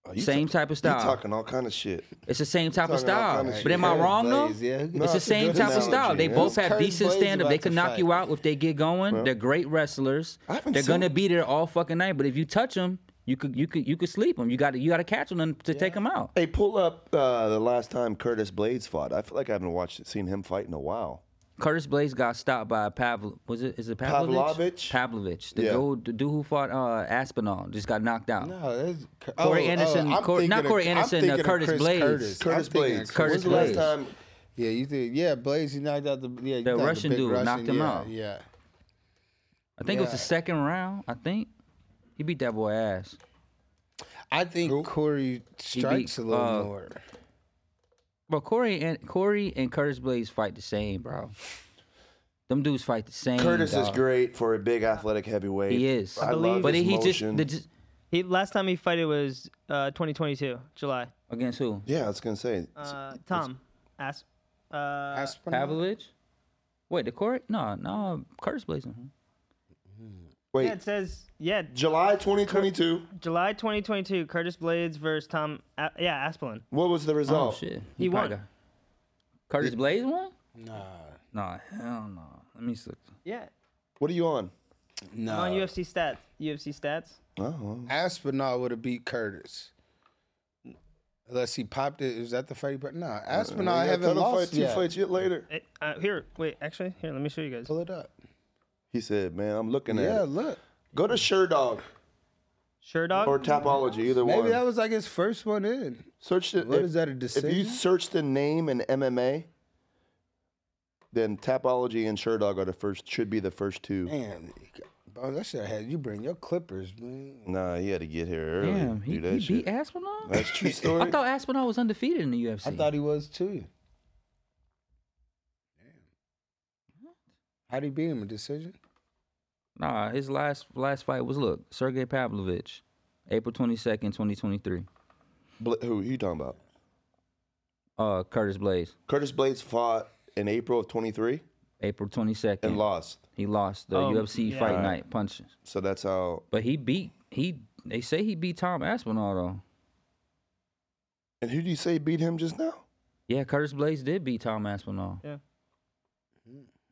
[SPEAKER 5] Oh, you
[SPEAKER 4] same
[SPEAKER 5] talk-
[SPEAKER 4] type of style.
[SPEAKER 5] You talking all kind of shit.
[SPEAKER 4] It's the same type of
[SPEAKER 5] Talking all
[SPEAKER 4] style.
[SPEAKER 5] kind of shit.
[SPEAKER 4] But am I
[SPEAKER 5] Curtis
[SPEAKER 4] wrong though?
[SPEAKER 3] Blaze, yeah. No,
[SPEAKER 4] it's the
[SPEAKER 3] it's a
[SPEAKER 4] same
[SPEAKER 3] good
[SPEAKER 4] type of style.
[SPEAKER 5] analogy,
[SPEAKER 4] They
[SPEAKER 5] yeah.
[SPEAKER 4] both have
[SPEAKER 3] Curtis
[SPEAKER 4] decent
[SPEAKER 3] Blaze
[SPEAKER 4] stand up. They
[SPEAKER 3] about
[SPEAKER 4] can
[SPEAKER 3] to
[SPEAKER 4] knock
[SPEAKER 3] fight.
[SPEAKER 4] you out if they get going. They're great wrestlers.
[SPEAKER 5] I haven't
[SPEAKER 4] They're
[SPEAKER 5] seen-
[SPEAKER 4] gonna be there all fucking night. But if you touch them, you could you could you could sleep them. You got to you got to catch them to take them out.
[SPEAKER 5] Hey, pull up uh, the last time Curtis Blades fought. I feel like I haven't watched seen him fight in a while.
[SPEAKER 4] Curtis Blaze got stopped by Pavel. Was it is it Pavlovich?
[SPEAKER 5] Pavlovich?
[SPEAKER 4] Pavlovich, the
[SPEAKER 5] Yeah.
[SPEAKER 4] dude, the dude who fought uh, Aspinall, just got knocked out.
[SPEAKER 3] no, that's,
[SPEAKER 4] Corey Anderson-
[SPEAKER 3] oh, I'm
[SPEAKER 4] Cor- not
[SPEAKER 3] thinking of-
[SPEAKER 4] Corey
[SPEAKER 3] I'm
[SPEAKER 4] Anderson, uh,
[SPEAKER 3] thinking of
[SPEAKER 4] Curtis
[SPEAKER 3] Chris
[SPEAKER 4] Blaze.
[SPEAKER 3] Curtis, I'm
[SPEAKER 5] Curtis
[SPEAKER 3] thinking
[SPEAKER 5] Blades.
[SPEAKER 3] of
[SPEAKER 4] Curtis
[SPEAKER 5] When's the
[SPEAKER 4] Blades.
[SPEAKER 5] last time?
[SPEAKER 3] Yeah, you think? Yeah, Blaze. He knocked out the yeah you
[SPEAKER 4] The
[SPEAKER 3] knocked the
[SPEAKER 4] Russian
[SPEAKER 3] big
[SPEAKER 4] dude
[SPEAKER 3] Russian,
[SPEAKER 4] knocked him
[SPEAKER 3] yeah,
[SPEAKER 4] out.
[SPEAKER 3] Yeah,
[SPEAKER 4] I think it was the
[SPEAKER 3] Yeah.
[SPEAKER 4] second round. I think he beat that boy ass.
[SPEAKER 3] I think Corey strikes a little
[SPEAKER 4] uh,
[SPEAKER 3] more.
[SPEAKER 4] Bro, Corey and Corey and Curtis Blaze fight the same, bro. Them dudes fight the same.
[SPEAKER 5] Curtis is
[SPEAKER 4] dog.
[SPEAKER 5] great for a big athletic heavyweight.
[SPEAKER 4] He is.
[SPEAKER 5] I, love
[SPEAKER 7] believe-
[SPEAKER 4] but
[SPEAKER 5] his
[SPEAKER 4] he just,
[SPEAKER 5] motion.
[SPEAKER 4] the, just
[SPEAKER 7] He last time he fighted was uh, 2022 July.
[SPEAKER 4] against who?
[SPEAKER 5] yeah, I was gonna say.
[SPEAKER 7] Uh, Tom, ask. Uh,
[SPEAKER 4] Pavlovich? Wait, the Corey? No, no, Curtis Blaze. mhm.
[SPEAKER 5] wait,
[SPEAKER 7] yeah, it says yeah,
[SPEAKER 5] July 2022.
[SPEAKER 7] July 2022. Curtis Blades versus Tom. A- yeah, Asplin.
[SPEAKER 5] What was the
[SPEAKER 4] Oh,
[SPEAKER 5] result?
[SPEAKER 4] shit.
[SPEAKER 7] He
[SPEAKER 4] probably
[SPEAKER 7] won.
[SPEAKER 4] got- Curtis Blaze won?
[SPEAKER 3] Nah,
[SPEAKER 4] Nah, hell no. Let me look.
[SPEAKER 7] Yeah,
[SPEAKER 5] What are you on?
[SPEAKER 3] no.
[SPEAKER 7] on UFC stats. UFC stats.
[SPEAKER 5] Oh,
[SPEAKER 3] Aspinall would have beat Curtis. Unless he popped it. Is that the fight Uh, he put? No, Aspinall
[SPEAKER 5] I
[SPEAKER 3] haven't lost
[SPEAKER 5] fight, two
[SPEAKER 3] yet.
[SPEAKER 5] fights yet later.
[SPEAKER 7] It, uh, here, wait. Actually, here, let me show you guys.
[SPEAKER 3] Pull it up.
[SPEAKER 5] He said, "Man, I'm looking
[SPEAKER 3] Yeah,
[SPEAKER 5] at. It.
[SPEAKER 3] look.
[SPEAKER 5] Go to Sure Dog.
[SPEAKER 7] Sure Dog.
[SPEAKER 5] or Tapology, either
[SPEAKER 3] Maybe
[SPEAKER 5] one.
[SPEAKER 3] that was like his first one in.
[SPEAKER 5] search the,
[SPEAKER 3] What
[SPEAKER 5] if,
[SPEAKER 3] is that, a
[SPEAKER 5] If you
[SPEAKER 3] decision?
[SPEAKER 5] search the name in MMA, then Tapology and Sure Dog are the first. Should be the first two.
[SPEAKER 3] Man, bro, that should have had you bring your clippers, man.
[SPEAKER 5] Nah, he had to get here early.
[SPEAKER 4] Damn,
[SPEAKER 5] to
[SPEAKER 4] he,
[SPEAKER 5] do that
[SPEAKER 4] he
[SPEAKER 5] shit.
[SPEAKER 4] beat Aspinall.
[SPEAKER 5] That's true
[SPEAKER 4] <laughs>
[SPEAKER 5] story.
[SPEAKER 4] I thought Aspinall was undefeated in the UFC.
[SPEAKER 3] I thought he was too. How'd he beat him? A decision?
[SPEAKER 4] Nah, his last last fight was look, Sergey Pavlovich, April twenty second, twenty twenty three.
[SPEAKER 5] Bla- who are you talking about?
[SPEAKER 4] Uh, Curtis Blaze,
[SPEAKER 5] Curtis Blades fought in April of 23
[SPEAKER 4] April twenty
[SPEAKER 5] and
[SPEAKER 4] second.
[SPEAKER 5] lost.
[SPEAKER 4] he lost the
[SPEAKER 7] Oh,
[SPEAKER 4] UFC
[SPEAKER 7] yeah.
[SPEAKER 4] fight night punches,
[SPEAKER 5] So that's how.
[SPEAKER 4] but he beat he. They say he beat Tom Aspinall though.
[SPEAKER 5] And who do you say beat him just now?
[SPEAKER 4] Yeah, Curtis Blaze did beat Tom Aspinall.
[SPEAKER 7] Yeah.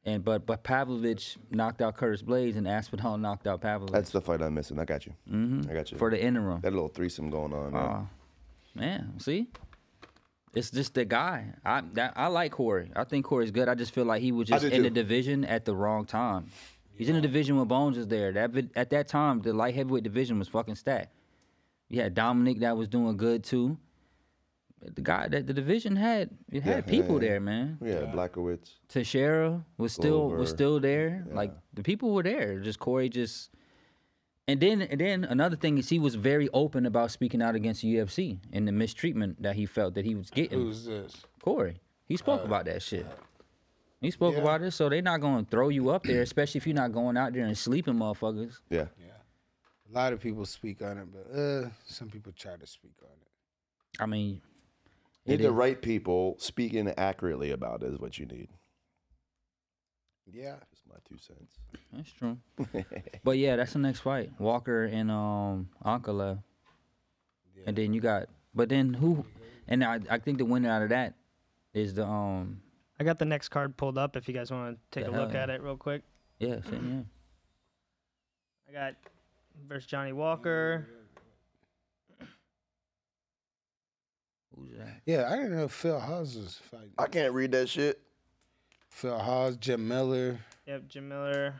[SPEAKER 4] And but but Pavlovich knocked out Curtis Blaze and Aspinall <laughs> knocked out Pavlovich
[SPEAKER 5] That's the fight I'm missing. I got you. Mm-hmm. Oh, I got you.
[SPEAKER 4] for the interim.
[SPEAKER 5] that little threesome going on. man.
[SPEAKER 4] Uh, man, see, it's just the guy. I that, I like Corey. I think Corey's good. I just feel like he was just
[SPEAKER 5] do
[SPEAKER 4] in the
[SPEAKER 5] too.
[SPEAKER 4] division at the wrong time. He's in the division when Bones is there. That vid- at that time, the light heavyweight division was fucking stacked. You had Dominic that was doing good too. The guy that the division had it had
[SPEAKER 5] Yeah,
[SPEAKER 4] people
[SPEAKER 5] yeah, yeah.
[SPEAKER 4] there, man.
[SPEAKER 5] yeah, Blackowitz.
[SPEAKER 4] Teixeira was still was
[SPEAKER 5] Over.
[SPEAKER 4] still there. Like the people were there. Just Corey just and then and then another thing is he was very open about speaking out against the UFC and the mistreatment that he felt that he was getting.
[SPEAKER 3] Who's this?
[SPEAKER 4] Corey. He spoke about that shit. He spoke
[SPEAKER 3] Yeah.
[SPEAKER 4] about it, so they're not gonna throw you up there, especially if you're not going out there and sleeping motherfuckers.
[SPEAKER 5] Yeah.
[SPEAKER 3] A lot of people speak on it, but uh, some people try to speak on it.
[SPEAKER 4] I mean
[SPEAKER 5] You
[SPEAKER 4] it
[SPEAKER 5] need the
[SPEAKER 4] is-
[SPEAKER 5] right people speaking accurately about it is what you need.
[SPEAKER 3] Yeah.
[SPEAKER 5] That's my two cents.
[SPEAKER 4] that's true. but yeah, that's the next fight. Walker and um Ankala. And then you got but then who and I, I think the winner out of that is the um
[SPEAKER 7] I got the next card pulled up if you guys want to take
[SPEAKER 4] The
[SPEAKER 7] a look
[SPEAKER 4] hell?
[SPEAKER 7] at it real quick.
[SPEAKER 4] yeah, same, yeah.
[SPEAKER 7] I got versus Johnny Walker.
[SPEAKER 4] Who's that?
[SPEAKER 3] Yeah, I didn't know Phil Haas was fighting.
[SPEAKER 5] I can't read that shit.
[SPEAKER 3] Phil Haas, Jim Miller,
[SPEAKER 7] Yep, Jim Miller.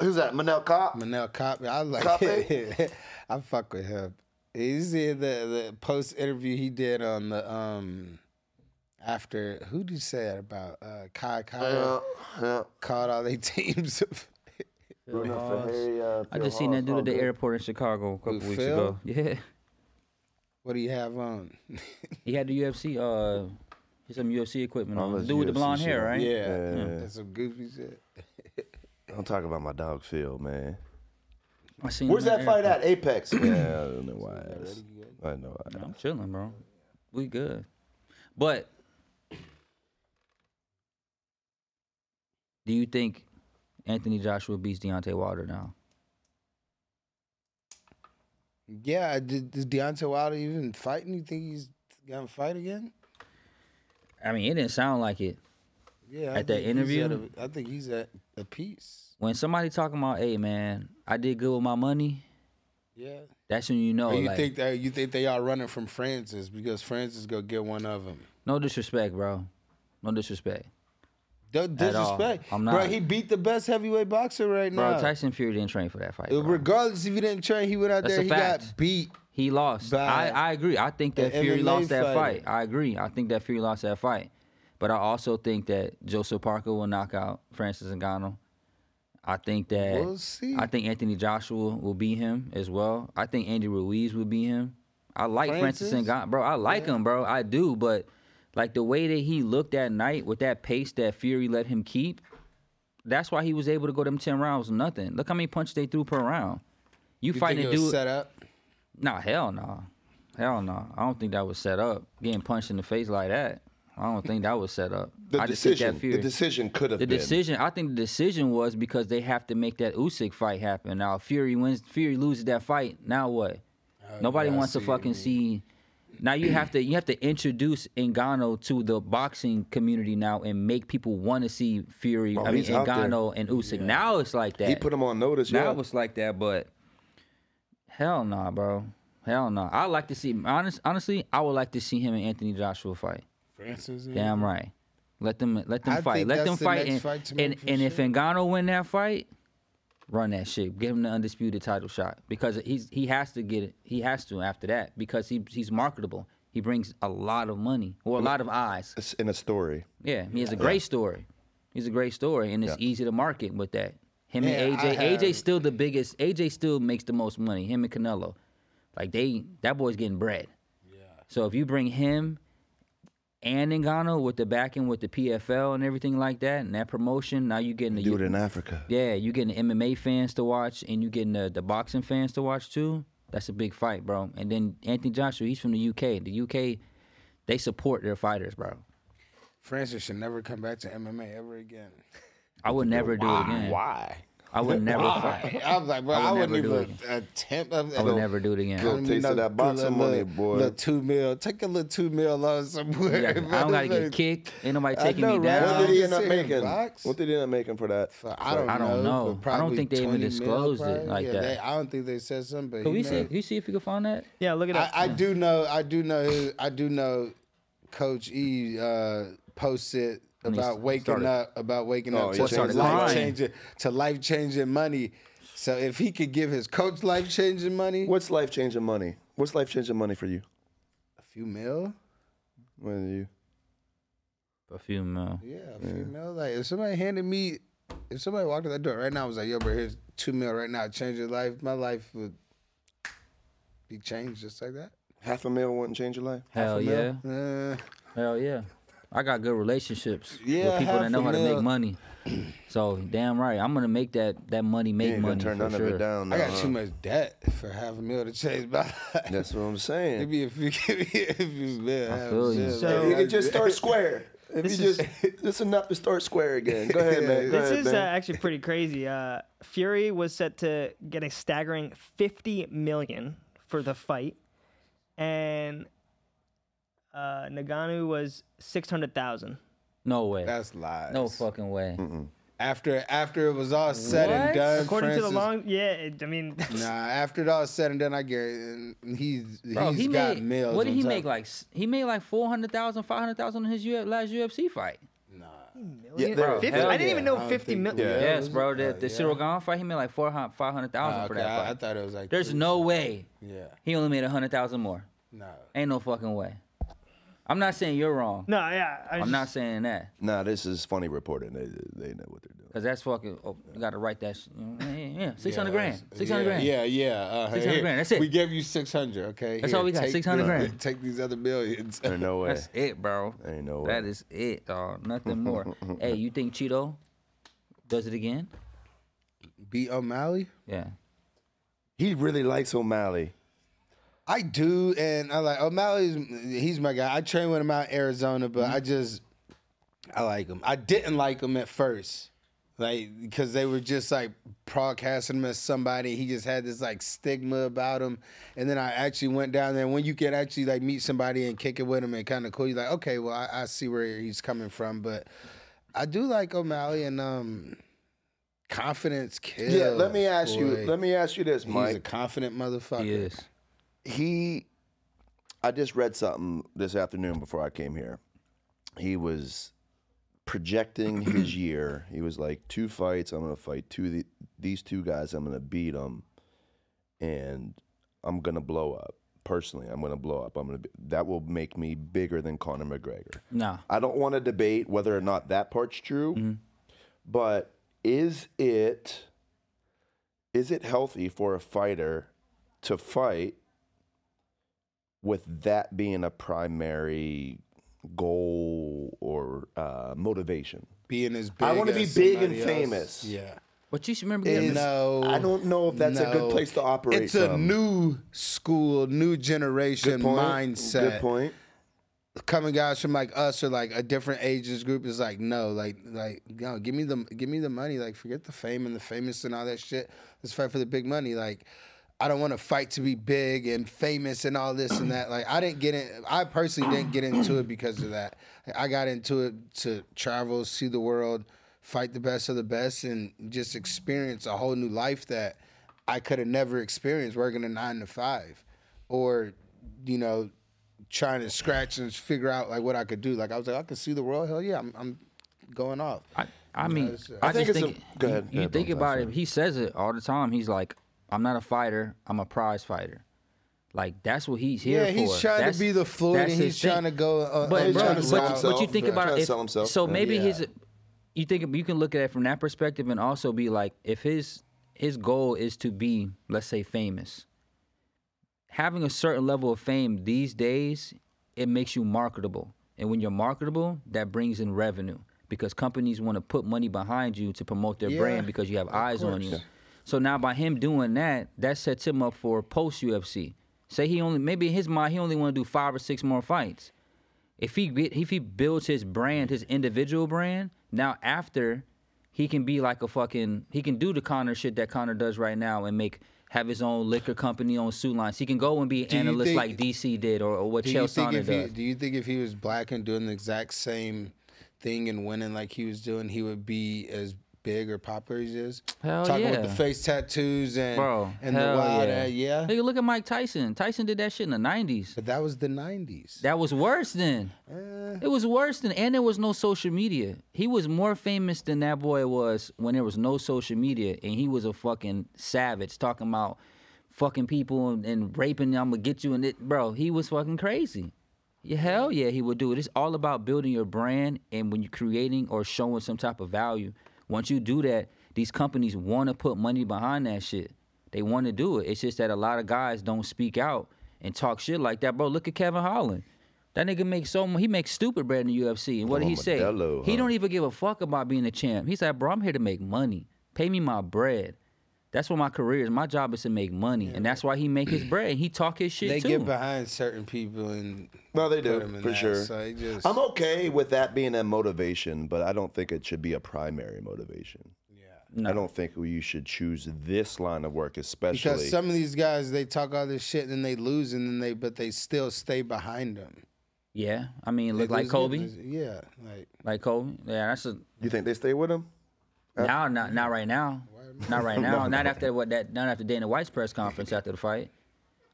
[SPEAKER 5] Who's that? Manel Cop?
[SPEAKER 3] Manel Copy. I like eh?
[SPEAKER 5] Copy?
[SPEAKER 3] <laughs> I fuck with him. You see the the post interview he did on the um after who did you say that about uh Kai Kyle
[SPEAKER 5] Yeah, yeah.
[SPEAKER 3] called all they <laughs> teams of
[SPEAKER 5] Bruno Ferreira,
[SPEAKER 4] I
[SPEAKER 5] uh, Phil
[SPEAKER 4] just seen that dude
[SPEAKER 5] Hall,
[SPEAKER 4] at the
[SPEAKER 5] all good.
[SPEAKER 4] airport in Chicago a couple
[SPEAKER 3] Who,
[SPEAKER 4] weeks
[SPEAKER 3] Phil?
[SPEAKER 4] ago. Yeah. <laughs>
[SPEAKER 3] what do you have on?
[SPEAKER 4] He had the UFC uh he had some UFC equipment
[SPEAKER 5] All
[SPEAKER 4] on. The
[SPEAKER 5] this
[SPEAKER 4] dude with the
[SPEAKER 5] UFC
[SPEAKER 4] blonde hair,
[SPEAKER 5] shit.
[SPEAKER 4] right?
[SPEAKER 3] Yeah,
[SPEAKER 5] Yeah.
[SPEAKER 3] that's some goofy shit.
[SPEAKER 5] Don't talk about my dog Phil, <coughs> man.
[SPEAKER 4] I seen him
[SPEAKER 5] Where's
[SPEAKER 4] in the
[SPEAKER 5] that fight
[SPEAKER 4] airport.
[SPEAKER 2] <clears throat>
[SPEAKER 5] at? Apex. yeah, I don't know why. I asked. I know. I
[SPEAKER 4] I'm chilling, bro. We good. But do you think Anthony Joshua beats Deontay Wilder now?
[SPEAKER 3] Yeah, did, does Deontay Wilder even fighting? You think he's gonna fight again?
[SPEAKER 4] I mean, it didn't sound like it.
[SPEAKER 3] Yeah,
[SPEAKER 4] At that
[SPEAKER 3] think he's
[SPEAKER 4] interview?
[SPEAKER 3] at a- I think he's at a piece.
[SPEAKER 4] When somebody talking about, hey man, I did good with my money,
[SPEAKER 3] Yeah.
[SPEAKER 4] that's when you know.
[SPEAKER 3] Or you
[SPEAKER 4] Oh, like,
[SPEAKER 3] think that you think they are running from Francis because Francis gonna get one of them.
[SPEAKER 4] no disrespect, bro. No disrespect.
[SPEAKER 3] No
[SPEAKER 4] all.
[SPEAKER 3] disrespect,
[SPEAKER 4] I'm
[SPEAKER 3] bro.
[SPEAKER 4] not.
[SPEAKER 3] He beat the best heavyweight boxer right
[SPEAKER 4] Bro,
[SPEAKER 3] now. Uh,
[SPEAKER 4] Tyson Fury didn't train for that fight. bro.
[SPEAKER 3] Regardless if he didn't train, he went out
[SPEAKER 4] That's
[SPEAKER 3] there.
[SPEAKER 4] a
[SPEAKER 3] He got
[SPEAKER 4] fact.
[SPEAKER 3] beat.
[SPEAKER 4] He lost.
[SPEAKER 3] By
[SPEAKER 4] I, I agree. I think that
[SPEAKER 3] an
[SPEAKER 4] Fury
[SPEAKER 3] MMA
[SPEAKER 4] lost that
[SPEAKER 3] fighter.
[SPEAKER 4] fight. I agree. I think that Fury lost that fight. But I also think that Joseph Parker will knock out Francis Ngannou. I think that
[SPEAKER 3] We'll see.
[SPEAKER 4] I think Anthony Joshua will beat him as well. I think Andy Ruiz will beat him. I like Francis,
[SPEAKER 3] Francis?
[SPEAKER 4] Ngannou, bro. I like him, bro. I do, but like the way that he looked that night with that pace that Fury let him keep, that's why he was able to go them ten rounds with nothing. Look how many punches they threw per round. You,
[SPEAKER 3] You
[SPEAKER 4] fighting
[SPEAKER 3] think
[SPEAKER 4] a
[SPEAKER 3] it was
[SPEAKER 4] dude
[SPEAKER 3] set up?
[SPEAKER 4] Nah, hell no. Hell no. I don't think that was set up. Getting punched in the face like that. I don't think that was set up.
[SPEAKER 5] The
[SPEAKER 4] I just think
[SPEAKER 5] decision.
[SPEAKER 4] that fear.
[SPEAKER 5] The decision could have
[SPEAKER 4] The
[SPEAKER 5] been.
[SPEAKER 4] decision. I think the decision was because they have to make that Usyk fight happen. Now if Fury wins. Fury loses that fight. Now what? Nobody
[SPEAKER 3] Oh, yeah, I
[SPEAKER 4] wants to
[SPEAKER 3] see what you
[SPEAKER 4] fucking
[SPEAKER 3] mean.
[SPEAKER 4] see. Now you have to you have to introduce Ngannou to the boxing community now and make people want to see Fury.
[SPEAKER 5] Oh,
[SPEAKER 4] I mean
[SPEAKER 5] he's out there.
[SPEAKER 4] Ngannou and Usyk. Now it's like that.
[SPEAKER 5] He put him on notice.
[SPEAKER 4] Now
[SPEAKER 5] yeah.
[SPEAKER 4] it was like that, but hell no, bro. Hell no. I like to see honest, honestly, I would like to see him and Anthony Joshua fight.
[SPEAKER 3] Francis.
[SPEAKER 4] Damn right. Let them let them
[SPEAKER 3] I
[SPEAKER 4] fight.
[SPEAKER 3] think
[SPEAKER 4] Let
[SPEAKER 3] that's
[SPEAKER 4] them
[SPEAKER 3] the
[SPEAKER 4] fight
[SPEAKER 3] next
[SPEAKER 4] and
[SPEAKER 3] fight to
[SPEAKER 4] and,
[SPEAKER 3] make for
[SPEAKER 4] and if
[SPEAKER 3] sure.
[SPEAKER 4] Engano win that fight, run that shit. Give him the undisputed title shot because he's he has to get it. He has to after that because he he's marketable. He brings a lot of money or a lot of eyes.
[SPEAKER 5] It's in a story.
[SPEAKER 4] Yeah, he has a great story. He's a great story, and it's easy to market with that. Him and
[SPEAKER 3] Yeah,
[SPEAKER 4] AJ,
[SPEAKER 3] I have-
[SPEAKER 4] AJ still the biggest. AJ still makes the most money. Him and Canelo, like they that boy's getting bread. So if you bring him and Ngannou with the backing with the PFL and everything like that, and that promotion, now you're getting the
[SPEAKER 5] Do it in Africa.
[SPEAKER 4] yeah, you getting the MMA fans to watch and you getting the, the boxing fans to watch too. That's a big fight, bro. And then Anthony Joshua, he's from the UK. The UK, they support their fighters, bro.
[SPEAKER 3] Francis should never come back to MMA ever again.
[SPEAKER 4] I would never do it again.
[SPEAKER 1] Why?
[SPEAKER 4] I would never fight.
[SPEAKER 3] I was like,
[SPEAKER 5] <laughs>
[SPEAKER 3] bro, I,
[SPEAKER 4] I would
[SPEAKER 3] wouldn't
[SPEAKER 4] never do
[SPEAKER 3] even attempt. I,
[SPEAKER 4] I would never do it again.
[SPEAKER 5] Go taste of that boxing money, boy.
[SPEAKER 3] Little two mil. Take a little two mil on somewhere.
[SPEAKER 4] I don't
[SPEAKER 3] <laughs>
[SPEAKER 4] gotta get kicked. Ain't nobody taking
[SPEAKER 3] know,
[SPEAKER 4] me
[SPEAKER 3] right?
[SPEAKER 4] down.
[SPEAKER 5] What
[SPEAKER 3] Well,
[SPEAKER 5] did he
[SPEAKER 3] you
[SPEAKER 5] end up
[SPEAKER 3] see him
[SPEAKER 5] making?
[SPEAKER 3] box?
[SPEAKER 5] What did he end up making for that?
[SPEAKER 3] I don't,
[SPEAKER 4] I don't know.
[SPEAKER 3] but
[SPEAKER 4] I don't
[SPEAKER 3] probably
[SPEAKER 4] think they even
[SPEAKER 3] 20 mil,
[SPEAKER 4] disclosed it
[SPEAKER 3] probably.
[SPEAKER 4] like
[SPEAKER 3] yeah,
[SPEAKER 4] that.
[SPEAKER 3] They, I don't think they said something. But he
[SPEAKER 4] Can we
[SPEAKER 3] made-
[SPEAKER 4] see? Can you see if you can find that?
[SPEAKER 7] Yeah, look at
[SPEAKER 3] I,
[SPEAKER 7] that.
[SPEAKER 3] I do know. I do know. His, I do know. Coach E uh, posted about waking up. About waking up
[SPEAKER 5] yeah,
[SPEAKER 3] to
[SPEAKER 5] started
[SPEAKER 3] his life
[SPEAKER 4] crying.
[SPEAKER 3] changing to life changing money. So if he could give his coach life changing money,
[SPEAKER 5] What's life changing money? What's life changing money for you?
[SPEAKER 3] a few mil.
[SPEAKER 5] When you
[SPEAKER 4] A few mil.
[SPEAKER 3] Yeah, a few mil. Like if somebody handed me, if somebody walked in that door right now, and was like, "Yo, bro, here's two mil right now. Change your life." My life would be changed just like that.
[SPEAKER 5] half a meal wouldn't change your life.
[SPEAKER 4] Hell Oh, yeah.
[SPEAKER 3] Uh,
[SPEAKER 4] Hell yeah. I got good relationships
[SPEAKER 3] Yeah,
[SPEAKER 4] with people
[SPEAKER 3] half
[SPEAKER 4] that know
[SPEAKER 3] a
[SPEAKER 4] how to
[SPEAKER 3] mil.
[SPEAKER 4] make money. So damn right, I'm gonna make that that money
[SPEAKER 5] You
[SPEAKER 4] make
[SPEAKER 5] ain't
[SPEAKER 4] money
[SPEAKER 5] gonna turn
[SPEAKER 4] for
[SPEAKER 5] none
[SPEAKER 4] sure.
[SPEAKER 5] of it down.
[SPEAKER 3] I got
[SPEAKER 5] uh-uh.
[SPEAKER 3] too much debt for half a mil to change my life.
[SPEAKER 5] That's what I'm saying.
[SPEAKER 3] Maybe if you <laughs> give me if you live, I
[SPEAKER 4] feel you.
[SPEAKER 5] If you
[SPEAKER 7] So
[SPEAKER 5] could just start square. If
[SPEAKER 7] This
[SPEAKER 5] you
[SPEAKER 7] is-
[SPEAKER 5] just, it's enough to start square again. Go ahead, man. Go
[SPEAKER 7] this
[SPEAKER 5] ahead,
[SPEAKER 7] is
[SPEAKER 5] man.
[SPEAKER 7] uh, actually pretty crazy. Uh, Fury was set to get a staggering 50 million for the fight, and uh, Nagano was 600,000.
[SPEAKER 4] No way.
[SPEAKER 3] that's lies.
[SPEAKER 4] no fucking way.
[SPEAKER 3] After after it was all said and
[SPEAKER 4] What?
[SPEAKER 3] done,
[SPEAKER 7] According to the
[SPEAKER 3] Francis-
[SPEAKER 7] long, yeah, it, I mean, <laughs>
[SPEAKER 3] Nah, after it all said and done, I guarantee and he's
[SPEAKER 4] Bro,
[SPEAKER 3] he's
[SPEAKER 4] he
[SPEAKER 3] got
[SPEAKER 4] made
[SPEAKER 3] meals.
[SPEAKER 4] what did
[SPEAKER 3] on
[SPEAKER 4] he
[SPEAKER 3] top.
[SPEAKER 4] make? Like s- he made like 400,000, 500,000 in his U- last UFC fight.
[SPEAKER 5] Yeah, there-
[SPEAKER 7] 50,
[SPEAKER 4] hell
[SPEAKER 7] I didn't
[SPEAKER 4] yeah.
[SPEAKER 7] even know 50 million.
[SPEAKER 5] Yeah,
[SPEAKER 4] yes, bro. The, the Cyril Gahn fight, he made like 400 500,000
[SPEAKER 3] Uh, Okay,
[SPEAKER 4] for that
[SPEAKER 3] I,
[SPEAKER 4] fight.
[SPEAKER 3] I thought it was like
[SPEAKER 4] There's
[SPEAKER 3] three.
[SPEAKER 4] no way
[SPEAKER 3] yeah
[SPEAKER 4] he only made 100,000 more.
[SPEAKER 3] no.
[SPEAKER 4] Ain't no fucking way. I'm not saying you're wrong.
[SPEAKER 7] No, yeah, I
[SPEAKER 4] I'm
[SPEAKER 7] just-
[SPEAKER 4] not saying that
[SPEAKER 5] Nah, this is funny reporting. They, they know what they're doing.
[SPEAKER 4] because that's fucking. Oh, you got to write that. Sh- you know, yeah, yeah, yeah, 600 grand.
[SPEAKER 3] that's-
[SPEAKER 4] 600
[SPEAKER 3] yeah,
[SPEAKER 4] grand.
[SPEAKER 3] Yeah, yeah. Uh,
[SPEAKER 4] 600
[SPEAKER 3] here,
[SPEAKER 4] grand, that's it.
[SPEAKER 3] We gave you six hundred. Okay,
[SPEAKER 4] That's all we got,
[SPEAKER 3] take
[SPEAKER 4] 600
[SPEAKER 3] the- <laughs>
[SPEAKER 4] grand.
[SPEAKER 3] Take these other billions.
[SPEAKER 5] There's no way.
[SPEAKER 4] That's it, bro.
[SPEAKER 5] Ain't no way.
[SPEAKER 4] That is it,
[SPEAKER 3] <laughs>
[SPEAKER 4] dog. Nothing more. hey, you think Cheeto does it again?
[SPEAKER 3] Beat O'Malley.
[SPEAKER 4] Yeah.
[SPEAKER 5] He really likes O'Malley.
[SPEAKER 3] I do, and I like O'Malley's. He's my guy. I train with him out in Arizona, but
[SPEAKER 5] Mm-hmm.
[SPEAKER 3] I just I like him. I didn't like him at first, like because they were just like broadcasting him as somebody. He just had this like stigma about him, and then I actually went down there. When you can actually like meet somebody and kick it with him and kind of cool, you're like, okay, well I, I see where he's coming from, but I do like O'Malley and um confidence kills.
[SPEAKER 5] Yeah, let me ask you.
[SPEAKER 3] boy.
[SPEAKER 5] Let me ask you this,
[SPEAKER 3] He's
[SPEAKER 5] Mike.
[SPEAKER 3] a confident motherfucker.
[SPEAKER 4] He is.
[SPEAKER 5] he I just read something this afternoon before I came here. He was projecting his year. He was like two fights, I'm going to fight two of the, these two guys, I'm going to beat them and I'm going to blow up. Personally, I'm going to blow up. I'm going to that will make me bigger than Conor McGregor.
[SPEAKER 4] Nah.
[SPEAKER 5] I don't want to debate whether or not that part's true,
[SPEAKER 4] Mm-hmm.
[SPEAKER 5] but is it is it healthy for a fighter to fight with that being a primary goal or uh, motivation?
[SPEAKER 3] being as big.
[SPEAKER 5] I wanna
[SPEAKER 3] as
[SPEAKER 5] be big and
[SPEAKER 3] somebody else.
[SPEAKER 5] famous.
[SPEAKER 3] Yeah.
[SPEAKER 4] But you should remember
[SPEAKER 3] Is-
[SPEAKER 4] getting this.
[SPEAKER 3] no,
[SPEAKER 5] I don't know if that's a good
[SPEAKER 3] no.
[SPEAKER 5] place to operate
[SPEAKER 3] It's a
[SPEAKER 5] from.
[SPEAKER 3] new school, new generation mindset.
[SPEAKER 5] Good point.
[SPEAKER 3] Coming guys from like us or like a different ages group is like no, like like no, give me the give me the money. Like forget the fame and the famous and all that shit. Let's fight for the big money. Like. I don't want to fight to be big and famous and all this and that. Like I didn't get in. I personally didn't get into it because of that. I got into it to travel, see the world, fight the best of the best, and just experience a whole new life that I could have never experienced working a nine to five, or you know, trying to scratch and figure out like what I could do. Like I was like, I could see the world. Hell yeah, I'm, I'm going off.
[SPEAKER 4] I, I mean, I,
[SPEAKER 2] think
[SPEAKER 4] just
[SPEAKER 2] it's
[SPEAKER 4] think
[SPEAKER 2] a- go ahead.
[SPEAKER 4] You,
[SPEAKER 2] Yeah,
[SPEAKER 4] you think
[SPEAKER 2] Bill,
[SPEAKER 4] about it. He says it all the time. He's like, "I'm not a fighter. I'm a prize fighter." Like that's what he's here
[SPEAKER 3] Yeah,
[SPEAKER 4] for.
[SPEAKER 3] he's trying to
[SPEAKER 4] That's-
[SPEAKER 3] be the Floyd and
[SPEAKER 4] that's his
[SPEAKER 3] he's trying to go, uh,
[SPEAKER 4] but,
[SPEAKER 3] he's
[SPEAKER 4] bro,
[SPEAKER 3] trying
[SPEAKER 2] to
[SPEAKER 4] but-
[SPEAKER 2] sell
[SPEAKER 4] but
[SPEAKER 2] himself.
[SPEAKER 4] you think
[SPEAKER 2] Yeah,
[SPEAKER 4] about
[SPEAKER 2] trying to
[SPEAKER 4] if-
[SPEAKER 2] sell himself.
[SPEAKER 4] so
[SPEAKER 2] Yeah.
[SPEAKER 4] maybe
[SPEAKER 3] Yeah.
[SPEAKER 4] his. You think you can look at it from that perspective and also be like, if his his goal is to be, let's say, famous. Having a certain level of fame these days, it makes you marketable, and when you're marketable, that brings in revenue because companies want to put money behind you to promote their
[SPEAKER 3] Yeah.
[SPEAKER 4] brand because you have eyes on you. So now by him doing that, that sets him up for post UFC. Say he only maybe in his mind he only want to do five or six more fights. If he get- if he builds his brand, his individual brand, now after he can be like a fucking he can do the Connor shit that Connor does right now and make have his own liquor company, own suit lines. He can go and be an
[SPEAKER 3] you
[SPEAKER 4] analyst
[SPEAKER 3] think-
[SPEAKER 4] like DC did or, or what
[SPEAKER 3] Do you
[SPEAKER 4] Chael
[SPEAKER 3] think
[SPEAKER 4] Sonnen
[SPEAKER 3] if he,
[SPEAKER 4] does.
[SPEAKER 3] do you think if he was black and doing the exact same thing and winning like he was doing, he would be as big or popular as he is?
[SPEAKER 4] Hell
[SPEAKER 3] Talking with
[SPEAKER 4] yeah.
[SPEAKER 3] the face tattoos and
[SPEAKER 4] Bro,
[SPEAKER 3] and
[SPEAKER 4] hell
[SPEAKER 3] the wild
[SPEAKER 4] yeah.
[SPEAKER 3] uh, yeah.
[SPEAKER 4] Nigga, look at Mike Tyson. Tyson did that shit in the nineties.
[SPEAKER 3] But that was the '90s.
[SPEAKER 4] That was worse than. It was worse than, and there was no social media. He was more famous than that boy was when there was no social media, and he was a fucking savage talking about fucking people and, and raping. I'm gonna get you, and it, bro, he was fucking crazy. Yeah, hell yeah, he would do it. It's all about building your brand, and when you're creating or showing some type of value, once you do that, these companies want to put money behind that shit. They want to do it. It's just that a lot of guys don't speak out and talk shit like that, bro. Look at Kevin Holland. That nigga makes so much. He makes stupid bread in the UFC. And what did he say?
[SPEAKER 2] Modelo,
[SPEAKER 4] He
[SPEAKER 2] huh?
[SPEAKER 4] don't even give a fuck about being a champ. He's like, bro, I'm here to make money. Pay me my bread. That's what my career is. My job is to make money, and that's why he make his bread. And he talk his shit
[SPEAKER 3] They
[SPEAKER 4] too.
[SPEAKER 3] get behind certain people and
[SPEAKER 2] No, they
[SPEAKER 3] put
[SPEAKER 2] do
[SPEAKER 3] 'em in
[SPEAKER 2] for
[SPEAKER 3] that,
[SPEAKER 2] sure.
[SPEAKER 3] So it just,
[SPEAKER 2] I'm okay with that being a motivation, but I don't think it should be a primary motivation. I don't think you should choose this line of work,
[SPEAKER 3] <laughs>
[SPEAKER 2] especially.
[SPEAKER 3] because some of these guys they talk all this shit and then they lose and then they but they still stay behind them.
[SPEAKER 4] Yeah, I mean, look
[SPEAKER 3] They
[SPEAKER 4] like
[SPEAKER 3] lose-
[SPEAKER 4] Kobe,
[SPEAKER 3] Yeah, like
[SPEAKER 4] like Kobe. Yeah, that's a,
[SPEAKER 2] you think they stay with him?
[SPEAKER 4] now, not not right now, not
[SPEAKER 3] <laughs>
[SPEAKER 4] right now, not after what that, not after Dana White's press conference after the fight.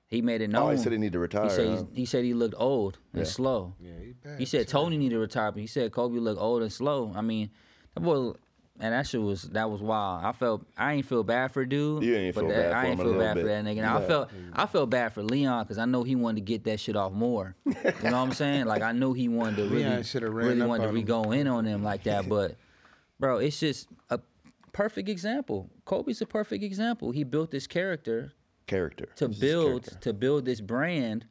[SPEAKER 4] He made it
[SPEAKER 2] Oh,
[SPEAKER 4] known.
[SPEAKER 2] he said he need to retire.
[SPEAKER 4] He said
[SPEAKER 2] huh?
[SPEAKER 4] he's- he said he looked old and slow. Yeah,
[SPEAKER 3] he bad,
[SPEAKER 4] he said Tony needed to retire, but he said Kobe looked old and slow. I mean, that boy, and that shit was that was wild. I felt I ain't feel bad for dude.
[SPEAKER 2] You ain't
[SPEAKER 4] but
[SPEAKER 2] feel
[SPEAKER 4] that-
[SPEAKER 2] bad
[SPEAKER 4] I
[SPEAKER 2] for him
[SPEAKER 4] ain't
[SPEAKER 2] a
[SPEAKER 4] feel
[SPEAKER 2] little
[SPEAKER 4] bad for
[SPEAKER 2] bit.
[SPEAKER 4] that nigga. And I felt
[SPEAKER 3] Mm.
[SPEAKER 4] I felt bad for Leon because I know he wanted to get that shit off
[SPEAKER 2] <laughs>
[SPEAKER 4] more. You know what I'm saying? Like I know he wanted to really,
[SPEAKER 3] Leon shoulda ran
[SPEAKER 4] really
[SPEAKER 3] up
[SPEAKER 4] wanted to
[SPEAKER 3] on
[SPEAKER 4] re-
[SPEAKER 3] him.
[SPEAKER 4] go in on him like that, but bro, it's just a perfect example. Kobe's a perfect example. He built this character
[SPEAKER 2] character.
[SPEAKER 4] to
[SPEAKER 2] This is
[SPEAKER 4] build
[SPEAKER 2] character.
[SPEAKER 4] to build this brand.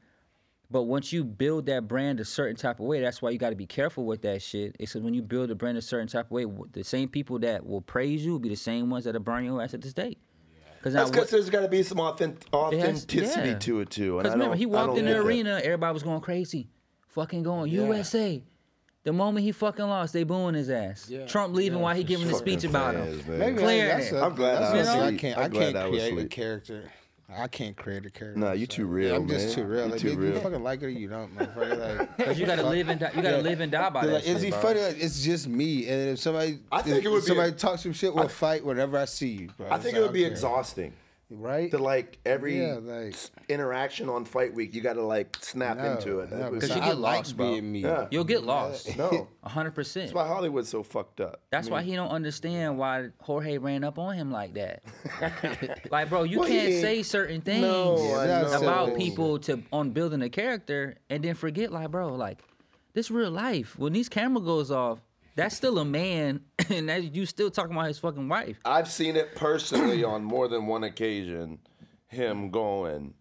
[SPEAKER 4] But once you build that brand a certain type of way, that's why you got to be careful with that shit. It's 'cause when you build a brand a certain type of way, w- the same people that will praise you will be the same ones that'll burn your ass at the stake. Because
[SPEAKER 2] That's because there's got to be some authentic,
[SPEAKER 4] has-
[SPEAKER 2] authenticity
[SPEAKER 4] yeah.
[SPEAKER 2] to it too. And I
[SPEAKER 4] remember,
[SPEAKER 2] don't-
[SPEAKER 4] he
[SPEAKER 2] I
[SPEAKER 4] walked
[SPEAKER 2] don't
[SPEAKER 4] in the
[SPEAKER 2] get that.
[SPEAKER 4] arena, everybody was going crazy, fucking going USA. The moment he fucking lost, they booing his ass. Trump leaving while he giving the
[SPEAKER 2] Fucking
[SPEAKER 4] speech about
[SPEAKER 2] fans,
[SPEAKER 4] him.
[SPEAKER 2] man.
[SPEAKER 3] maybe
[SPEAKER 4] Clearing
[SPEAKER 3] that's
[SPEAKER 4] it.
[SPEAKER 3] a-
[SPEAKER 2] I'm glad
[SPEAKER 3] that's
[SPEAKER 2] I was
[SPEAKER 3] what I
[SPEAKER 2] asleep.
[SPEAKER 3] can't.
[SPEAKER 2] I'm
[SPEAKER 3] I
[SPEAKER 2] glad
[SPEAKER 3] can't
[SPEAKER 2] I was
[SPEAKER 3] create a
[SPEAKER 2] asleep.
[SPEAKER 3] character. I can't create a character.
[SPEAKER 2] Nah, you too
[SPEAKER 3] so-
[SPEAKER 2] real,
[SPEAKER 3] I'm just
[SPEAKER 2] man.
[SPEAKER 3] too real.
[SPEAKER 2] You
[SPEAKER 3] Like,
[SPEAKER 2] too
[SPEAKER 3] dude, You
[SPEAKER 2] real.
[SPEAKER 3] fucking like it or you don't, motherfucker.
[SPEAKER 4] <laughs>
[SPEAKER 3] Like,
[SPEAKER 4] Because you gotta live and die, you gotta live and die by
[SPEAKER 3] They're
[SPEAKER 4] that.
[SPEAKER 3] like,
[SPEAKER 4] shit,
[SPEAKER 3] is he
[SPEAKER 4] bro.
[SPEAKER 3] funny? Like, it's just me. And if somebody,
[SPEAKER 2] I think
[SPEAKER 3] if
[SPEAKER 2] it would be-
[SPEAKER 3] somebody talks some shit, we'll fight whenever I see you, bro.
[SPEAKER 2] I
[SPEAKER 3] It's
[SPEAKER 2] think
[SPEAKER 3] like,
[SPEAKER 2] it would be
[SPEAKER 3] okay.
[SPEAKER 2] exhausting
[SPEAKER 3] right?
[SPEAKER 2] to like every
[SPEAKER 3] Yeah, like-
[SPEAKER 2] interaction on fight week. You got to like snap
[SPEAKER 3] No,
[SPEAKER 2] into it.
[SPEAKER 3] no,
[SPEAKER 2] That was-
[SPEAKER 4] Because
[SPEAKER 3] so
[SPEAKER 4] you
[SPEAKER 3] I
[SPEAKER 4] get
[SPEAKER 3] like
[SPEAKER 4] lost, bro.
[SPEAKER 3] being me.
[SPEAKER 2] Yeah.
[SPEAKER 4] You'll get
[SPEAKER 2] <laughs>
[SPEAKER 4] lost. <laughs>
[SPEAKER 2] no,
[SPEAKER 4] hundred percent.
[SPEAKER 2] that's why Hollywood's so fucked up.
[SPEAKER 4] That's why he don't understand why Jorge ran up on him like that. like, bro, you
[SPEAKER 2] Well, he
[SPEAKER 4] can't
[SPEAKER 2] ain't-
[SPEAKER 4] say certain things
[SPEAKER 2] I
[SPEAKER 3] know.
[SPEAKER 4] about
[SPEAKER 3] So-
[SPEAKER 4] people to on building a character and then forget, like, bro, like this real life. When these camera goes off, that's still a man, <laughs> and that you still talking about his fucking wife.
[SPEAKER 2] I've seen it personally on more than one occasion. Him going,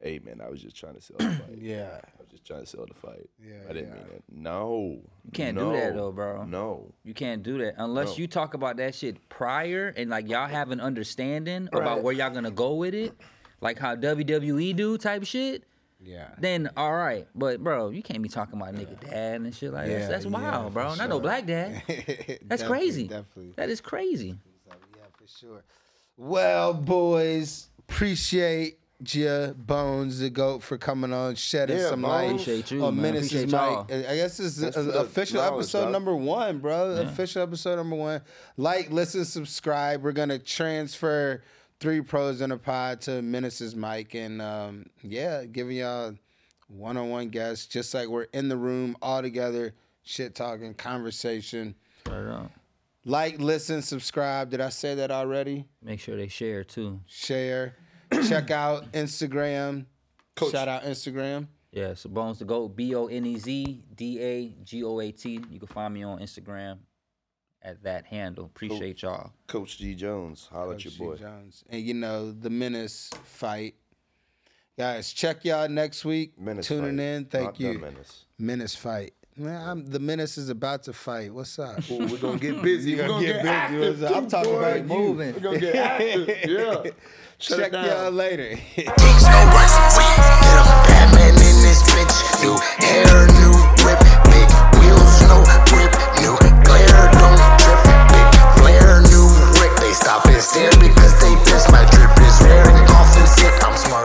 [SPEAKER 2] "Hey man, I was just trying to sell the fight.
[SPEAKER 3] Yeah.
[SPEAKER 2] I was just trying to sell the fight.
[SPEAKER 3] Yeah,
[SPEAKER 2] I didn't
[SPEAKER 3] yeah.
[SPEAKER 2] mean it. No, you
[SPEAKER 4] can't do that, though, bro.
[SPEAKER 2] No,
[SPEAKER 4] You can't do that unless
[SPEAKER 2] No.
[SPEAKER 4] you talk about that shit prior and like y'all have an understanding about
[SPEAKER 2] Right.
[SPEAKER 4] where y'all gonna go with it, like how WWE do type shit.
[SPEAKER 3] Yeah. <laughs>
[SPEAKER 4] Then all right, but bro, you can't be talking about nigga dad and shit like
[SPEAKER 3] Yeah,
[SPEAKER 4] that. That's
[SPEAKER 3] yeah,
[SPEAKER 4] wild, bro.
[SPEAKER 3] for
[SPEAKER 4] Not no
[SPEAKER 3] sure.
[SPEAKER 4] black
[SPEAKER 3] <laughs>
[SPEAKER 4] dad. That's
[SPEAKER 3] Definitely,
[SPEAKER 4] crazy.
[SPEAKER 3] Definitely.
[SPEAKER 4] That is crazy.
[SPEAKER 3] Yeah, for sure. Well, boys, appreciate ya Bones the Goat for coming on, shedding
[SPEAKER 2] Yeah,
[SPEAKER 3] some
[SPEAKER 2] Bones.
[SPEAKER 3] light
[SPEAKER 4] Appreciate you,
[SPEAKER 3] on
[SPEAKER 4] man.
[SPEAKER 3] Menaces
[SPEAKER 4] Appreciate
[SPEAKER 3] Mike.
[SPEAKER 4] y'all.
[SPEAKER 3] I guess this is
[SPEAKER 2] Thanks
[SPEAKER 3] a-
[SPEAKER 2] for the
[SPEAKER 3] official
[SPEAKER 2] knowledge,
[SPEAKER 3] episode
[SPEAKER 2] dog.
[SPEAKER 3] number one, bro. Official episode number one. Like, listen, subscribe. We're gonna transfer three pros in a pod to Menaces Mike, and um, yeah, giving y'all one-on-one guests, just like we're in the room all together, shit talking, conversation.
[SPEAKER 4] Straight up.
[SPEAKER 3] Like, listen, subscribe. Did I say that already?
[SPEAKER 4] Make sure they share too.
[SPEAKER 3] Share. Check out Instagram. Shout out Instagram.
[SPEAKER 4] Yeah, so Bones the Goat, B O N E Z D A G O A T. You can find me on Instagram at that handle. Appreciate y'all.
[SPEAKER 5] Coach G Jones, holla at your
[SPEAKER 3] G.
[SPEAKER 5] boy.
[SPEAKER 3] Jones. And you know, the menace fight. Guys, check y'all next week.
[SPEAKER 5] Menace
[SPEAKER 3] Tuning
[SPEAKER 5] fight,
[SPEAKER 3] in. Thank
[SPEAKER 5] not the
[SPEAKER 3] you.
[SPEAKER 5] menace.
[SPEAKER 3] Menace fight. Man, I'm, the menace is about to fight. What's up? <laughs>
[SPEAKER 5] Ooh, we're gonna get busy.
[SPEAKER 3] You're
[SPEAKER 5] we're
[SPEAKER 3] gonna
[SPEAKER 5] gonna
[SPEAKER 3] get
[SPEAKER 5] get,
[SPEAKER 3] busy.
[SPEAKER 5] active.
[SPEAKER 3] I'm
[SPEAKER 5] too,
[SPEAKER 3] talking
[SPEAKER 5] boy.
[SPEAKER 3] about moving.
[SPEAKER 5] We're gonna
[SPEAKER 3] <laughs>
[SPEAKER 5] get active. Yeah. Shut
[SPEAKER 3] check
[SPEAKER 5] it down.
[SPEAKER 3] y'all later. <laughs>
[SPEAKER 8] Niggas no runs. We hit 'em. Batman in this bitch. New hair, new whip. Big wheels, no grip. New glare, don't trip. Big flare, new Rick. They stop and stare because they piss. My drip is rare and often sick. I'm smart.